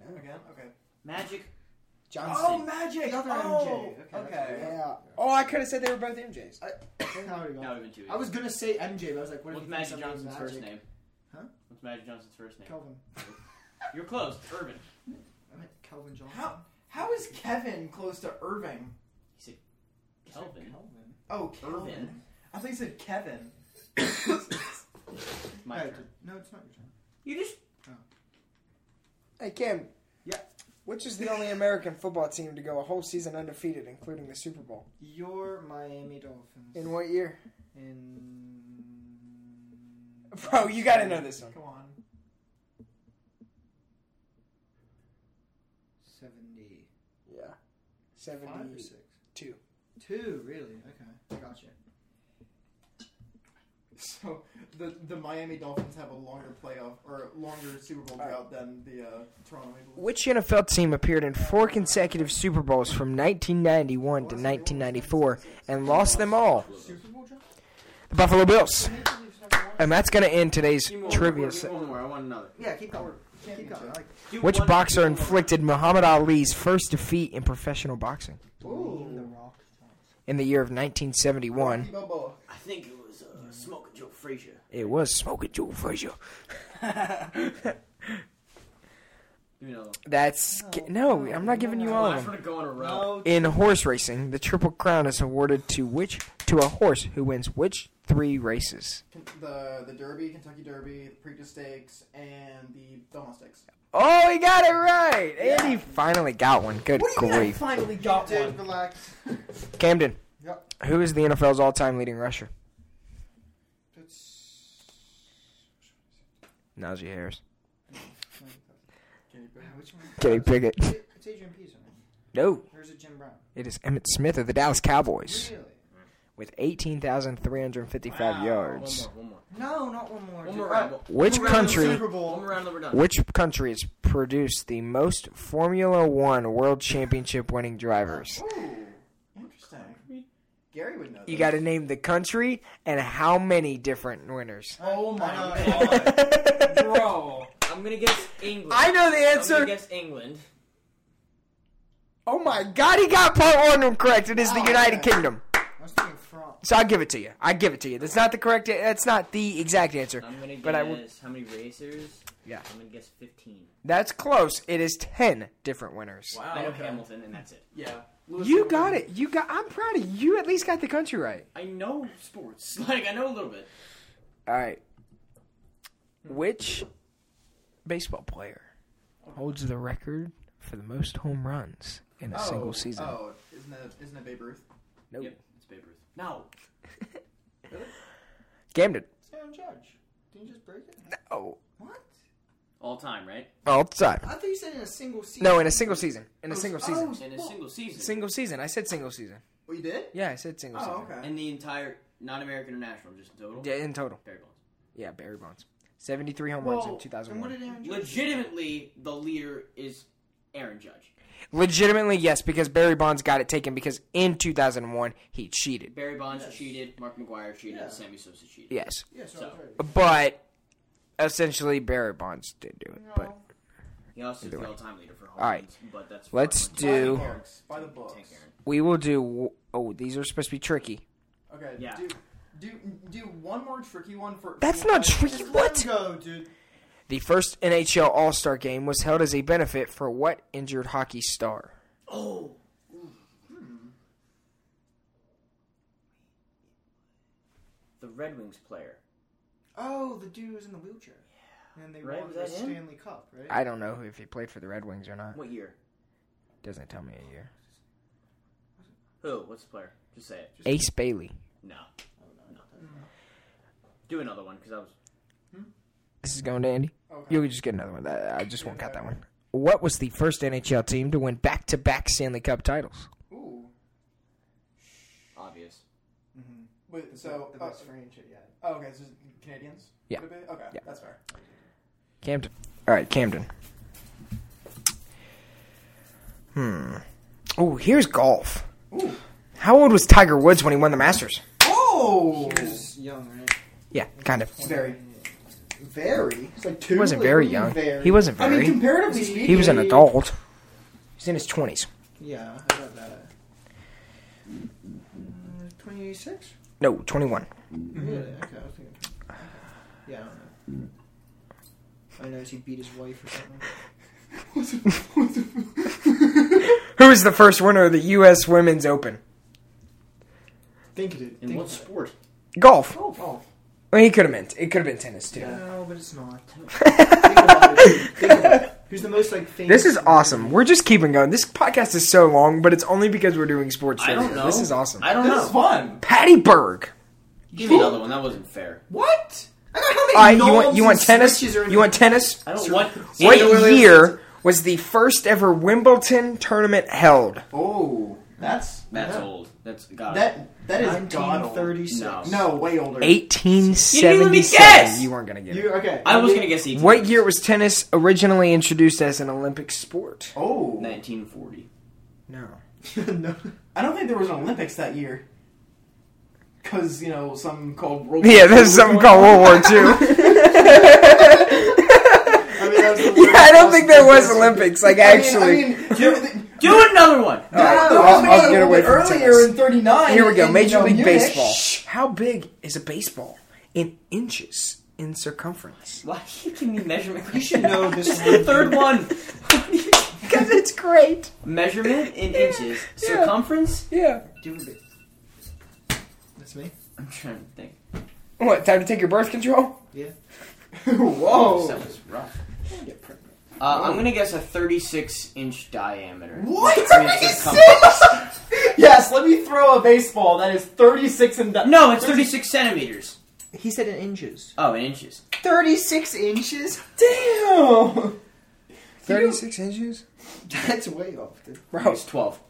[SPEAKER 4] no.
[SPEAKER 5] again. Okay.
[SPEAKER 7] Magic.
[SPEAKER 5] Oh,
[SPEAKER 4] Johnson.
[SPEAKER 5] Magic.
[SPEAKER 3] Another
[SPEAKER 5] oh,
[SPEAKER 3] MJ. Okay,
[SPEAKER 5] okay.
[SPEAKER 4] yeah. Oh, I could have said they were both MJs.
[SPEAKER 3] How are we
[SPEAKER 7] That
[SPEAKER 3] going?
[SPEAKER 7] would have been too easy.
[SPEAKER 3] I was gonna say MJ, but I was like, what if
[SPEAKER 7] What's
[SPEAKER 3] you think
[SPEAKER 7] Magic
[SPEAKER 3] something
[SPEAKER 7] Johnson's
[SPEAKER 3] magic?
[SPEAKER 7] first name?
[SPEAKER 3] Huh?
[SPEAKER 7] What's Magic Johnson's first name?
[SPEAKER 3] Kelvin.
[SPEAKER 7] You're close. Irvin.
[SPEAKER 3] I meant Kelvin Johnson.
[SPEAKER 5] How how is Kevin close to Irving?
[SPEAKER 7] Kelvin.
[SPEAKER 3] Kelvin.
[SPEAKER 5] Oh,
[SPEAKER 7] Irvin.
[SPEAKER 5] Kelvin. I thought you said Kevin.
[SPEAKER 7] It's my
[SPEAKER 3] Alright,
[SPEAKER 7] turn.
[SPEAKER 3] No, it's not your turn.
[SPEAKER 7] You just.
[SPEAKER 4] Hey Kim.
[SPEAKER 3] Yeah.
[SPEAKER 4] Which is the only American football team to go a whole season undefeated, including the Super Bowl?
[SPEAKER 3] Your Miami Dolphins.
[SPEAKER 4] In what year?
[SPEAKER 3] In-
[SPEAKER 4] Bro, you gotta know this one.
[SPEAKER 5] Go on.
[SPEAKER 3] 70.
[SPEAKER 4] Yeah.
[SPEAKER 3] Five or
[SPEAKER 4] Seventy.
[SPEAKER 3] six?
[SPEAKER 4] two.
[SPEAKER 3] Two, really? Okay. I got you.
[SPEAKER 5] So the the Miami Dolphins have a longer playoff or longer Super Bowl drought than the uh, Toronto Maple Leafs.
[SPEAKER 4] Which NFL team appeared in four consecutive Super Bowls from 1991 to 1994 and lost them all?
[SPEAKER 5] Super Bowl drought?
[SPEAKER 4] The Buffalo Bills.
[SPEAKER 5] Maple Leafs never won.
[SPEAKER 4] And that's going to end today's
[SPEAKER 7] Keep going,
[SPEAKER 4] trivia.
[SPEAKER 7] keep
[SPEAKER 4] Se-
[SPEAKER 7] going more. I want another.
[SPEAKER 3] Yeah, keep going. Keep going. I
[SPEAKER 5] Championship.
[SPEAKER 3] like
[SPEAKER 7] Do
[SPEAKER 4] Which
[SPEAKER 7] one-
[SPEAKER 4] boxer
[SPEAKER 7] do one more.
[SPEAKER 4] inflicted Muhammad Ali's first defeat in professional boxing
[SPEAKER 3] Ooh. The Rock.
[SPEAKER 4] in the year of 1971?
[SPEAKER 5] Balboa.
[SPEAKER 7] I think it was uh, Smoking Joe Frazier.
[SPEAKER 4] It was Smoking Joe Frazier.
[SPEAKER 7] Give me another one.
[SPEAKER 4] That's ki- no, I'm not giving you all
[SPEAKER 7] Well, I
[SPEAKER 4] of
[SPEAKER 7] sort
[SPEAKER 4] them.
[SPEAKER 7] of go on a row.
[SPEAKER 3] No.
[SPEAKER 4] In horse racing, the Triple Crown is awarded to which to a horse who wins which three races?
[SPEAKER 5] Ken- The the Derby, Kentucky Derby, the Preakness Stakes, and the Belmont Stakes.
[SPEAKER 4] Oh, he got it right. Andy finally got one. Good grief.
[SPEAKER 5] finally got
[SPEAKER 3] Dude, relax.
[SPEAKER 4] Camden.
[SPEAKER 3] Yep.
[SPEAKER 4] Who is the NFL's all-time leading rusher?
[SPEAKER 3] That's...
[SPEAKER 4] Najee Harris.
[SPEAKER 3] Wow, Which one?
[SPEAKER 4] Kenny Pickett.
[SPEAKER 3] It's it's Adrian Peterson.
[SPEAKER 4] No,
[SPEAKER 3] Or is it Jim Brown?
[SPEAKER 4] it is Emmett Smith of the Dallas Cowboys
[SPEAKER 3] Really?
[SPEAKER 4] with 18,355 yards.
[SPEAKER 7] One more, one more.
[SPEAKER 3] No, not one more.
[SPEAKER 7] One
[SPEAKER 3] dude.
[SPEAKER 7] more
[SPEAKER 3] Alright,
[SPEAKER 7] round. One
[SPEAKER 4] Which
[SPEAKER 7] more round of the
[SPEAKER 4] country-
[SPEAKER 7] Super Bowl. One more round, then we're done.
[SPEAKER 4] Which country has produced the most Formula One World Championship winning drivers?
[SPEAKER 5] Ooh, interesting. Gary would know.
[SPEAKER 4] You
[SPEAKER 5] this.
[SPEAKER 4] got to name the country and how many different winners.
[SPEAKER 5] Oh
[SPEAKER 3] I
[SPEAKER 5] my
[SPEAKER 3] know.
[SPEAKER 5] god,
[SPEAKER 4] I
[SPEAKER 5] bro!
[SPEAKER 7] I'm gonna guess England.
[SPEAKER 4] know the
[SPEAKER 7] I'm gonna
[SPEAKER 4] answer.
[SPEAKER 7] guess England.
[SPEAKER 4] Oh my God, he got part one of them correct. It is the
[SPEAKER 5] Oh,
[SPEAKER 4] United
[SPEAKER 5] okay.
[SPEAKER 4] Kingdom.
[SPEAKER 3] I was thinking France.
[SPEAKER 4] So I give it to you. I give it to you. That's not the correct. That's not the exact answer.
[SPEAKER 7] I'm gonna guess
[SPEAKER 4] But I will-
[SPEAKER 7] how many racers?
[SPEAKER 4] Yeah.
[SPEAKER 7] I'm gonna guess 15.
[SPEAKER 4] That's close. It is ten different winners.
[SPEAKER 5] Wow,
[SPEAKER 7] I know
[SPEAKER 5] okay.
[SPEAKER 7] Hamilton, and that's it.
[SPEAKER 5] Yeah, Lewis
[SPEAKER 4] You
[SPEAKER 5] Hamilton.
[SPEAKER 4] got it. You got. I'm proud of you. You At least got the country right.
[SPEAKER 7] I know sports. Like I know a little bit.
[SPEAKER 4] All right. Which baseball player holds the record for the most home runs in a
[SPEAKER 5] Oh,
[SPEAKER 4] single season?
[SPEAKER 5] Oh, isn't it isn't it Babe Ruth?
[SPEAKER 4] No.
[SPEAKER 7] Yep, it's Babe Ruth. No,
[SPEAKER 4] Camden.
[SPEAKER 3] Aaron Judge. Didn't you just break it?
[SPEAKER 4] Oh,
[SPEAKER 3] What?
[SPEAKER 7] all time, right?
[SPEAKER 4] all the time.
[SPEAKER 3] I thought you said in a single season. Oh.
[SPEAKER 4] No, in a single season. In a single season.
[SPEAKER 7] In a single season.
[SPEAKER 4] Single season. I said single season.
[SPEAKER 5] Oh, you did?
[SPEAKER 4] Yeah, I said single
[SPEAKER 5] Oh,
[SPEAKER 4] season.
[SPEAKER 5] okay.
[SPEAKER 7] In the entire non-American or national, just in total.
[SPEAKER 4] Yeah, in total.
[SPEAKER 7] Barry Bonds.
[SPEAKER 4] Yeah, Barry Bonds. 73 home runs
[SPEAKER 3] Oh,
[SPEAKER 4] in
[SPEAKER 5] Well,
[SPEAKER 3] And what
[SPEAKER 4] 2001.
[SPEAKER 3] did Aaron Judge
[SPEAKER 7] Legitimately, the leader is Aaron Judge.
[SPEAKER 4] Legitimately, yes, because Barry Bonds got it taken because in 2001 he cheated.
[SPEAKER 7] Barry Bonds
[SPEAKER 3] Yes.
[SPEAKER 7] cheated. Mark McGuire cheated.
[SPEAKER 3] Yeah.
[SPEAKER 7] Sammy Sosa cheated.
[SPEAKER 4] Yes.
[SPEAKER 3] Yeah, so,
[SPEAKER 7] So-
[SPEAKER 3] I was right.
[SPEAKER 4] But essentially, Barry Bonds did do it. But
[SPEAKER 7] He also is
[SPEAKER 4] Either
[SPEAKER 7] the
[SPEAKER 4] way.
[SPEAKER 7] all-time leader for home
[SPEAKER 4] All right.
[SPEAKER 7] runs, but that's
[SPEAKER 4] Let's
[SPEAKER 7] fine.
[SPEAKER 4] do-
[SPEAKER 5] By the books. By the books.
[SPEAKER 7] Take Aaron.
[SPEAKER 4] we will do. Oh, these are supposed to be tricky.
[SPEAKER 5] Okay.
[SPEAKER 7] Yeah.
[SPEAKER 5] Do, do do one more tricky one for.
[SPEAKER 4] That's
[SPEAKER 5] for
[SPEAKER 4] not
[SPEAKER 5] guys.
[SPEAKER 4] tricky.
[SPEAKER 3] Let's
[SPEAKER 4] What?
[SPEAKER 3] go, dude.
[SPEAKER 4] The first NHL All Star game was held as a benefit for what injured hockey star?
[SPEAKER 7] Oh, the Red Wings player.
[SPEAKER 3] Oh, the dude was in the wheelchair. Yeah. And they
[SPEAKER 7] Right,
[SPEAKER 3] won
[SPEAKER 7] was
[SPEAKER 3] the
[SPEAKER 7] that him?
[SPEAKER 3] Stanley Cup, right?
[SPEAKER 4] I don't know if he played for the Red Wings or not.
[SPEAKER 7] What year?
[SPEAKER 4] Doesn't tell me a year.
[SPEAKER 7] Who? What's the player? Just say it.
[SPEAKER 4] Ace Bailey.
[SPEAKER 7] No. No. Do another one because I was.
[SPEAKER 4] This is going to Andy.
[SPEAKER 5] Okay.
[SPEAKER 4] You'll just get another one. I I just won't cut that one. What was the first NHL team to win back to back Stanley Cup titles?
[SPEAKER 5] Ooh.
[SPEAKER 7] Obvious.
[SPEAKER 5] Wait. So.
[SPEAKER 3] the
[SPEAKER 5] Uh,
[SPEAKER 3] best friend shit, yeah.
[SPEAKER 5] oh, okay. So Canadians.
[SPEAKER 4] Yeah.
[SPEAKER 5] Would it be? Okay.
[SPEAKER 4] Yeah.
[SPEAKER 5] That's fair.
[SPEAKER 4] Camden. All right, Camden. Hmm. Oh, here's golf.
[SPEAKER 5] Ooh.
[SPEAKER 4] Hmm. How old was Tiger Woods when he won the Masters?
[SPEAKER 5] Oh!
[SPEAKER 3] He was young, right?
[SPEAKER 4] Yeah, kind of.
[SPEAKER 3] Very. Very? He's like two.
[SPEAKER 4] He wasn't
[SPEAKER 3] Like,
[SPEAKER 4] very
[SPEAKER 3] what do you mean
[SPEAKER 4] young.
[SPEAKER 3] Very.
[SPEAKER 4] He wasn't
[SPEAKER 3] I mean,
[SPEAKER 4] very.
[SPEAKER 3] comparatively speaking,
[SPEAKER 4] He was an adult. He's in his twenties.
[SPEAKER 3] Yeah, I got that. Twenty six.
[SPEAKER 4] No, twenty-one.
[SPEAKER 3] Really? Okay. I was thinking. Yeah, I don't know. I noticed he beat his wife or something.
[SPEAKER 4] Who is the first winner of the U.S. Women's Open?
[SPEAKER 3] Think of it.
[SPEAKER 7] In
[SPEAKER 3] Think
[SPEAKER 7] what
[SPEAKER 3] of it.
[SPEAKER 7] sport?
[SPEAKER 4] Golf.
[SPEAKER 3] Oh, oh.
[SPEAKER 4] Well, he could have meant it. Could have been tennis too.
[SPEAKER 3] No, but it's not. Think about it. Think about it. Who's the most like famous?
[SPEAKER 4] This is awesome. We're just keeping going. This podcast is so long, but it's only because we're doing sports.
[SPEAKER 7] I don't
[SPEAKER 4] trivia.
[SPEAKER 7] know.
[SPEAKER 4] This is awesome.
[SPEAKER 7] I don't
[SPEAKER 5] This is
[SPEAKER 7] know.
[SPEAKER 5] fun.
[SPEAKER 4] Patty Berg.
[SPEAKER 7] Give me another one. That wasn't fair.
[SPEAKER 5] What?
[SPEAKER 3] I got how many
[SPEAKER 4] All right, you want
[SPEAKER 3] knobs
[SPEAKER 4] you want
[SPEAKER 3] and
[SPEAKER 4] tennis?
[SPEAKER 3] switches are in
[SPEAKER 4] You want tennis?
[SPEAKER 7] I don't want.
[SPEAKER 4] What
[SPEAKER 7] Serena Williams-
[SPEAKER 4] year was the first ever Wimbledon tournament held?
[SPEAKER 5] Oh, that's
[SPEAKER 7] That's
[SPEAKER 5] that,
[SPEAKER 7] old. That's god.
[SPEAKER 5] That that is god old.
[SPEAKER 3] 1936.
[SPEAKER 7] No.
[SPEAKER 5] No, way older.
[SPEAKER 7] You didn't even guess!
[SPEAKER 4] 1877. You weren't gonna get
[SPEAKER 3] You
[SPEAKER 4] it.
[SPEAKER 3] okay?
[SPEAKER 7] I was gonna guess he.
[SPEAKER 4] What year was tennis originally introduced as an Olympic sport?
[SPEAKER 5] Oh,
[SPEAKER 7] 1940.
[SPEAKER 4] No.
[SPEAKER 3] no.
[SPEAKER 5] I don't think there was an Olympics that year. Cause you know some called World
[SPEAKER 4] Yeah, there's something called World War II.
[SPEAKER 3] I mean, that was the
[SPEAKER 4] yeah, I don't think there was
[SPEAKER 3] Olympics.
[SPEAKER 4] Olympics. Like
[SPEAKER 5] I mean-
[SPEAKER 4] actually,
[SPEAKER 5] I mean, there, there,
[SPEAKER 7] Do another one.
[SPEAKER 4] right,
[SPEAKER 5] there
[SPEAKER 4] I'll-
[SPEAKER 5] was
[SPEAKER 4] I'll
[SPEAKER 5] one
[SPEAKER 4] get away
[SPEAKER 5] a little
[SPEAKER 4] from
[SPEAKER 5] bit
[SPEAKER 4] tennis.
[SPEAKER 5] earlier in '39.
[SPEAKER 4] Here we go.
[SPEAKER 5] in,
[SPEAKER 4] Major
[SPEAKER 5] you know,
[SPEAKER 4] League
[SPEAKER 5] Munich.
[SPEAKER 4] Baseball. How big is a baseball in inches in circumference?
[SPEAKER 7] Why are you giving me measurement? You should
[SPEAKER 3] know this
[SPEAKER 7] is the third one.
[SPEAKER 4] Because it's great.
[SPEAKER 7] measurement in inches,
[SPEAKER 4] yeah.
[SPEAKER 7] circumference.
[SPEAKER 4] Yeah.
[SPEAKER 3] That's me.
[SPEAKER 7] I'm trying to think.
[SPEAKER 4] What? Time to take your birth control?
[SPEAKER 5] Whoa.
[SPEAKER 7] That was rough. Uh, I'm gonna guess a 36 inch diameter.
[SPEAKER 5] What?
[SPEAKER 7] I mean, circumference.
[SPEAKER 5] Yes, let me throw a baseball that is 36 and di-
[SPEAKER 7] No, it's 36 centimeters.
[SPEAKER 3] He said in inches.
[SPEAKER 7] Oh, in inches.
[SPEAKER 3] Thirty-six inches.
[SPEAKER 5] Damn.
[SPEAKER 4] Thirty-six inches.
[SPEAKER 3] That's way off. dude.
[SPEAKER 4] Bro,
[SPEAKER 7] It's 12.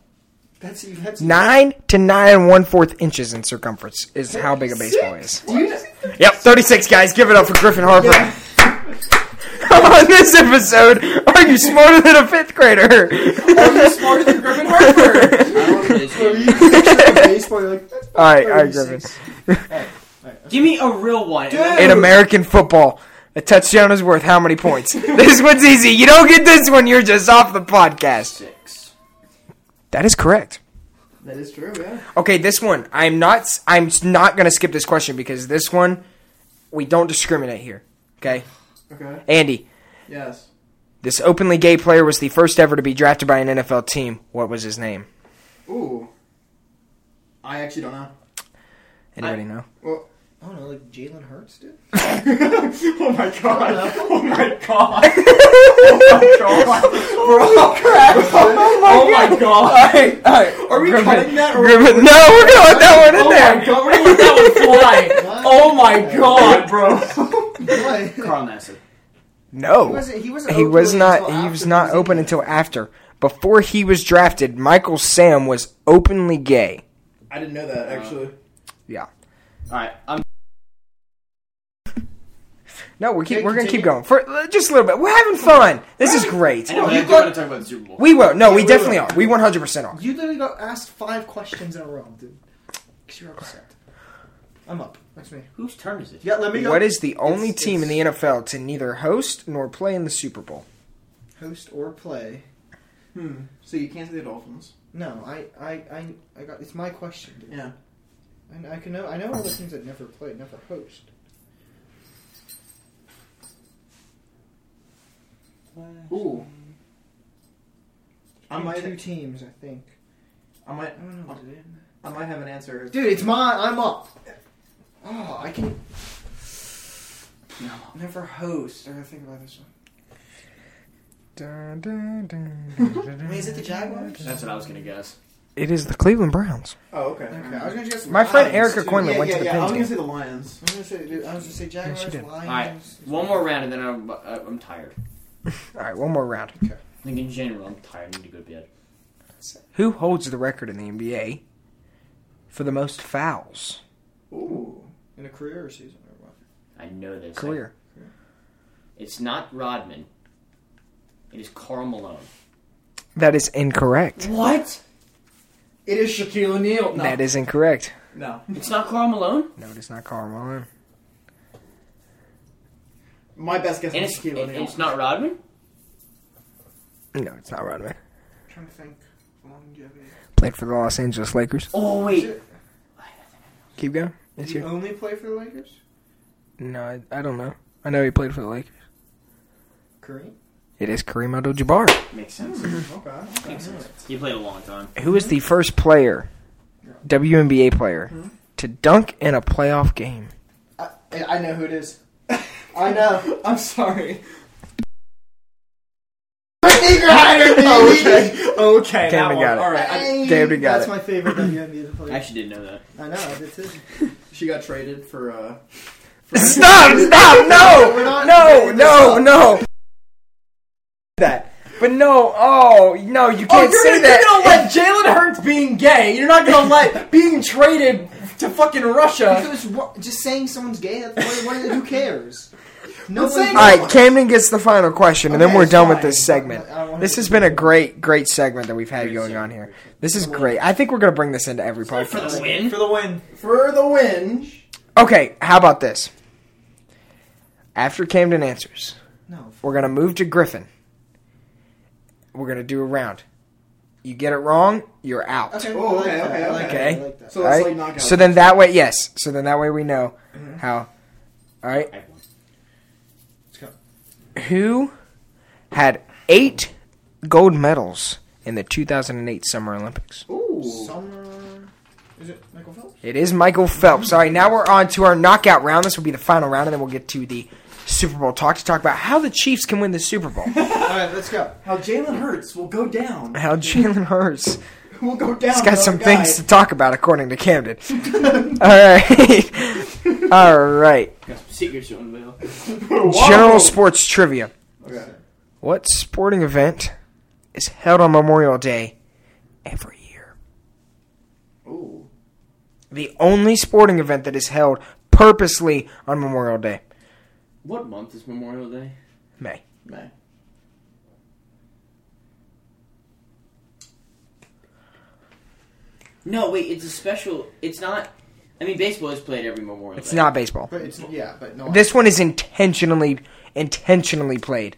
[SPEAKER 3] That's that's.
[SPEAKER 4] nine to nine and one fourth inches in circumference is how big a baseball is.
[SPEAKER 3] Do you know,
[SPEAKER 4] Yep, thirty-six guys. Give it up for Griffin Harper. On this episode, are you smarter than a fifth grader?
[SPEAKER 5] Smarter than Griffin Harper.
[SPEAKER 7] I don't know what it is.
[SPEAKER 3] are you picturing a baseball? You're like, that's
[SPEAKER 4] All right, all right,
[SPEAKER 3] 36.
[SPEAKER 4] Griffin.
[SPEAKER 7] Give me a real one.
[SPEAKER 3] Dude.
[SPEAKER 4] in American football. A touchdown is worth how many points? this one's easy. You don't get this one, you're just off the podcast.
[SPEAKER 7] Six.
[SPEAKER 4] That is correct.
[SPEAKER 5] That is true, yeah.
[SPEAKER 4] Okay, this one. I'm not s- I'm s- not going to skip this question because this one we don't discriminate here. Okay?
[SPEAKER 5] Okay.
[SPEAKER 4] Andy,
[SPEAKER 5] Yes.
[SPEAKER 4] this openly gay player was the first ever to be drafted by an NFL team. What was his name?
[SPEAKER 5] Ooh. I actually don't know.
[SPEAKER 4] Anybody know?
[SPEAKER 3] I don't know, like Jalen Hurts, dude.
[SPEAKER 5] oh my god. Oh my god. Oh my god. Oh my god.
[SPEAKER 4] Alright, alright.
[SPEAKER 5] Are we cutting that or
[SPEAKER 4] Griffin, no, we're going to let that one in there.
[SPEAKER 5] Oh my god, we're gonna let that one fly. Oh my god, bro.
[SPEAKER 3] What?
[SPEAKER 7] Carl Nassib.
[SPEAKER 4] No.
[SPEAKER 3] He wasn't. He wasn't.
[SPEAKER 4] he
[SPEAKER 3] open
[SPEAKER 4] was
[SPEAKER 3] until
[SPEAKER 4] not he
[SPEAKER 3] after
[SPEAKER 4] was
[SPEAKER 3] the
[SPEAKER 4] not
[SPEAKER 3] season.
[SPEAKER 4] open until after before he was drafted michael sam was openly gay
[SPEAKER 5] I didn't know that actually.
[SPEAKER 7] Alright, I'm.
[SPEAKER 4] no we're, keep,
[SPEAKER 3] Okay,
[SPEAKER 4] we're gonna keep
[SPEAKER 3] continue.
[SPEAKER 4] going for uh, just a little bit we're having fun this is great
[SPEAKER 7] I
[SPEAKER 5] Oh,
[SPEAKER 7] know, but I
[SPEAKER 3] you
[SPEAKER 7] do
[SPEAKER 3] got-
[SPEAKER 7] want to talk about the Super Bowl.
[SPEAKER 4] we will no we
[SPEAKER 3] we
[SPEAKER 4] definitely
[SPEAKER 3] will.
[SPEAKER 4] are we 100% are
[SPEAKER 3] You literally got asked five questions in a row, dude. Because you're upset. I'm up. That's me.
[SPEAKER 7] Whose turn is it?
[SPEAKER 3] Yeah, let me go.
[SPEAKER 4] what is the only
[SPEAKER 3] It's-
[SPEAKER 4] team in the nfl to neither host nor play in the super bowl
[SPEAKER 3] host or play?
[SPEAKER 5] Hmm. So you can't say the Dolphins.
[SPEAKER 3] No, I, I, I, I got. It's my question, dude.
[SPEAKER 5] Yeah.
[SPEAKER 3] And I can know. I know all the teams that never played, never host.
[SPEAKER 5] Ooh. I
[SPEAKER 3] Only
[SPEAKER 5] might
[SPEAKER 3] two teams, I think.
[SPEAKER 5] I
[SPEAKER 3] I
[SPEAKER 5] might
[SPEAKER 3] don't know, dude.
[SPEAKER 5] I might have an answer.
[SPEAKER 3] Dude, it's my. I'm up. Oh, I can.
[SPEAKER 5] No.
[SPEAKER 3] Never host. I gotta think about this one. Wait, is it the Jaguars?
[SPEAKER 7] That's what I was gonna guess.
[SPEAKER 4] it is the cleveland browns
[SPEAKER 5] Oh, okay.
[SPEAKER 3] Okay, I was gonna guess
[SPEAKER 4] My friend
[SPEAKER 3] Lions,
[SPEAKER 4] Erica
[SPEAKER 3] too.
[SPEAKER 4] Quinlan
[SPEAKER 3] Yeah,
[SPEAKER 4] went
[SPEAKER 3] yeah,
[SPEAKER 4] to the
[SPEAKER 3] yeah,
[SPEAKER 5] I
[SPEAKER 4] Pens
[SPEAKER 5] was
[SPEAKER 4] game.
[SPEAKER 5] gonna say the Lions.
[SPEAKER 3] I was gonna say, dude, I was gonna say Jaguars,
[SPEAKER 4] did.
[SPEAKER 3] Lions.
[SPEAKER 7] Alright, one more round and then I'm, uh, I'm tired.
[SPEAKER 4] all right one more round
[SPEAKER 7] I think in general, I'm tired. I need to go to bed.
[SPEAKER 4] who holds the record in the nba for the most fouls
[SPEAKER 5] Ooh.
[SPEAKER 3] In a career or season or what?
[SPEAKER 7] I know this.
[SPEAKER 4] career
[SPEAKER 7] I- it's not Rodman. It is Carl Malone.
[SPEAKER 4] that is incorrect
[SPEAKER 7] What?
[SPEAKER 5] It is Shaquille O'Neal. No.
[SPEAKER 4] That is incorrect.
[SPEAKER 5] No.
[SPEAKER 7] It's not Carl Malone,
[SPEAKER 4] No, it is not Carl Malone.
[SPEAKER 5] My best guess
[SPEAKER 7] and
[SPEAKER 5] is
[SPEAKER 7] it's,
[SPEAKER 5] Shaquille
[SPEAKER 7] and
[SPEAKER 5] O'Neal.
[SPEAKER 7] it's not Rodman.
[SPEAKER 4] No, it's not Rodman.
[SPEAKER 8] trying to think longevity.
[SPEAKER 4] Played for the Los Angeles Lakers.
[SPEAKER 7] Oh wait,
[SPEAKER 3] Shit.
[SPEAKER 4] Keep going.
[SPEAKER 3] Did
[SPEAKER 4] It's
[SPEAKER 3] he
[SPEAKER 4] you.
[SPEAKER 3] only play for the Lakers?
[SPEAKER 4] No, I, I don't know. I know he played for the Lakers.
[SPEAKER 3] Kareem?
[SPEAKER 4] It is Kareem Abdul-Jabbar.
[SPEAKER 7] makes sense.
[SPEAKER 5] Okay.
[SPEAKER 7] Makes sense. He played a long time.
[SPEAKER 4] Who was the first player, WNBA player, to dunk in a playoff game?
[SPEAKER 3] I, I know who it is. I know.
[SPEAKER 5] I'm sorry.
[SPEAKER 3] Brittany Griner, baby!
[SPEAKER 7] Oh,
[SPEAKER 5] Okay.
[SPEAKER 4] Damn, I
[SPEAKER 5] that one.
[SPEAKER 4] got it.
[SPEAKER 5] All right. I-
[SPEAKER 3] Hey,
[SPEAKER 4] Damn, we got
[SPEAKER 3] That's
[SPEAKER 4] it.
[SPEAKER 3] my favorite WNBA
[SPEAKER 7] I
[SPEAKER 3] player.
[SPEAKER 7] actually didn't know that.
[SPEAKER 3] I know, I did too.
[SPEAKER 5] she got traded for. uh...
[SPEAKER 4] Stop! Stop!
[SPEAKER 3] We're
[SPEAKER 4] No!
[SPEAKER 3] not
[SPEAKER 4] No!
[SPEAKER 3] making this
[SPEAKER 4] No!
[SPEAKER 3] up.
[SPEAKER 4] No! That. But no. Oh no! You can't say that.
[SPEAKER 5] let Jalen Hurts being gay. You're not gonna let being traded to fucking Russia.
[SPEAKER 3] Because what, just saying someone's gay, that's what, what, who cares? No
[SPEAKER 5] Let's say
[SPEAKER 3] one.
[SPEAKER 5] no.
[SPEAKER 4] All right, Camden gets the final question, and then
[SPEAKER 3] Okay,
[SPEAKER 4] we're
[SPEAKER 3] it's
[SPEAKER 4] done with
[SPEAKER 3] fine.
[SPEAKER 4] this segment.
[SPEAKER 3] I don't wanna-
[SPEAKER 4] This has been a great, great segment that we've had going on here. This is great. I think we're gonna bring this into every
[SPEAKER 7] For the
[SPEAKER 4] podcast.
[SPEAKER 7] win.
[SPEAKER 3] For the win.
[SPEAKER 5] For the win.
[SPEAKER 4] Okay, how about this? After Camden answers,
[SPEAKER 3] No.
[SPEAKER 4] we're gonna move to Griffin. We're gonna do a round. You get it wrong, you're out.
[SPEAKER 3] Okay,
[SPEAKER 5] Oh,
[SPEAKER 3] I like
[SPEAKER 5] okay,
[SPEAKER 3] that,
[SPEAKER 5] okay,
[SPEAKER 3] I like
[SPEAKER 4] okay.
[SPEAKER 3] that, I like that.
[SPEAKER 5] So that's
[SPEAKER 4] Alright.
[SPEAKER 5] like Mm-hmm. knockout.
[SPEAKER 4] So then that way, yes. So then that way we know how. All right. Who had eight gold medals in the 2008 Summer Olympics?
[SPEAKER 5] Ooh.
[SPEAKER 3] Summer. Is it Michael Phelps?
[SPEAKER 4] It is Michael Phelps. All right, now we're on to our knockout round. This will be the final round, and then we'll get to the Super Bowl talk to talk about how the Chiefs can win the Super Bowl.
[SPEAKER 3] Alright, let's go.
[SPEAKER 5] How Jalen Hurts will go down.
[SPEAKER 4] how Jalen Hurts
[SPEAKER 5] Will go down.
[SPEAKER 4] has got
[SPEAKER 5] another
[SPEAKER 4] some
[SPEAKER 5] Oh, guy.
[SPEAKER 4] things to talk about, according to Camden. All right. All right.
[SPEAKER 7] Got some secrets to unveil.
[SPEAKER 5] Whoa.
[SPEAKER 4] General sports trivia.
[SPEAKER 5] Okay.
[SPEAKER 4] What sporting event is held on Memorial Day every year?
[SPEAKER 5] Ooh.
[SPEAKER 4] The only sporting event that is held purposely on Memorial Day.
[SPEAKER 7] What month is Memorial Day?
[SPEAKER 4] May.
[SPEAKER 5] May.
[SPEAKER 7] No, wait. It's a special. It's not. I mean, baseball is played every Memorial
[SPEAKER 4] It's
[SPEAKER 7] Day.
[SPEAKER 4] not baseball.
[SPEAKER 3] But it's, yeah, but no.
[SPEAKER 4] This one is intentionally intentionally played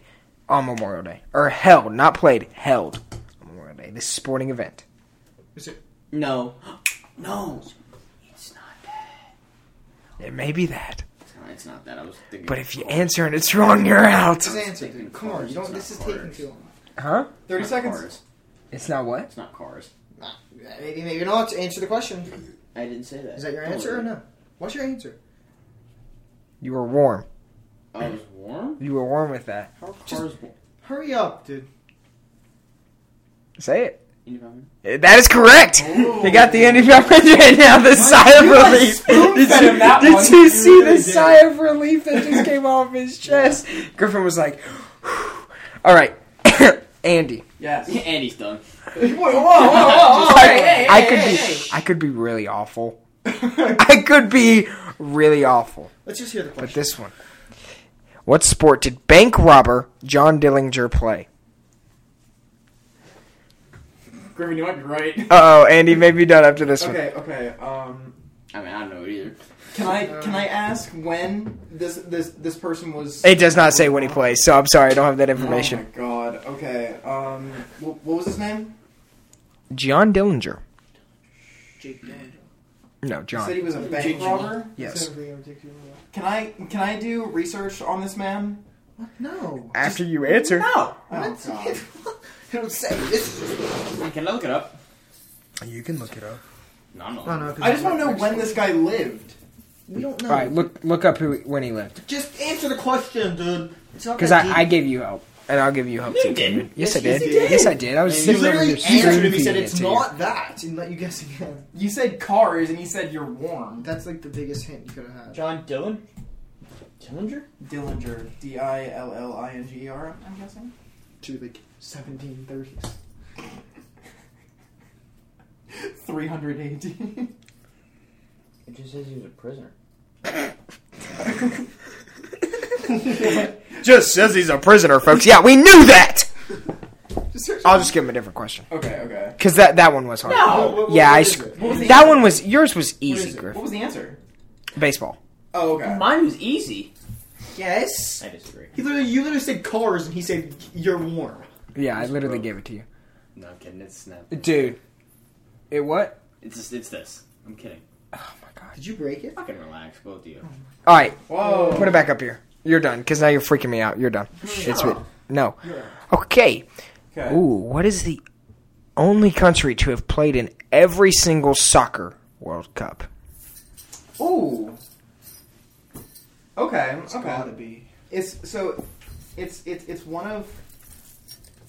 [SPEAKER 4] on Memorial Day. Or held, not played, held on Memorial Day. This sporting event.
[SPEAKER 7] No. No. It's not that.
[SPEAKER 4] It may be that.
[SPEAKER 7] It's not, it's not that. I was thinking.
[SPEAKER 4] But if you answer and it's wrong, you're out.
[SPEAKER 3] Just answer, dude. Come on, you don't. This is taking too long.
[SPEAKER 4] Huh?
[SPEAKER 5] Thirty seconds.
[SPEAKER 7] Cars.
[SPEAKER 4] It's not what?
[SPEAKER 7] It's not cars.
[SPEAKER 3] Ah, Maybe, maybe not. Answer the question.
[SPEAKER 7] I didn't say that.
[SPEAKER 3] Is that your
[SPEAKER 7] Don't
[SPEAKER 3] answer or
[SPEAKER 7] worry.
[SPEAKER 3] no? What's your answer?
[SPEAKER 4] You were warm.
[SPEAKER 7] I was warm.
[SPEAKER 4] You were warm with that.
[SPEAKER 7] How are cars
[SPEAKER 3] Just-
[SPEAKER 7] warm?
[SPEAKER 3] Hurry up, dude.
[SPEAKER 4] Say it.
[SPEAKER 7] You know what I mean?
[SPEAKER 4] Uh, That is correct.
[SPEAKER 5] Ooh.
[SPEAKER 4] They got the Indy 500 now. The sigh of relief. Did
[SPEAKER 5] spoon-fed
[SPEAKER 4] you,
[SPEAKER 5] him that
[SPEAKER 4] did
[SPEAKER 5] one.
[SPEAKER 4] you
[SPEAKER 5] You
[SPEAKER 4] see
[SPEAKER 5] really
[SPEAKER 4] the
[SPEAKER 5] did.
[SPEAKER 4] sigh of relief that just came off his chest? Griffin was like, "All right, Andy."
[SPEAKER 5] Yes.
[SPEAKER 7] Yeah, Andy's done.
[SPEAKER 5] whoa, whoa, whoa, whoa, whoa.
[SPEAKER 4] I,
[SPEAKER 5] hey,
[SPEAKER 4] I
[SPEAKER 5] hey,
[SPEAKER 4] could
[SPEAKER 5] hey,
[SPEAKER 4] be,
[SPEAKER 5] hey.
[SPEAKER 4] I could be really awful. I could be really awful.
[SPEAKER 3] Let's just hear the
[SPEAKER 4] But
[SPEAKER 3] question.
[SPEAKER 4] this one, what sport did bank robber John Dillinger play?
[SPEAKER 5] Griffin, you might be right.
[SPEAKER 4] Uh oh, Andy, maybe done after this one.
[SPEAKER 5] Okay. Okay. Um. uh,
[SPEAKER 7] I mean, I don't know it either.
[SPEAKER 5] Can I can I ask when this this this person was?
[SPEAKER 4] It does not say when he plays, so I'm sorry, I don't have that
[SPEAKER 5] Oh
[SPEAKER 4] information.
[SPEAKER 5] my god. Okay. Um. What, what was his name? Oh
[SPEAKER 4] John Dillinger.
[SPEAKER 7] Jake
[SPEAKER 4] No,
[SPEAKER 5] You said
[SPEAKER 4] John.
[SPEAKER 5] he was a bank
[SPEAKER 7] Jake
[SPEAKER 5] robber.
[SPEAKER 4] Yes.
[SPEAKER 5] Can I can I do research on this man?
[SPEAKER 3] No.
[SPEAKER 4] After you answer,
[SPEAKER 5] No. Oh,
[SPEAKER 3] What?
[SPEAKER 5] God.
[SPEAKER 3] You don't say this.
[SPEAKER 7] Can I look it up?
[SPEAKER 4] you can look it up.
[SPEAKER 7] No, I'm not.
[SPEAKER 3] No, no, 'cause
[SPEAKER 5] I just want to know when this guy lived.
[SPEAKER 3] We don't know.
[SPEAKER 4] All right, look look up who when he lived,
[SPEAKER 3] Just answer the question, dude. It's not
[SPEAKER 4] because
[SPEAKER 3] that
[SPEAKER 4] I, I
[SPEAKER 3] deep.
[SPEAKER 4] gave you help, and I'll give you help too.
[SPEAKER 7] didn't.
[SPEAKER 4] Yes, I
[SPEAKER 3] Yes,
[SPEAKER 4] did.
[SPEAKER 3] you did.
[SPEAKER 4] Yes, I did. I was
[SPEAKER 7] And
[SPEAKER 3] You
[SPEAKER 4] sitting over
[SPEAKER 3] literally
[SPEAKER 4] here
[SPEAKER 3] answered
[SPEAKER 4] screaming
[SPEAKER 3] and he said
[SPEAKER 4] it
[SPEAKER 3] it's
[SPEAKER 4] to you.
[SPEAKER 3] not that, and let you guess again.
[SPEAKER 5] You said cars, and you said you're warm.
[SPEAKER 3] That's like the biggest hint you could have had.
[SPEAKER 7] John Dillon? Dillinger?
[SPEAKER 5] Dillinger, D I L L I N G E R. I'm guessing.
[SPEAKER 3] To like 1730s.
[SPEAKER 5] Three hundred eighty.
[SPEAKER 7] It just says he was a prisoner.
[SPEAKER 4] Just says he's a prisoner, folks. Yeah, we knew that.
[SPEAKER 3] Just hear
[SPEAKER 4] I'll just give him a different question
[SPEAKER 5] Okay, okay.
[SPEAKER 4] because that that one was hard.
[SPEAKER 5] No, Oh, what- what-
[SPEAKER 4] yeah,
[SPEAKER 5] what
[SPEAKER 4] I
[SPEAKER 5] is
[SPEAKER 4] sc-
[SPEAKER 5] it? What was the
[SPEAKER 4] that
[SPEAKER 5] answer?
[SPEAKER 4] one was yours was
[SPEAKER 5] What
[SPEAKER 4] easy,
[SPEAKER 5] is it?
[SPEAKER 4] Griff.
[SPEAKER 5] What was the answer?
[SPEAKER 4] Baseball.
[SPEAKER 5] Oh, okay.
[SPEAKER 7] Mine was easy.
[SPEAKER 3] Yes.
[SPEAKER 7] I disagree.
[SPEAKER 3] He literally, you literally said cars, and he said you're warm.
[SPEAKER 4] Yeah, I literally gave it to you,
[SPEAKER 7] No, I'm kidding. It's not.
[SPEAKER 4] dude. It what?
[SPEAKER 7] It's just, it's this. I'm kidding.
[SPEAKER 4] Oh my god.
[SPEAKER 3] Did you break it?
[SPEAKER 7] Fucking relax, both of you.
[SPEAKER 3] Oh,
[SPEAKER 4] All right,
[SPEAKER 5] Whoa.
[SPEAKER 4] put it back up here. You're done because now you're freaking me out. You're done. It's
[SPEAKER 5] up.
[SPEAKER 4] no. Okay.
[SPEAKER 5] Okay.
[SPEAKER 4] Ooh, what is the only country to have played in every single soccer World Cup?
[SPEAKER 5] Ooh. Okay. okay.
[SPEAKER 3] Gotta be.
[SPEAKER 5] It's so. It's it's it's one of.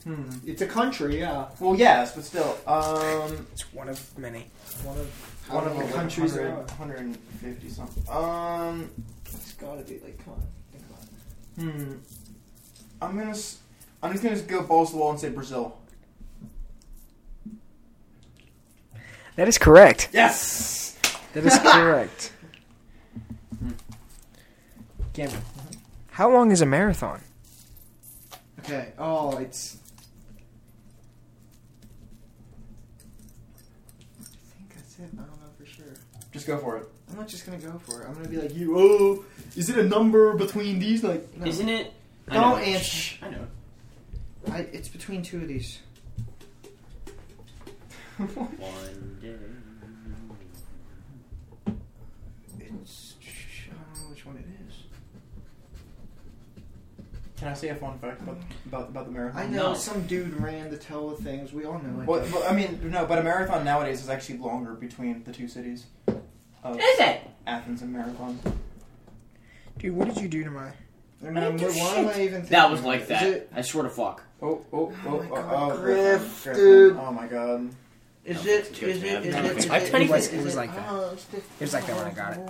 [SPEAKER 5] hmm.
[SPEAKER 3] It's a country, yeah.
[SPEAKER 5] Well, yes, but still. Um.
[SPEAKER 4] It's one of many.
[SPEAKER 3] One of
[SPEAKER 5] One of the countries.
[SPEAKER 3] there are.
[SPEAKER 5] 150 something. Um.
[SPEAKER 3] It's gotta be like come on. Think about it.
[SPEAKER 5] Hmm. I'm gonna. s- I'm just gonna just go balls to the wall and say Brazil.
[SPEAKER 4] That is correct.
[SPEAKER 5] Yes.
[SPEAKER 4] That is correct. Cameron, how long is a marathon?
[SPEAKER 3] Okay. Oh, it's. I think that's it. I don't know for sure.
[SPEAKER 5] Just go for it.
[SPEAKER 3] I'm not just gonna go for it. I'm gonna be like you. Oh, is it a number between these? Like, no.
[SPEAKER 7] Isn't it? I
[SPEAKER 3] Don't
[SPEAKER 7] know.
[SPEAKER 3] answer.
[SPEAKER 7] Shh, I know.
[SPEAKER 3] I, it's between two of these.
[SPEAKER 7] One day.
[SPEAKER 3] It's. I don't know which one it is.
[SPEAKER 5] Can I say a fun fact about about, about the marathon?
[SPEAKER 3] I know
[SPEAKER 7] No.
[SPEAKER 3] some dude ran the tell of things. We all know it.
[SPEAKER 5] Well, well, I mean, no, but a marathon nowadays is actually longer between the two cities of
[SPEAKER 7] Is it?
[SPEAKER 5] Athens and Marathon.
[SPEAKER 4] Dude, what did you do to my?
[SPEAKER 3] I mean,
[SPEAKER 7] do
[SPEAKER 3] what- why am I even thinking?
[SPEAKER 7] That was
[SPEAKER 3] of
[SPEAKER 7] like
[SPEAKER 3] it?
[SPEAKER 7] that.
[SPEAKER 3] Is it,
[SPEAKER 7] I swear to fuck.
[SPEAKER 5] Oh, oh,
[SPEAKER 3] Oh
[SPEAKER 5] oh,
[SPEAKER 3] my
[SPEAKER 5] oh,
[SPEAKER 3] God,
[SPEAKER 5] oh,
[SPEAKER 3] Griff,
[SPEAKER 5] Griffin,
[SPEAKER 3] dude.
[SPEAKER 5] Oh my god.
[SPEAKER 3] is
[SPEAKER 7] No,
[SPEAKER 3] it?
[SPEAKER 7] it's
[SPEAKER 3] Is
[SPEAKER 7] good.
[SPEAKER 3] it? Is
[SPEAKER 7] No,
[SPEAKER 3] it?
[SPEAKER 7] it's
[SPEAKER 3] Is
[SPEAKER 7] fine.
[SPEAKER 3] it?
[SPEAKER 7] Tiny
[SPEAKER 3] is
[SPEAKER 4] was-
[SPEAKER 3] it-
[SPEAKER 4] it
[SPEAKER 3] is
[SPEAKER 4] was
[SPEAKER 3] it-
[SPEAKER 4] like that.
[SPEAKER 3] oh, it's the-
[SPEAKER 4] It was like that when I got it.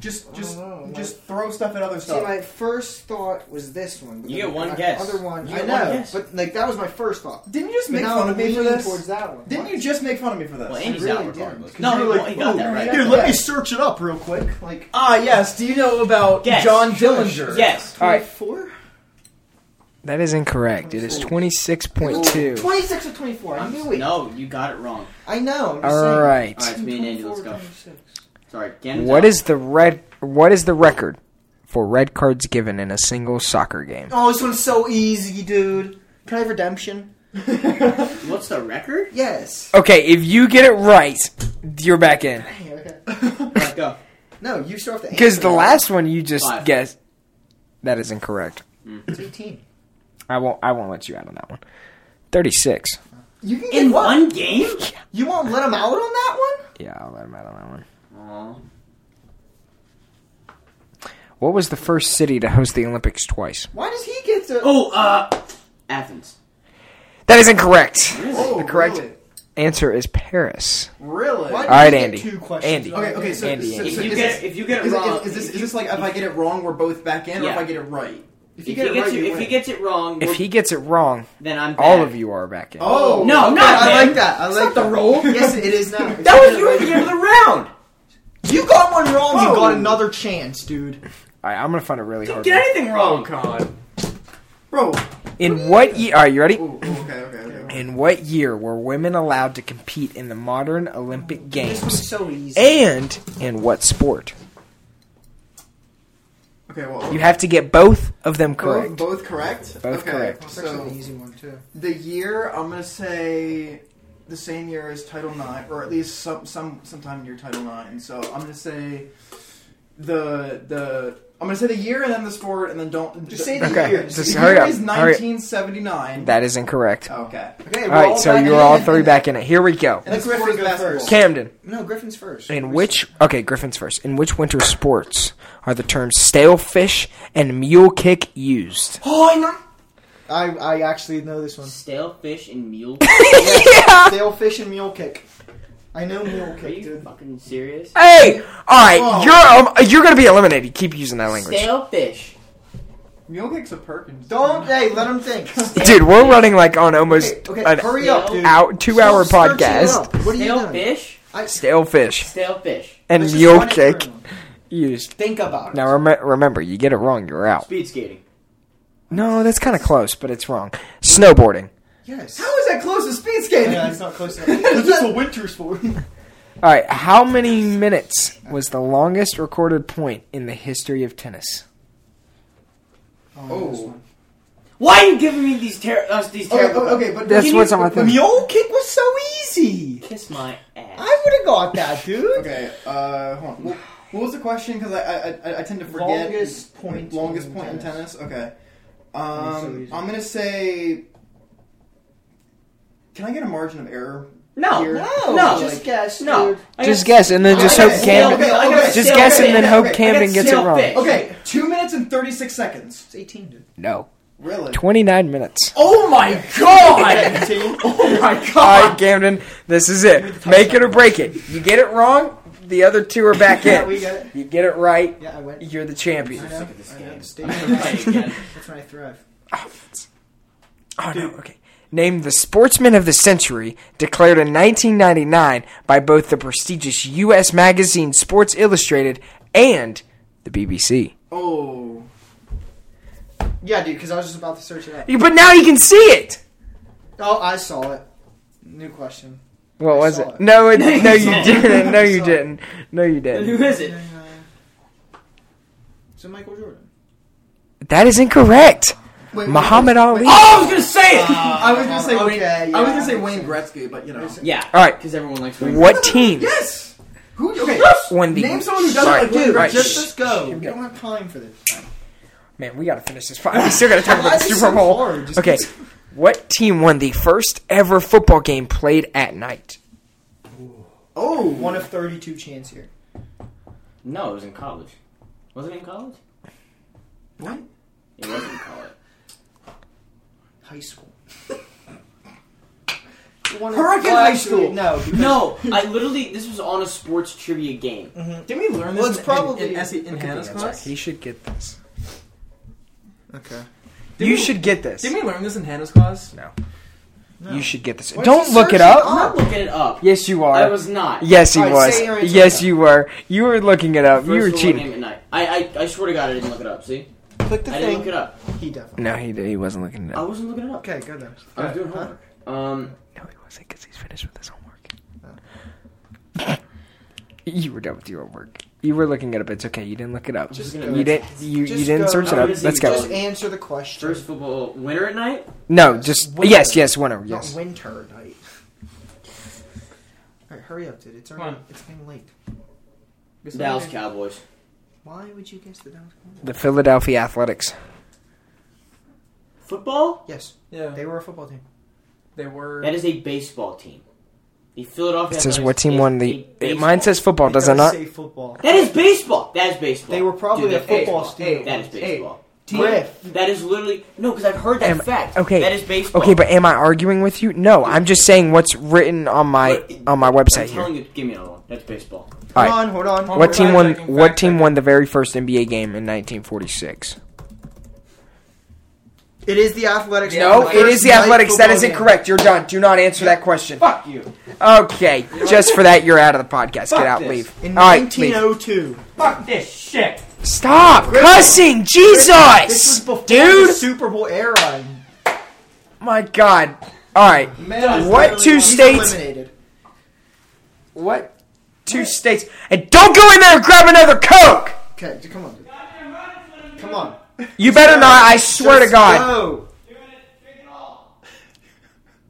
[SPEAKER 5] Just,
[SPEAKER 3] don't
[SPEAKER 5] just,
[SPEAKER 3] know, like-
[SPEAKER 5] just throw stuff at other
[SPEAKER 3] See,
[SPEAKER 5] stuff.
[SPEAKER 3] my first thought was this one. but
[SPEAKER 7] You
[SPEAKER 3] then
[SPEAKER 7] get one
[SPEAKER 3] the
[SPEAKER 7] guess.
[SPEAKER 3] Other one,
[SPEAKER 7] You
[SPEAKER 3] I
[SPEAKER 7] get
[SPEAKER 3] know,
[SPEAKER 7] one guess.
[SPEAKER 3] but like that was my first thought.
[SPEAKER 5] Didn't you just
[SPEAKER 3] But
[SPEAKER 5] make
[SPEAKER 3] now
[SPEAKER 5] fun
[SPEAKER 3] I'm
[SPEAKER 5] of me for
[SPEAKER 3] leaning
[SPEAKER 5] this?
[SPEAKER 3] towards that one.
[SPEAKER 5] Didn't
[SPEAKER 3] What?
[SPEAKER 5] you just make fun of me for this?
[SPEAKER 7] Well, Andy's
[SPEAKER 3] really
[SPEAKER 7] out
[SPEAKER 3] didn't,
[SPEAKER 7] regardless.
[SPEAKER 3] 'cause
[SPEAKER 7] No,
[SPEAKER 3] you were
[SPEAKER 7] he,
[SPEAKER 3] like,
[SPEAKER 7] he got that
[SPEAKER 5] "Whoa,
[SPEAKER 7] right.
[SPEAKER 5] man."
[SPEAKER 3] Here, let me search it up real quick. Like
[SPEAKER 5] ah, yes. Do you know about
[SPEAKER 7] Yes.
[SPEAKER 5] John
[SPEAKER 3] Shush.
[SPEAKER 5] Dillinger?
[SPEAKER 7] Yes.
[SPEAKER 4] All right,
[SPEAKER 3] four,
[SPEAKER 4] that is incorrect. It is twenty-six point two.
[SPEAKER 3] twenty-six or twenty-four. I
[SPEAKER 7] I'm-
[SPEAKER 3] knew it.
[SPEAKER 7] No, you got it wrong.
[SPEAKER 3] I know. I'm just
[SPEAKER 4] All
[SPEAKER 3] saying.
[SPEAKER 4] right.
[SPEAKER 7] All right, it's me and Andy. Let's go.
[SPEAKER 3] 26.
[SPEAKER 7] Sorry, Gannon's
[SPEAKER 4] What
[SPEAKER 7] out.
[SPEAKER 4] is the red? What is the record for red cards given in a single soccer game?
[SPEAKER 3] Oh, this one's so easy, dude. Can I have redemption?
[SPEAKER 7] What's the record?
[SPEAKER 3] Yes.
[SPEAKER 4] Okay, if you get it right, you're back in.
[SPEAKER 3] Hey, okay.
[SPEAKER 7] Let's go.
[SPEAKER 3] No, you still have to.
[SPEAKER 4] Because
[SPEAKER 3] answer
[SPEAKER 4] the
[SPEAKER 3] that.
[SPEAKER 4] last one you just
[SPEAKER 7] Five.
[SPEAKER 4] guessed, that is incorrect.
[SPEAKER 3] It's eighteen.
[SPEAKER 4] I won't. I won't let you out on that one. Thirty-six.
[SPEAKER 3] You can get
[SPEAKER 7] In
[SPEAKER 3] what?
[SPEAKER 7] one game?
[SPEAKER 3] You won't let him out on that one?
[SPEAKER 4] Yeah, I'll let him out on that one.
[SPEAKER 7] Aw.
[SPEAKER 4] What was the first city to host the Olympics twice?
[SPEAKER 3] Why does he get to?
[SPEAKER 7] Oh, uh, Athens.
[SPEAKER 4] That is incorrect.
[SPEAKER 5] Oh,
[SPEAKER 4] The correct
[SPEAKER 5] Really?
[SPEAKER 4] answer is Paris.
[SPEAKER 5] Really?
[SPEAKER 3] Why
[SPEAKER 4] All right,
[SPEAKER 3] does he
[SPEAKER 4] Andy.
[SPEAKER 3] get Two questions.
[SPEAKER 4] Andy.
[SPEAKER 3] on
[SPEAKER 5] Okay, okay.
[SPEAKER 3] this?
[SPEAKER 5] So,
[SPEAKER 4] Andy,
[SPEAKER 5] so,
[SPEAKER 4] Andy.
[SPEAKER 5] so
[SPEAKER 7] If you
[SPEAKER 5] is
[SPEAKER 7] get,
[SPEAKER 5] it-
[SPEAKER 7] if you get
[SPEAKER 5] is
[SPEAKER 7] it
[SPEAKER 5] it-
[SPEAKER 7] wrong,
[SPEAKER 5] is, this
[SPEAKER 7] if
[SPEAKER 5] is this like if I get it wrong, we're both back in, or if
[SPEAKER 7] Yeah.
[SPEAKER 5] I get it right?
[SPEAKER 3] If
[SPEAKER 7] he
[SPEAKER 3] you get it
[SPEAKER 7] gets
[SPEAKER 3] right,
[SPEAKER 7] it-
[SPEAKER 3] you
[SPEAKER 7] if
[SPEAKER 3] win.
[SPEAKER 7] he gets it wrong,
[SPEAKER 4] If
[SPEAKER 7] we're-
[SPEAKER 4] he gets it wrong,
[SPEAKER 7] then I'm
[SPEAKER 4] all
[SPEAKER 7] back.
[SPEAKER 4] of you are back in.
[SPEAKER 5] Oh
[SPEAKER 7] No,
[SPEAKER 3] okay,
[SPEAKER 7] not
[SPEAKER 3] I
[SPEAKER 7] him.
[SPEAKER 3] like that. I like
[SPEAKER 5] not the
[SPEAKER 3] that.
[SPEAKER 5] rule.
[SPEAKER 3] Yes, it is now.
[SPEAKER 7] That was you at the end of the round.
[SPEAKER 3] You got one wrong. You
[SPEAKER 5] Whoa.
[SPEAKER 3] got another chance, dude.
[SPEAKER 4] All right, I'm gonna find a really hard.
[SPEAKER 7] Get
[SPEAKER 4] One.
[SPEAKER 7] anything wrong?
[SPEAKER 5] God. Bro.
[SPEAKER 4] In what year? All right, you ready?
[SPEAKER 5] Ooh, ooh, Oh, okay, okay, okay.
[SPEAKER 4] In what year were women allowed to compete in the modern Olympic
[SPEAKER 3] This one's
[SPEAKER 4] Games?
[SPEAKER 3] so easy.
[SPEAKER 4] And in what sport?
[SPEAKER 5] Okay, well.
[SPEAKER 4] You have to get both of them
[SPEAKER 5] Both,
[SPEAKER 4] correct.
[SPEAKER 5] both correct?
[SPEAKER 4] Both
[SPEAKER 5] okay.
[SPEAKER 4] correct.
[SPEAKER 3] That's actually
[SPEAKER 5] So
[SPEAKER 3] an easy one too.
[SPEAKER 5] the year I'm gonna say the same year as Title IX, or at least some some sometime near Title IX. So I'm gonna say the the I'm gonna say the year and then the sport and then don't
[SPEAKER 3] Just say the
[SPEAKER 4] Okay,
[SPEAKER 3] year.
[SPEAKER 4] just
[SPEAKER 5] the
[SPEAKER 4] hurry
[SPEAKER 5] year
[SPEAKER 4] up,
[SPEAKER 5] is
[SPEAKER 4] hurry up.
[SPEAKER 5] 1979.
[SPEAKER 4] That is incorrect.
[SPEAKER 5] okay.
[SPEAKER 3] Okay.
[SPEAKER 4] All right, so you're all three back in it. Here we go.
[SPEAKER 5] And the
[SPEAKER 3] Let
[SPEAKER 5] sport
[SPEAKER 3] Griffin
[SPEAKER 5] is
[SPEAKER 3] go
[SPEAKER 5] basketball.
[SPEAKER 3] first.
[SPEAKER 4] Camden.
[SPEAKER 3] No, Griffin's first.
[SPEAKER 4] In which okay, Griffin's first. In which winter sports are the terms stale fish and mule kick used?
[SPEAKER 3] Oh, I know. I I actually know this one.
[SPEAKER 7] Stale fish and mule.
[SPEAKER 3] Stale fish and mule kick. I know mule
[SPEAKER 7] Are
[SPEAKER 3] kick,
[SPEAKER 7] you
[SPEAKER 3] dude.
[SPEAKER 7] fucking serious?
[SPEAKER 4] Hey, all right, you're um, you're gonna be eliminated. Keep using that language,
[SPEAKER 7] Stale fish.
[SPEAKER 5] Mule kick's a Perkins.
[SPEAKER 3] Don't. Hey, let him think.
[SPEAKER 4] dude. We're running like on almost
[SPEAKER 3] Okay, okay,
[SPEAKER 4] an
[SPEAKER 3] hurry up, dude.
[SPEAKER 4] out two
[SPEAKER 3] Stop
[SPEAKER 4] hour
[SPEAKER 3] searching it
[SPEAKER 4] podcast.
[SPEAKER 3] up. What are you
[SPEAKER 7] Stale
[SPEAKER 3] doing?
[SPEAKER 7] fish.
[SPEAKER 4] Stale fish
[SPEAKER 7] Stale fish.
[SPEAKER 4] and
[SPEAKER 3] Let's just
[SPEAKER 4] mule
[SPEAKER 3] run it
[SPEAKER 4] kick
[SPEAKER 3] through him.
[SPEAKER 4] used.
[SPEAKER 3] Think about it.
[SPEAKER 4] Now rem- remember, you get it wrong, you're out.
[SPEAKER 7] Speed skating.
[SPEAKER 4] No, that's kind of close, but it's wrong. Snowboarding.
[SPEAKER 3] Yes.
[SPEAKER 5] How is that close to speed skating?
[SPEAKER 3] Yeah, it's not close enough.
[SPEAKER 5] This is a winter sport.
[SPEAKER 4] All right, how many minutes was the longest recorded point in the history of tennis?
[SPEAKER 5] Oh.
[SPEAKER 3] this one.
[SPEAKER 7] Why are you giving me these ter- us these
[SPEAKER 5] Okay,
[SPEAKER 7] terrible?
[SPEAKER 3] oh,
[SPEAKER 5] okay, but
[SPEAKER 4] That's
[SPEAKER 5] can
[SPEAKER 4] what's
[SPEAKER 5] you-
[SPEAKER 4] on my
[SPEAKER 3] The
[SPEAKER 4] thing.
[SPEAKER 3] mule kick was so easy.
[SPEAKER 7] Kiss my ass.
[SPEAKER 3] I would have got that, dude.
[SPEAKER 5] Okay, uh, hold on. What, what was the question? Because I, I, I I tend to forget.
[SPEAKER 3] Longest point
[SPEAKER 5] Longest
[SPEAKER 3] in
[SPEAKER 5] point in
[SPEAKER 3] tennis.
[SPEAKER 5] tennis. Okay.
[SPEAKER 3] so
[SPEAKER 5] Um,
[SPEAKER 3] easy.
[SPEAKER 5] I'm gonna say. Can I get a margin of error?
[SPEAKER 7] no,
[SPEAKER 5] Here.
[SPEAKER 7] no,
[SPEAKER 5] No.
[SPEAKER 3] just guess,
[SPEAKER 7] no.
[SPEAKER 3] dude.
[SPEAKER 7] I
[SPEAKER 4] Just
[SPEAKER 7] got-
[SPEAKER 4] guess, and then just
[SPEAKER 5] I
[SPEAKER 4] hope
[SPEAKER 5] got
[SPEAKER 4] Camden.
[SPEAKER 5] stale-
[SPEAKER 7] I got
[SPEAKER 5] okay,
[SPEAKER 4] Just
[SPEAKER 7] stale
[SPEAKER 4] guess, and
[SPEAKER 7] fish.
[SPEAKER 4] then hope
[SPEAKER 7] I got
[SPEAKER 4] Camden gets it
[SPEAKER 7] stale
[SPEAKER 4] wrong.
[SPEAKER 7] fish.
[SPEAKER 5] Okay, two minutes and thirty six seconds.
[SPEAKER 3] It's 18, dude.
[SPEAKER 4] No,
[SPEAKER 5] Really?
[SPEAKER 4] twenty-nine minutes.
[SPEAKER 7] Oh my god!
[SPEAKER 3] 18?
[SPEAKER 7] oh my
[SPEAKER 4] All right,
[SPEAKER 7] god!
[SPEAKER 4] Camden, this is it. Make it or break it. You get it wrong, the other two are back
[SPEAKER 3] yeah, we
[SPEAKER 4] in.
[SPEAKER 3] got it.
[SPEAKER 4] You get it right,
[SPEAKER 3] Yeah, I went.
[SPEAKER 4] you're the champion.
[SPEAKER 3] I know.
[SPEAKER 7] this
[SPEAKER 3] I know.
[SPEAKER 7] game.
[SPEAKER 3] Stay-
[SPEAKER 7] Play again.
[SPEAKER 3] That's when I thrive.
[SPEAKER 4] Oh no, okay. Named the Sportsman of the Century, declared in 1999 by both the prestigious U.S. magazine Sports Illustrated and the BBC.
[SPEAKER 5] Oh.
[SPEAKER 3] Yeah, dude, because I was just about to search it up.
[SPEAKER 4] But now you can see it.
[SPEAKER 3] Oh, I saw it. New question.
[SPEAKER 4] What
[SPEAKER 3] I
[SPEAKER 4] was
[SPEAKER 3] saw
[SPEAKER 4] it?
[SPEAKER 3] it.
[SPEAKER 4] No, it, no, you
[SPEAKER 7] saw it.
[SPEAKER 4] didn't. No,
[SPEAKER 3] I
[SPEAKER 4] you
[SPEAKER 3] saw it.
[SPEAKER 4] didn't. No, you
[SPEAKER 7] Then
[SPEAKER 4] didn't.
[SPEAKER 7] who is it?
[SPEAKER 3] Is it Michael Jordan?
[SPEAKER 4] That is incorrect.
[SPEAKER 5] Wait,
[SPEAKER 4] Muhammad
[SPEAKER 5] wait,
[SPEAKER 4] Ali.
[SPEAKER 5] wait.
[SPEAKER 7] Oh, I was gonna say it.
[SPEAKER 5] I was gonna say Wayne.
[SPEAKER 3] Okay,
[SPEAKER 5] I was
[SPEAKER 3] yeah.
[SPEAKER 5] gonna say Wayne Gretzky, but you know.
[SPEAKER 7] yeah.
[SPEAKER 4] All right.
[SPEAKER 7] Because everyone likes Wayne.
[SPEAKER 4] What team
[SPEAKER 5] Yes. Who? Okay.
[SPEAKER 4] won the?
[SPEAKER 5] Name someone who doesn't
[SPEAKER 4] Sorry.
[SPEAKER 5] like Wayne
[SPEAKER 4] All right,
[SPEAKER 5] Gretzky.
[SPEAKER 4] shh.
[SPEAKER 3] Just go. We don't have time for this.
[SPEAKER 4] Man, we gotta finish this. Pod. We still gotta talk
[SPEAKER 3] Why
[SPEAKER 4] about the
[SPEAKER 3] is it
[SPEAKER 4] Super
[SPEAKER 3] so
[SPEAKER 4] Bowl.
[SPEAKER 3] hard? Just-
[SPEAKER 4] Okay, what team won the first ever football game played at night?
[SPEAKER 5] Oh.
[SPEAKER 3] One of 32 chance here.
[SPEAKER 7] No, it was in college. Was it in college?
[SPEAKER 5] What?
[SPEAKER 7] It wasn't in college.
[SPEAKER 3] High school. One of-
[SPEAKER 5] Hurricane
[SPEAKER 3] Well,
[SPEAKER 5] High
[SPEAKER 3] actually,
[SPEAKER 5] School.
[SPEAKER 3] No. because-
[SPEAKER 7] No, I literally. This was on a sports trivia game.
[SPEAKER 5] Didn't we learn this?
[SPEAKER 3] Well, it's
[SPEAKER 5] in- in-
[SPEAKER 3] probably-
[SPEAKER 5] in, SE in Hannah's
[SPEAKER 4] I'm sorry,
[SPEAKER 5] class.
[SPEAKER 4] He should get this.
[SPEAKER 3] Okay.
[SPEAKER 5] Did
[SPEAKER 4] you
[SPEAKER 5] we-
[SPEAKER 4] should get this.
[SPEAKER 5] Didn't we learn this in Hannah's class?
[SPEAKER 4] You should get this.
[SPEAKER 3] Why don't
[SPEAKER 4] Don't
[SPEAKER 3] you
[SPEAKER 4] look
[SPEAKER 3] search
[SPEAKER 4] it
[SPEAKER 3] it
[SPEAKER 4] up.
[SPEAKER 7] I'm not looking it up.
[SPEAKER 4] Yes, you are.
[SPEAKER 7] I was not.
[SPEAKER 4] yes, he
[SPEAKER 3] Oh. All right,
[SPEAKER 4] was.
[SPEAKER 3] say your answer
[SPEAKER 4] Yes,
[SPEAKER 3] now.
[SPEAKER 4] you were. You were looking it up.
[SPEAKER 7] First
[SPEAKER 4] you were
[SPEAKER 7] football
[SPEAKER 4] cheating.
[SPEAKER 7] Game at night. I, I I swear to God, I didn't look it up. See,
[SPEAKER 3] Click the
[SPEAKER 7] I didn't
[SPEAKER 3] thing.
[SPEAKER 7] look it up.
[SPEAKER 3] He definitely.
[SPEAKER 4] No, he he wasn't looking it
[SPEAKER 7] I
[SPEAKER 4] up.
[SPEAKER 7] wasn't looking it up.
[SPEAKER 3] Okay, go there.
[SPEAKER 7] I was doing homework.
[SPEAKER 3] Oh.
[SPEAKER 7] Um,
[SPEAKER 4] No, he wasn't because he's finished with his homework. you were done with your homework. You were looking it up. It's okay. You didn't look it up.
[SPEAKER 7] Just
[SPEAKER 4] you
[SPEAKER 7] go.
[SPEAKER 4] didn't. You, you
[SPEAKER 3] Just
[SPEAKER 4] didn't
[SPEAKER 3] go.
[SPEAKER 4] search it
[SPEAKER 7] I'm
[SPEAKER 4] up.
[SPEAKER 7] gonna see
[SPEAKER 4] Let's
[SPEAKER 7] you.
[SPEAKER 4] go.
[SPEAKER 3] Just answer the question.
[SPEAKER 7] first football winter at night.
[SPEAKER 4] No, just
[SPEAKER 3] Winter.
[SPEAKER 4] yes, yes, winner,
[SPEAKER 3] Not
[SPEAKER 4] yes.
[SPEAKER 3] winter night. All right, hurry up, dude. It's already. It's getting late.
[SPEAKER 7] Dallas Cowboys.
[SPEAKER 3] Why would you guess the Dallas Cowboys?
[SPEAKER 4] The Philadelphia Athletics.
[SPEAKER 7] Football?
[SPEAKER 3] Yes,
[SPEAKER 5] Yeah.
[SPEAKER 3] they were a football team.
[SPEAKER 5] They were.
[SPEAKER 7] That is a baseball team. The Philadelphia.
[SPEAKER 4] It says
[SPEAKER 7] Athletics
[SPEAKER 4] what team
[SPEAKER 7] is
[SPEAKER 4] won
[SPEAKER 7] a
[SPEAKER 4] the?
[SPEAKER 7] baseball-
[SPEAKER 4] mine says football, does it
[SPEAKER 3] Because
[SPEAKER 4] not?
[SPEAKER 3] Say football.
[SPEAKER 7] That is baseball. That is baseball.
[SPEAKER 3] They were probably
[SPEAKER 7] Dude,
[SPEAKER 3] a
[SPEAKER 7] that is
[SPEAKER 3] football
[SPEAKER 7] baseball.
[SPEAKER 3] team.
[SPEAKER 7] That is baseball.
[SPEAKER 3] Griff.
[SPEAKER 7] That is literally no, because I've heard that
[SPEAKER 4] Am-
[SPEAKER 7] fact.
[SPEAKER 4] okay.
[SPEAKER 7] that is baseball.
[SPEAKER 4] Okay, but am I arguing with you? No, I'm just saying what's written on my
[SPEAKER 7] But-
[SPEAKER 4] on my
[SPEAKER 7] I'm
[SPEAKER 4] website here.
[SPEAKER 7] telling you, give me another one. That's baseball.
[SPEAKER 4] All
[SPEAKER 3] Hold
[SPEAKER 4] right.
[SPEAKER 3] on, hold on.
[SPEAKER 4] What team
[SPEAKER 5] Fact
[SPEAKER 4] won?
[SPEAKER 5] checking,
[SPEAKER 4] What
[SPEAKER 5] fact
[SPEAKER 4] team
[SPEAKER 5] checking.
[SPEAKER 4] won the very first NBA game in 1946?
[SPEAKER 3] It is the Athletics.
[SPEAKER 4] No, it is the
[SPEAKER 3] First night
[SPEAKER 4] Athletics. That
[SPEAKER 3] football
[SPEAKER 4] is
[SPEAKER 3] game.
[SPEAKER 4] incorrect. You're done. Do not answer that question.
[SPEAKER 7] Fuck you.
[SPEAKER 4] Okay, just for that, you're out of the podcast. Get out.
[SPEAKER 7] this.
[SPEAKER 4] Leave.
[SPEAKER 3] In oh-
[SPEAKER 4] All right, leave.
[SPEAKER 3] 1902,
[SPEAKER 7] Fuck this shit.
[SPEAKER 4] Stop cussing,
[SPEAKER 3] this was
[SPEAKER 4] Jesus,
[SPEAKER 3] before the
[SPEAKER 4] dude.
[SPEAKER 3] Super Bowl era.
[SPEAKER 4] My God. All right.
[SPEAKER 3] Man,
[SPEAKER 4] What two
[SPEAKER 3] he's
[SPEAKER 4] states?
[SPEAKER 3] eliminated.
[SPEAKER 4] What two states? And don't go in there and grab another Coke.
[SPEAKER 3] Okay, dude, come on, dude. Come on.
[SPEAKER 4] You better not. I swear to
[SPEAKER 3] Just
[SPEAKER 4] God.
[SPEAKER 3] Go.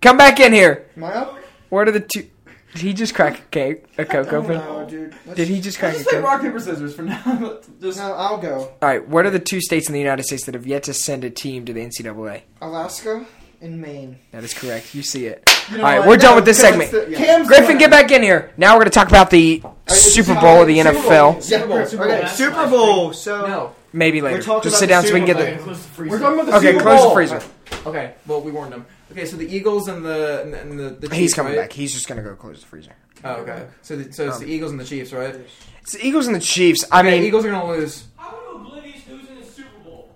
[SPEAKER 4] Come back in here.
[SPEAKER 3] Am I up?
[SPEAKER 4] What are the two? Did he just crack a cake? A Coke open?
[SPEAKER 3] No, dude. Let's-
[SPEAKER 4] Did he just crack a
[SPEAKER 5] Just play
[SPEAKER 4] Coke? All
[SPEAKER 5] rock paper scissors for now. Just
[SPEAKER 3] No, I'll go.
[SPEAKER 4] right. What are the two states in the United States that have yet to send a team to the NCAA?
[SPEAKER 3] Alaska and Maine.
[SPEAKER 4] That is correct. You see it. All right, we're done with this segment.
[SPEAKER 3] Cam's
[SPEAKER 4] Griffin, get back in here. Now we're going to talk about the Super Bowl of the NFL.
[SPEAKER 3] Super Bowl.
[SPEAKER 5] Super
[SPEAKER 3] okay,
[SPEAKER 5] Bowl.
[SPEAKER 3] Super Bowl. So
[SPEAKER 5] no.
[SPEAKER 4] Maybe
[SPEAKER 3] we're
[SPEAKER 4] later.
[SPEAKER 3] talking
[SPEAKER 4] Just
[SPEAKER 3] about
[SPEAKER 4] sit
[SPEAKER 3] the
[SPEAKER 4] down so we can
[SPEAKER 3] Super
[SPEAKER 4] get
[SPEAKER 3] Bowl.
[SPEAKER 4] the.
[SPEAKER 5] We're talking about the
[SPEAKER 4] Okay,
[SPEAKER 5] Super
[SPEAKER 4] close
[SPEAKER 5] Bowl.
[SPEAKER 4] the freezer.
[SPEAKER 5] Okay, well we warned them. Okay, so the Eagles and the and the, and the, the Chiefs,
[SPEAKER 4] He's coming
[SPEAKER 5] right?
[SPEAKER 4] back. He's just going to go close the freezer.
[SPEAKER 5] Oh, okay. So the, so it's the Eagles and the Chiefs, right?
[SPEAKER 4] It's the Eagles and the Chiefs. I
[SPEAKER 5] The
[SPEAKER 4] mean,
[SPEAKER 5] Eagles are gonna lose.
[SPEAKER 7] How would oblivious losing the Super Bowl?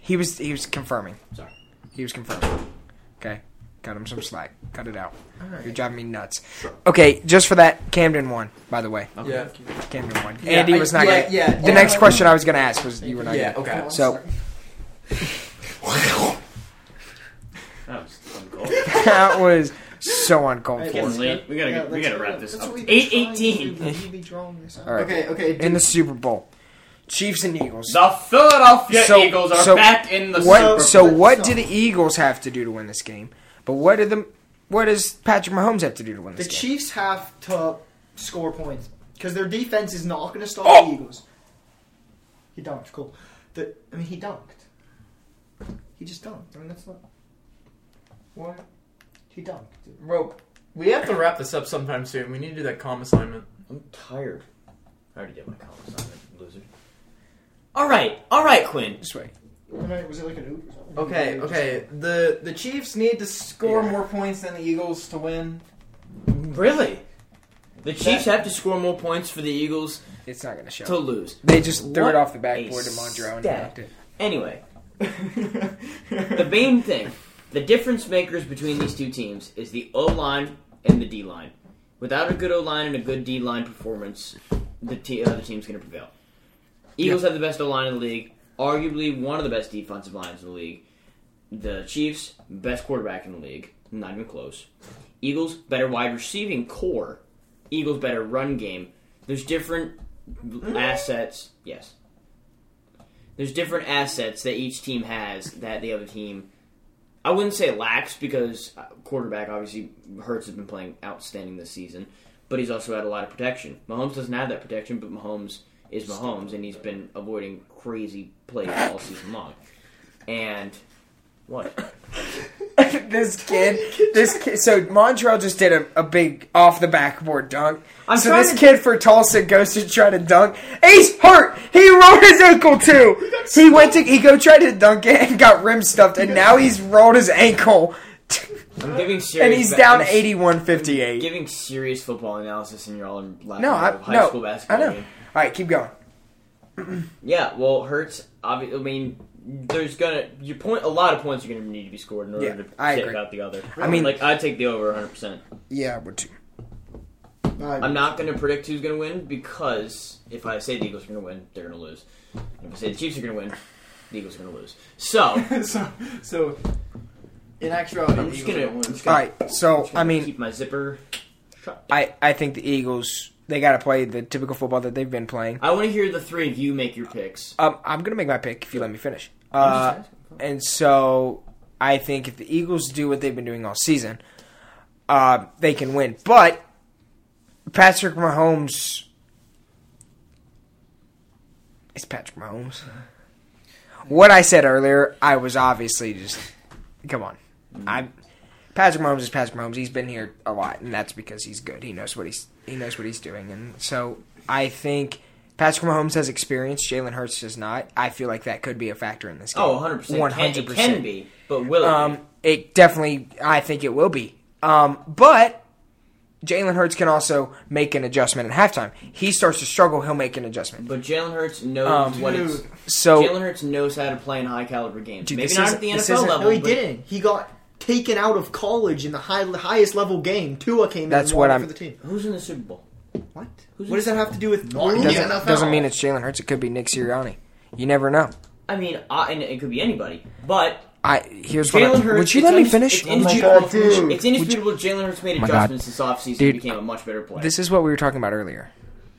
[SPEAKER 4] he was he was confirming.
[SPEAKER 7] Sorry.
[SPEAKER 4] He was confirming. Okay. Cut him some slack. Cut it out.
[SPEAKER 3] All
[SPEAKER 4] You're
[SPEAKER 3] right.
[SPEAKER 4] driving me nuts. Okay, just for that, Camden won, by the
[SPEAKER 7] Oh.
[SPEAKER 4] way.
[SPEAKER 5] Yeah.
[SPEAKER 4] Camden won.
[SPEAKER 5] Yeah,
[SPEAKER 4] Andy
[SPEAKER 5] I-
[SPEAKER 4] was not
[SPEAKER 5] yeah,
[SPEAKER 4] gonna,
[SPEAKER 5] yeah, Oh,
[SPEAKER 4] The
[SPEAKER 5] yeah.
[SPEAKER 4] next question I was going to ask was you were not
[SPEAKER 5] Yeah.
[SPEAKER 4] gonna-
[SPEAKER 5] Okay.
[SPEAKER 4] So,
[SPEAKER 7] That was
[SPEAKER 4] that was so uncalled
[SPEAKER 3] Hey,
[SPEAKER 4] for.
[SPEAKER 3] listen,
[SPEAKER 7] late. We gotta-
[SPEAKER 3] yeah,
[SPEAKER 7] we
[SPEAKER 3] let's-
[SPEAKER 7] gotta wrap this
[SPEAKER 3] that's
[SPEAKER 7] up.
[SPEAKER 3] what we've been
[SPEAKER 7] 8:18.
[SPEAKER 3] trying to do, but You be drawing this out.
[SPEAKER 4] All right.
[SPEAKER 5] Okay, okay.
[SPEAKER 4] In the Super Bowl, Chiefs and Eagles.
[SPEAKER 7] The Philadelphia
[SPEAKER 4] So-
[SPEAKER 7] Eagles are
[SPEAKER 4] so
[SPEAKER 7] back in the Super Bowl.
[SPEAKER 4] What? So
[SPEAKER 3] but-
[SPEAKER 4] what
[SPEAKER 3] no.
[SPEAKER 4] do the Eagles have to do to win this game? But what do the what does Patrick Mahomes have to do to win
[SPEAKER 3] The
[SPEAKER 4] this game?
[SPEAKER 3] Chiefs have to score points because their defense is not going to stop
[SPEAKER 4] Oh!
[SPEAKER 3] the Eagles. He dunked. Cool. The, I mean, he dunked. He just dunked. I mean, that's not. What? He dunked. dude.
[SPEAKER 5] Bro, we have to wrap this up sometime soon. We need to do that calm assignment.
[SPEAKER 7] I'm tired. I already did my column assignment, loser. All right, all right, Quinn.
[SPEAKER 4] This way.
[SPEAKER 3] I mean, was it like an oop or something?
[SPEAKER 5] Okay, okay. The the Chiefs need to score more points than the Eagles to win.
[SPEAKER 7] Really? The Chiefs have to score more points for the Eagles
[SPEAKER 4] It's not gonna show.
[SPEAKER 7] to lose.
[SPEAKER 4] they just threw it
[SPEAKER 7] What
[SPEAKER 4] off the
[SPEAKER 7] a
[SPEAKER 4] backboard to Mondro and
[SPEAKER 7] stat.
[SPEAKER 4] knocked it.
[SPEAKER 7] Anyway, the
[SPEAKER 5] the
[SPEAKER 7] main thing, the difference makers between these two teams is the O line and the D line. Without a good O line and a good D line performance, the te- other team's going to prevail. Eagles have the best O line in the league, arguably one of the best defensive lines in the league. The Chiefs, best quarterback in the league, not even close. Eagles, better wide receiving core. Eagles, better run game. There's different assets. Yes. There's different assets that each team has that the other team. I wouldn't say lacks because uh, quarterback obviously Hurts has been playing outstanding this season, but he's also had a lot of protection. Mahomes doesn't have that protection, but Mahomes is Mahomes, and he's been avoiding crazy plays all season long. And what?
[SPEAKER 4] this kid, this kid. So Montreal just did a, a big off the backboard dunk.
[SPEAKER 7] I'm
[SPEAKER 4] so
[SPEAKER 7] trying
[SPEAKER 4] this
[SPEAKER 7] to-
[SPEAKER 4] kid for Tulsa goes to try to dunk. He's hurt. He rolled his ankle too. He went to he go tried to dunk it and got rim stuffed, and now he's rolled his ankle,
[SPEAKER 7] I'm giving serious
[SPEAKER 4] and he's
[SPEAKER 7] ba-
[SPEAKER 4] down
[SPEAKER 7] I'm s-
[SPEAKER 4] eighty one fifty eight.
[SPEAKER 7] Giving serious football analysis, and you're all in laughing
[SPEAKER 4] No,
[SPEAKER 7] at
[SPEAKER 4] I-
[SPEAKER 7] a high
[SPEAKER 4] no,
[SPEAKER 7] school
[SPEAKER 4] I
[SPEAKER 7] basketball
[SPEAKER 4] know.
[SPEAKER 7] game.
[SPEAKER 4] All right, keep going.
[SPEAKER 7] Yeah, well, Hurts. Obvi- I mean, there's gonna your point. A lot of points are gonna need to be scored in order
[SPEAKER 4] Yeah,
[SPEAKER 7] to
[SPEAKER 4] I
[SPEAKER 7] say
[SPEAKER 4] agree.
[SPEAKER 7] about the other.
[SPEAKER 4] I mean-
[SPEAKER 7] like I take the over 100. percent
[SPEAKER 4] Yeah, I would too.
[SPEAKER 7] I'm not gonna predict who's gonna win because if I say the Eagles are gonna win, they're gonna lose. And if I say the Chiefs are gonna win, the Eagles are gonna lose. So
[SPEAKER 5] so so in actuality,
[SPEAKER 7] I'm
[SPEAKER 5] the
[SPEAKER 7] just
[SPEAKER 5] Eagles
[SPEAKER 7] gonna,
[SPEAKER 5] don't
[SPEAKER 7] I'm
[SPEAKER 5] win.
[SPEAKER 7] just
[SPEAKER 4] All
[SPEAKER 7] gonna,
[SPEAKER 4] right, so I mean,
[SPEAKER 7] keep my zipper. shut.
[SPEAKER 4] I I think the Eagles they got to play the typical football that they've been playing.
[SPEAKER 7] I want to hear the three of you make your picks.
[SPEAKER 4] Um, I'm gonna make my pick if you let me finish. Uh, and so I think if the Eagles do what they've been doing all season, uh, they can win. But Patrick Mahomes is Patrick Mahomes. What I said earlier, I was obviously just come on. I'm Patrick Mahomes is Patrick Mahomes. He's been here a lot, and that's because he's good. He knows what he's he knows what he's doing, and so I think Patrick Mahomes has experience. Jalen Hurts does not. I feel like that could be a factor in this game.
[SPEAKER 7] Oh, 100. percent One hundred percent. It can be, but will it?
[SPEAKER 4] Um,
[SPEAKER 7] be?
[SPEAKER 4] it definitely. I think it will be. Um, but Jalen Hurts can also make an adjustment at halftime. He starts to struggle. He'll make an adjustment.
[SPEAKER 7] But Jalen Hurts knows
[SPEAKER 4] Um,
[SPEAKER 7] what it's. Jalen
[SPEAKER 4] So
[SPEAKER 7] Hurts knows how to play in high caliber games.
[SPEAKER 4] Dude,
[SPEAKER 7] Maybe
[SPEAKER 4] this
[SPEAKER 7] not
[SPEAKER 4] isn't-
[SPEAKER 7] at the
[SPEAKER 4] this
[SPEAKER 7] NFL
[SPEAKER 4] isn't-
[SPEAKER 7] level.
[SPEAKER 3] No, he
[SPEAKER 7] but-
[SPEAKER 3] didn't. He got taken out of college in the high, highest level game. Tua came
[SPEAKER 4] That's
[SPEAKER 3] in and won it
[SPEAKER 4] what I'm-
[SPEAKER 3] for the team.
[SPEAKER 7] Who's in the Super Bowl?
[SPEAKER 3] What?
[SPEAKER 7] Who's
[SPEAKER 3] what does that have to do with
[SPEAKER 5] Not
[SPEAKER 3] rules?
[SPEAKER 5] in the
[SPEAKER 4] doesn't,
[SPEAKER 5] NFL.
[SPEAKER 4] doesn't mean it's Jalen Hurts. It could be Nick Sirianni. You never know.
[SPEAKER 7] I mean, I, and it could be anybody. But
[SPEAKER 4] I here's what. I,
[SPEAKER 7] Jalen Hurts.
[SPEAKER 4] would you
[SPEAKER 7] it's
[SPEAKER 4] let me
[SPEAKER 7] undis-
[SPEAKER 4] finish?
[SPEAKER 7] It's
[SPEAKER 4] Oh my
[SPEAKER 7] indisputable,
[SPEAKER 4] God, dude.
[SPEAKER 7] it's
[SPEAKER 4] Would you- Oh
[SPEAKER 7] indisputable. Jalen Hurts made
[SPEAKER 4] my God.
[SPEAKER 7] adjustments this offseason
[SPEAKER 4] Dude,
[SPEAKER 7] and became a much better player.
[SPEAKER 4] This is what we were talking about earlier.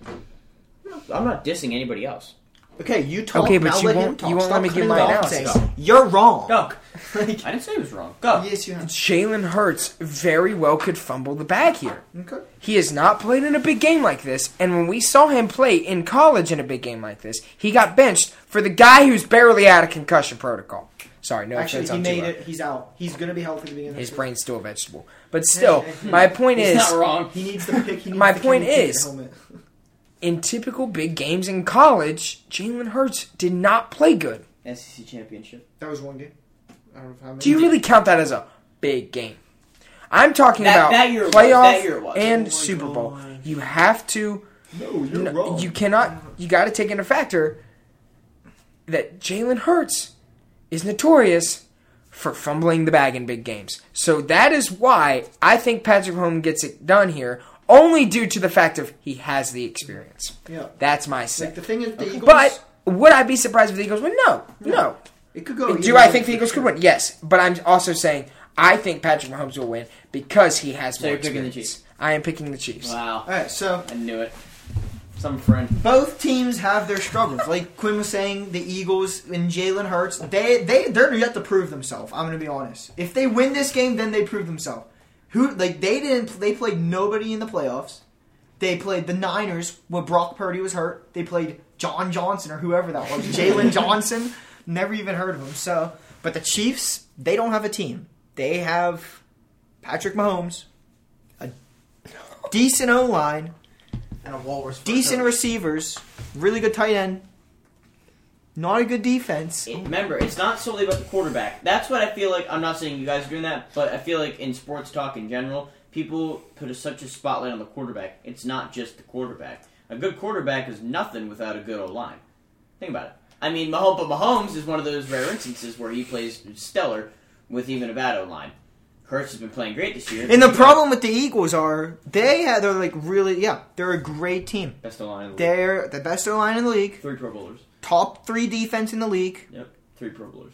[SPEAKER 7] I'm not dissing anybody else.
[SPEAKER 3] Okay, you talk.
[SPEAKER 4] Okay, but
[SPEAKER 3] now
[SPEAKER 4] you
[SPEAKER 3] let him
[SPEAKER 4] won't-
[SPEAKER 3] talk.
[SPEAKER 4] you won't
[SPEAKER 3] Stop
[SPEAKER 4] let me give
[SPEAKER 3] coming
[SPEAKER 4] my
[SPEAKER 3] along and
[SPEAKER 4] analysis.
[SPEAKER 3] saying, You're wrong.
[SPEAKER 7] Go.
[SPEAKER 3] Like,
[SPEAKER 7] I didn't say he was wrong. Go.
[SPEAKER 3] yes, you have.
[SPEAKER 4] Jalen Hurts very well could fumble the bag here.
[SPEAKER 3] Okay.
[SPEAKER 4] He has not played in a big game like this, and when we saw him play in college in a big game like this, he got benched for the guy who's barely out of concussion protocol. Sorry, no
[SPEAKER 3] Actually,
[SPEAKER 4] offense
[SPEAKER 3] he
[SPEAKER 4] on
[SPEAKER 3] made
[SPEAKER 4] Tua.
[SPEAKER 3] it. He's out. He's gonna be healthy at the beginning. of
[SPEAKER 4] His
[SPEAKER 3] the
[SPEAKER 4] brain's still a vegetable. But still, my point
[SPEAKER 7] He's
[SPEAKER 4] is,
[SPEAKER 7] not wrong.
[SPEAKER 3] He needs the pick. He needs
[SPEAKER 4] My
[SPEAKER 3] the
[SPEAKER 4] point
[SPEAKER 3] kick, he needs
[SPEAKER 4] is-
[SPEAKER 3] the helmet.
[SPEAKER 4] in typical big games in college, Jalen Hurts did not play good.
[SPEAKER 7] SEC E championship.
[SPEAKER 3] that was one game. I don't know how many.
[SPEAKER 4] Do you really count that as a big game? I'm talking
[SPEAKER 7] That-
[SPEAKER 4] about
[SPEAKER 7] that year it was.
[SPEAKER 4] playoff
[SPEAKER 7] That year it was.
[SPEAKER 4] and
[SPEAKER 3] Oh my
[SPEAKER 4] Super Bowl.
[SPEAKER 3] God.
[SPEAKER 4] You have to.
[SPEAKER 3] No, you're
[SPEAKER 4] No,
[SPEAKER 3] wrong.
[SPEAKER 4] You cannot. You got to take into factor that Jalen Hurts is notorious for fumbling the bag in big games. So that is why I think Patrick Mahomes gets it done here, only due to the fact of he has the experience.
[SPEAKER 3] Yeah.
[SPEAKER 4] That's my say.
[SPEAKER 3] Like the thing is, the Eagles.
[SPEAKER 4] But would I be surprised if the Eagles win? No, no.
[SPEAKER 3] it could go.
[SPEAKER 4] Do I think the Eagles could win? Yes, but I'm also saying I think Patrick Mahomes will win because he has
[SPEAKER 7] So
[SPEAKER 4] more
[SPEAKER 7] you're picking the
[SPEAKER 4] experience. I am picking the Chiefs.
[SPEAKER 7] Wow.
[SPEAKER 3] All right, so
[SPEAKER 7] I knew it. Some friend.
[SPEAKER 3] both teams have their struggles. Like Quinn was saying, the Eagles and Jalen Hurts, they they they're yet to prove themselves. I'm gonna be honest. If they win this game, then they prove themselves. Who like they didn't they played nobody in the playoffs. They played the Niners when Brock Purdy was hurt. They played John Johnson or whoever that was, Jalen Johnson. Never even heard of him. So, but the Chiefs, they don't have a team. They have Patrick Mahomes, a decent O line,
[SPEAKER 5] And a walrus. for a
[SPEAKER 3] decent
[SPEAKER 5] coach.
[SPEAKER 3] receivers, really good tight end, not a good defense.
[SPEAKER 7] It- remember, it's not solely about the quarterback. That's what I feel like. I'm not saying you guys are doing that, but I feel like in sports talk in general, people put a, such a spotlight on the quarterback. It's not just the quarterback. A good quarterback is nothing without a good O line. Think about it. I mean, Mahomes, but Mahomes is one of those rare instances where he plays stellar with even a bad O line. Hurts has been playing great this year.
[SPEAKER 3] And the problem with the Eagles are they have they're like really yeah they're a great team.
[SPEAKER 7] best O line in the league.
[SPEAKER 3] They're the best O line in the league,
[SPEAKER 7] Three Pro Bowlers.
[SPEAKER 3] top three defense in the league.
[SPEAKER 7] Yep, three Pro Bowlers.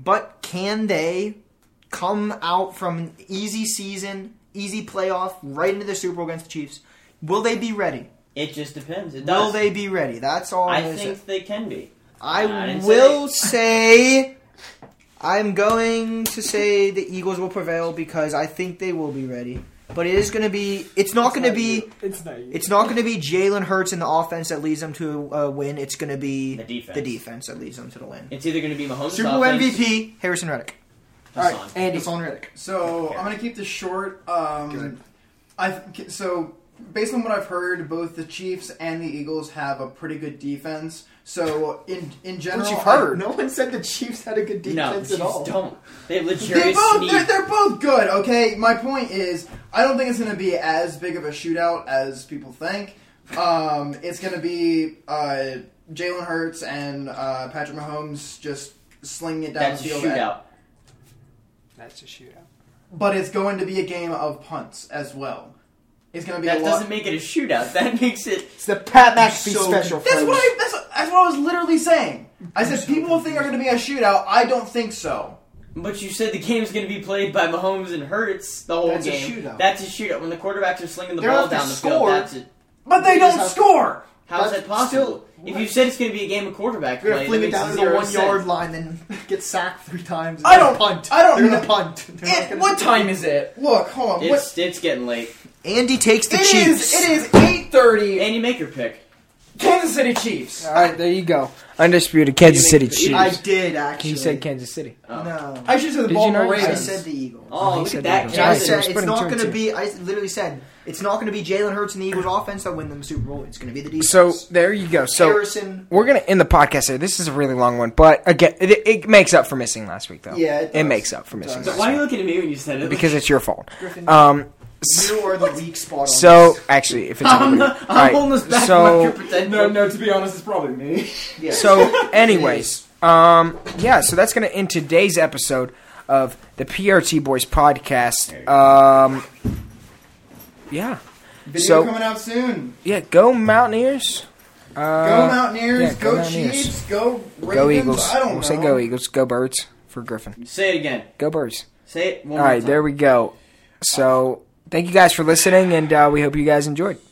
[SPEAKER 3] But can they come out from an easy season, easy playoff, right into the Super Bowl against the Chiefs? Will they be ready?
[SPEAKER 7] It just depends. It does.
[SPEAKER 3] Will they be ready? That's all
[SPEAKER 7] I
[SPEAKER 3] I'm gonna say.
[SPEAKER 7] think they can be. I
[SPEAKER 3] I
[SPEAKER 7] didn't
[SPEAKER 3] will say I'm going to say the Eagles will prevail because I think they will be ready. But it is going to be it's not going to be
[SPEAKER 4] It's not you.
[SPEAKER 3] it's not going to be Jalen Hurts and the offense that leads them to a win. It's going to be
[SPEAKER 7] The defense.
[SPEAKER 3] the defense that leads them to the win.
[SPEAKER 7] It's either going to be Mahomes'
[SPEAKER 3] Super Bowl
[SPEAKER 7] offense,
[SPEAKER 3] MVP Harrison Reddick.
[SPEAKER 7] Hassan.
[SPEAKER 4] Andy.
[SPEAKER 3] Hassan Reddick.
[SPEAKER 5] So I'm gonna keep this short. Um, I th- so based on what I've heard, both the Chiefs and the Eagles have a pretty good defense. So in in general,
[SPEAKER 3] What you've
[SPEAKER 5] I-
[SPEAKER 3] heard?
[SPEAKER 5] no
[SPEAKER 3] one said the Chiefs had a good
[SPEAKER 7] No, the Chiefs don't. They
[SPEAKER 5] They're
[SPEAKER 7] legit
[SPEAKER 5] both,
[SPEAKER 7] sneak.
[SPEAKER 5] they're, they're both good, okay? My point is, I don't think it's going to be as big of a shootout as people think. Um, it's going to be uh, Jalen Hurts and uh, Patrick Mahomes just slinging it down
[SPEAKER 7] That's a
[SPEAKER 5] the field.
[SPEAKER 7] shootout.
[SPEAKER 4] That's a shootout.
[SPEAKER 5] But it's going to be a game of punts as well. It's going to be
[SPEAKER 7] That
[SPEAKER 5] a lot.
[SPEAKER 7] doesn't make it a shootout. That makes it.
[SPEAKER 3] It's the Pat McAfee
[SPEAKER 5] So-
[SPEAKER 3] special.
[SPEAKER 5] That's
[SPEAKER 3] folks.
[SPEAKER 5] what I. That's, that's what I was literally saying. I said people think are going to be a shootout. I don't think so.
[SPEAKER 7] But you said the game's going to be played by Mahomes and Hurts the whole
[SPEAKER 5] That's a
[SPEAKER 7] game.
[SPEAKER 5] shootout.
[SPEAKER 7] That's a shootout. When the quarterbacks are slinging the
[SPEAKER 3] They're
[SPEAKER 7] ball
[SPEAKER 3] not gonna
[SPEAKER 7] down the
[SPEAKER 3] score.
[SPEAKER 7] field, that's it.
[SPEAKER 5] But they don't score.
[SPEAKER 7] How is
[SPEAKER 3] That's
[SPEAKER 7] that possible?
[SPEAKER 3] still-
[SPEAKER 7] if you said it's going to be a game of quarterback
[SPEAKER 3] You're
[SPEAKER 7] play,
[SPEAKER 3] gonna fling
[SPEAKER 7] that
[SPEAKER 3] it
[SPEAKER 7] makes
[SPEAKER 3] down to the
[SPEAKER 7] zero
[SPEAKER 3] one yard
[SPEAKER 7] sense.
[SPEAKER 3] line, then get sacked three times.
[SPEAKER 5] I don't-
[SPEAKER 3] punt.
[SPEAKER 5] I don't
[SPEAKER 3] They're
[SPEAKER 5] know.
[SPEAKER 3] gonna punt. They're not
[SPEAKER 5] It-
[SPEAKER 3] gonna-
[SPEAKER 5] what time is it? Look, hold on. what,
[SPEAKER 7] It's, it's getting late.
[SPEAKER 3] Andy takes the
[SPEAKER 5] It is.
[SPEAKER 3] Chiefs.
[SPEAKER 5] It is eight thirty.
[SPEAKER 7] Andy, make your pick.
[SPEAKER 5] Kansas City Chiefs.
[SPEAKER 4] All right, there you go. Undisputed Kansas City
[SPEAKER 3] I
[SPEAKER 4] Chiefs.
[SPEAKER 3] did actually.
[SPEAKER 4] He said Kansas City.
[SPEAKER 7] Oh.
[SPEAKER 3] no.
[SPEAKER 5] I should say the
[SPEAKER 4] Did you
[SPEAKER 5] Baltimore
[SPEAKER 4] not?
[SPEAKER 3] I
[SPEAKER 5] Ravens.
[SPEAKER 3] said the Eagles.
[SPEAKER 7] Oh,
[SPEAKER 4] he
[SPEAKER 7] look
[SPEAKER 4] said
[SPEAKER 7] at
[SPEAKER 4] that.
[SPEAKER 7] that.
[SPEAKER 3] And I
[SPEAKER 4] Right, so
[SPEAKER 3] said
[SPEAKER 4] it's
[SPEAKER 3] it's
[SPEAKER 4] putting two
[SPEAKER 3] not
[SPEAKER 4] and
[SPEAKER 3] going to
[SPEAKER 4] two.
[SPEAKER 3] be. I literally said it's not going to be Jalen Hurts and the Eagles' offense that win them the Super Bowl. It's going to be the defense.
[SPEAKER 4] So there you go. So
[SPEAKER 3] Harrison,
[SPEAKER 4] we're gonna end the podcast here. This is a really long one, but again, it, it makes up for missing last week, though.
[SPEAKER 3] Yeah, it does.
[SPEAKER 4] makes up for missing.
[SPEAKER 3] does.
[SPEAKER 4] Last
[SPEAKER 7] Why are you
[SPEAKER 4] week.
[SPEAKER 7] looking at me when you said it?
[SPEAKER 4] Because it's your fault.
[SPEAKER 3] Griffin,
[SPEAKER 4] Um.
[SPEAKER 3] you are the weak spot. On
[SPEAKER 4] So actually, if it's
[SPEAKER 7] I'm,
[SPEAKER 4] over,
[SPEAKER 7] not, I'm holding this back from
[SPEAKER 4] so
[SPEAKER 7] your potential.
[SPEAKER 5] no. To be honest, it's probably me.
[SPEAKER 3] this. Yeah.
[SPEAKER 4] so anyways, um, yeah. So that's gonna end today's episode of the PRT Boys podcast. Um, yeah,
[SPEAKER 5] Video
[SPEAKER 4] So-
[SPEAKER 5] coming out soon.
[SPEAKER 4] yeah. Go Mountaineers.
[SPEAKER 5] Go
[SPEAKER 4] Uh,
[SPEAKER 5] Mountaineers.
[SPEAKER 4] yeah,
[SPEAKER 5] go
[SPEAKER 4] go Mountaineers.
[SPEAKER 5] Chiefs. Go Ravens.
[SPEAKER 4] Go Eagles.
[SPEAKER 5] I don't
[SPEAKER 4] we'll
[SPEAKER 5] know.
[SPEAKER 4] say go Eagles. Go Birds for Griffin.
[SPEAKER 7] Say it again.
[SPEAKER 4] Go Birds.
[SPEAKER 7] Say it one
[SPEAKER 4] All
[SPEAKER 7] more
[SPEAKER 4] right,
[SPEAKER 7] time.
[SPEAKER 4] there we go. So thank you guys for listening, and uh, we hope you guys enjoyed.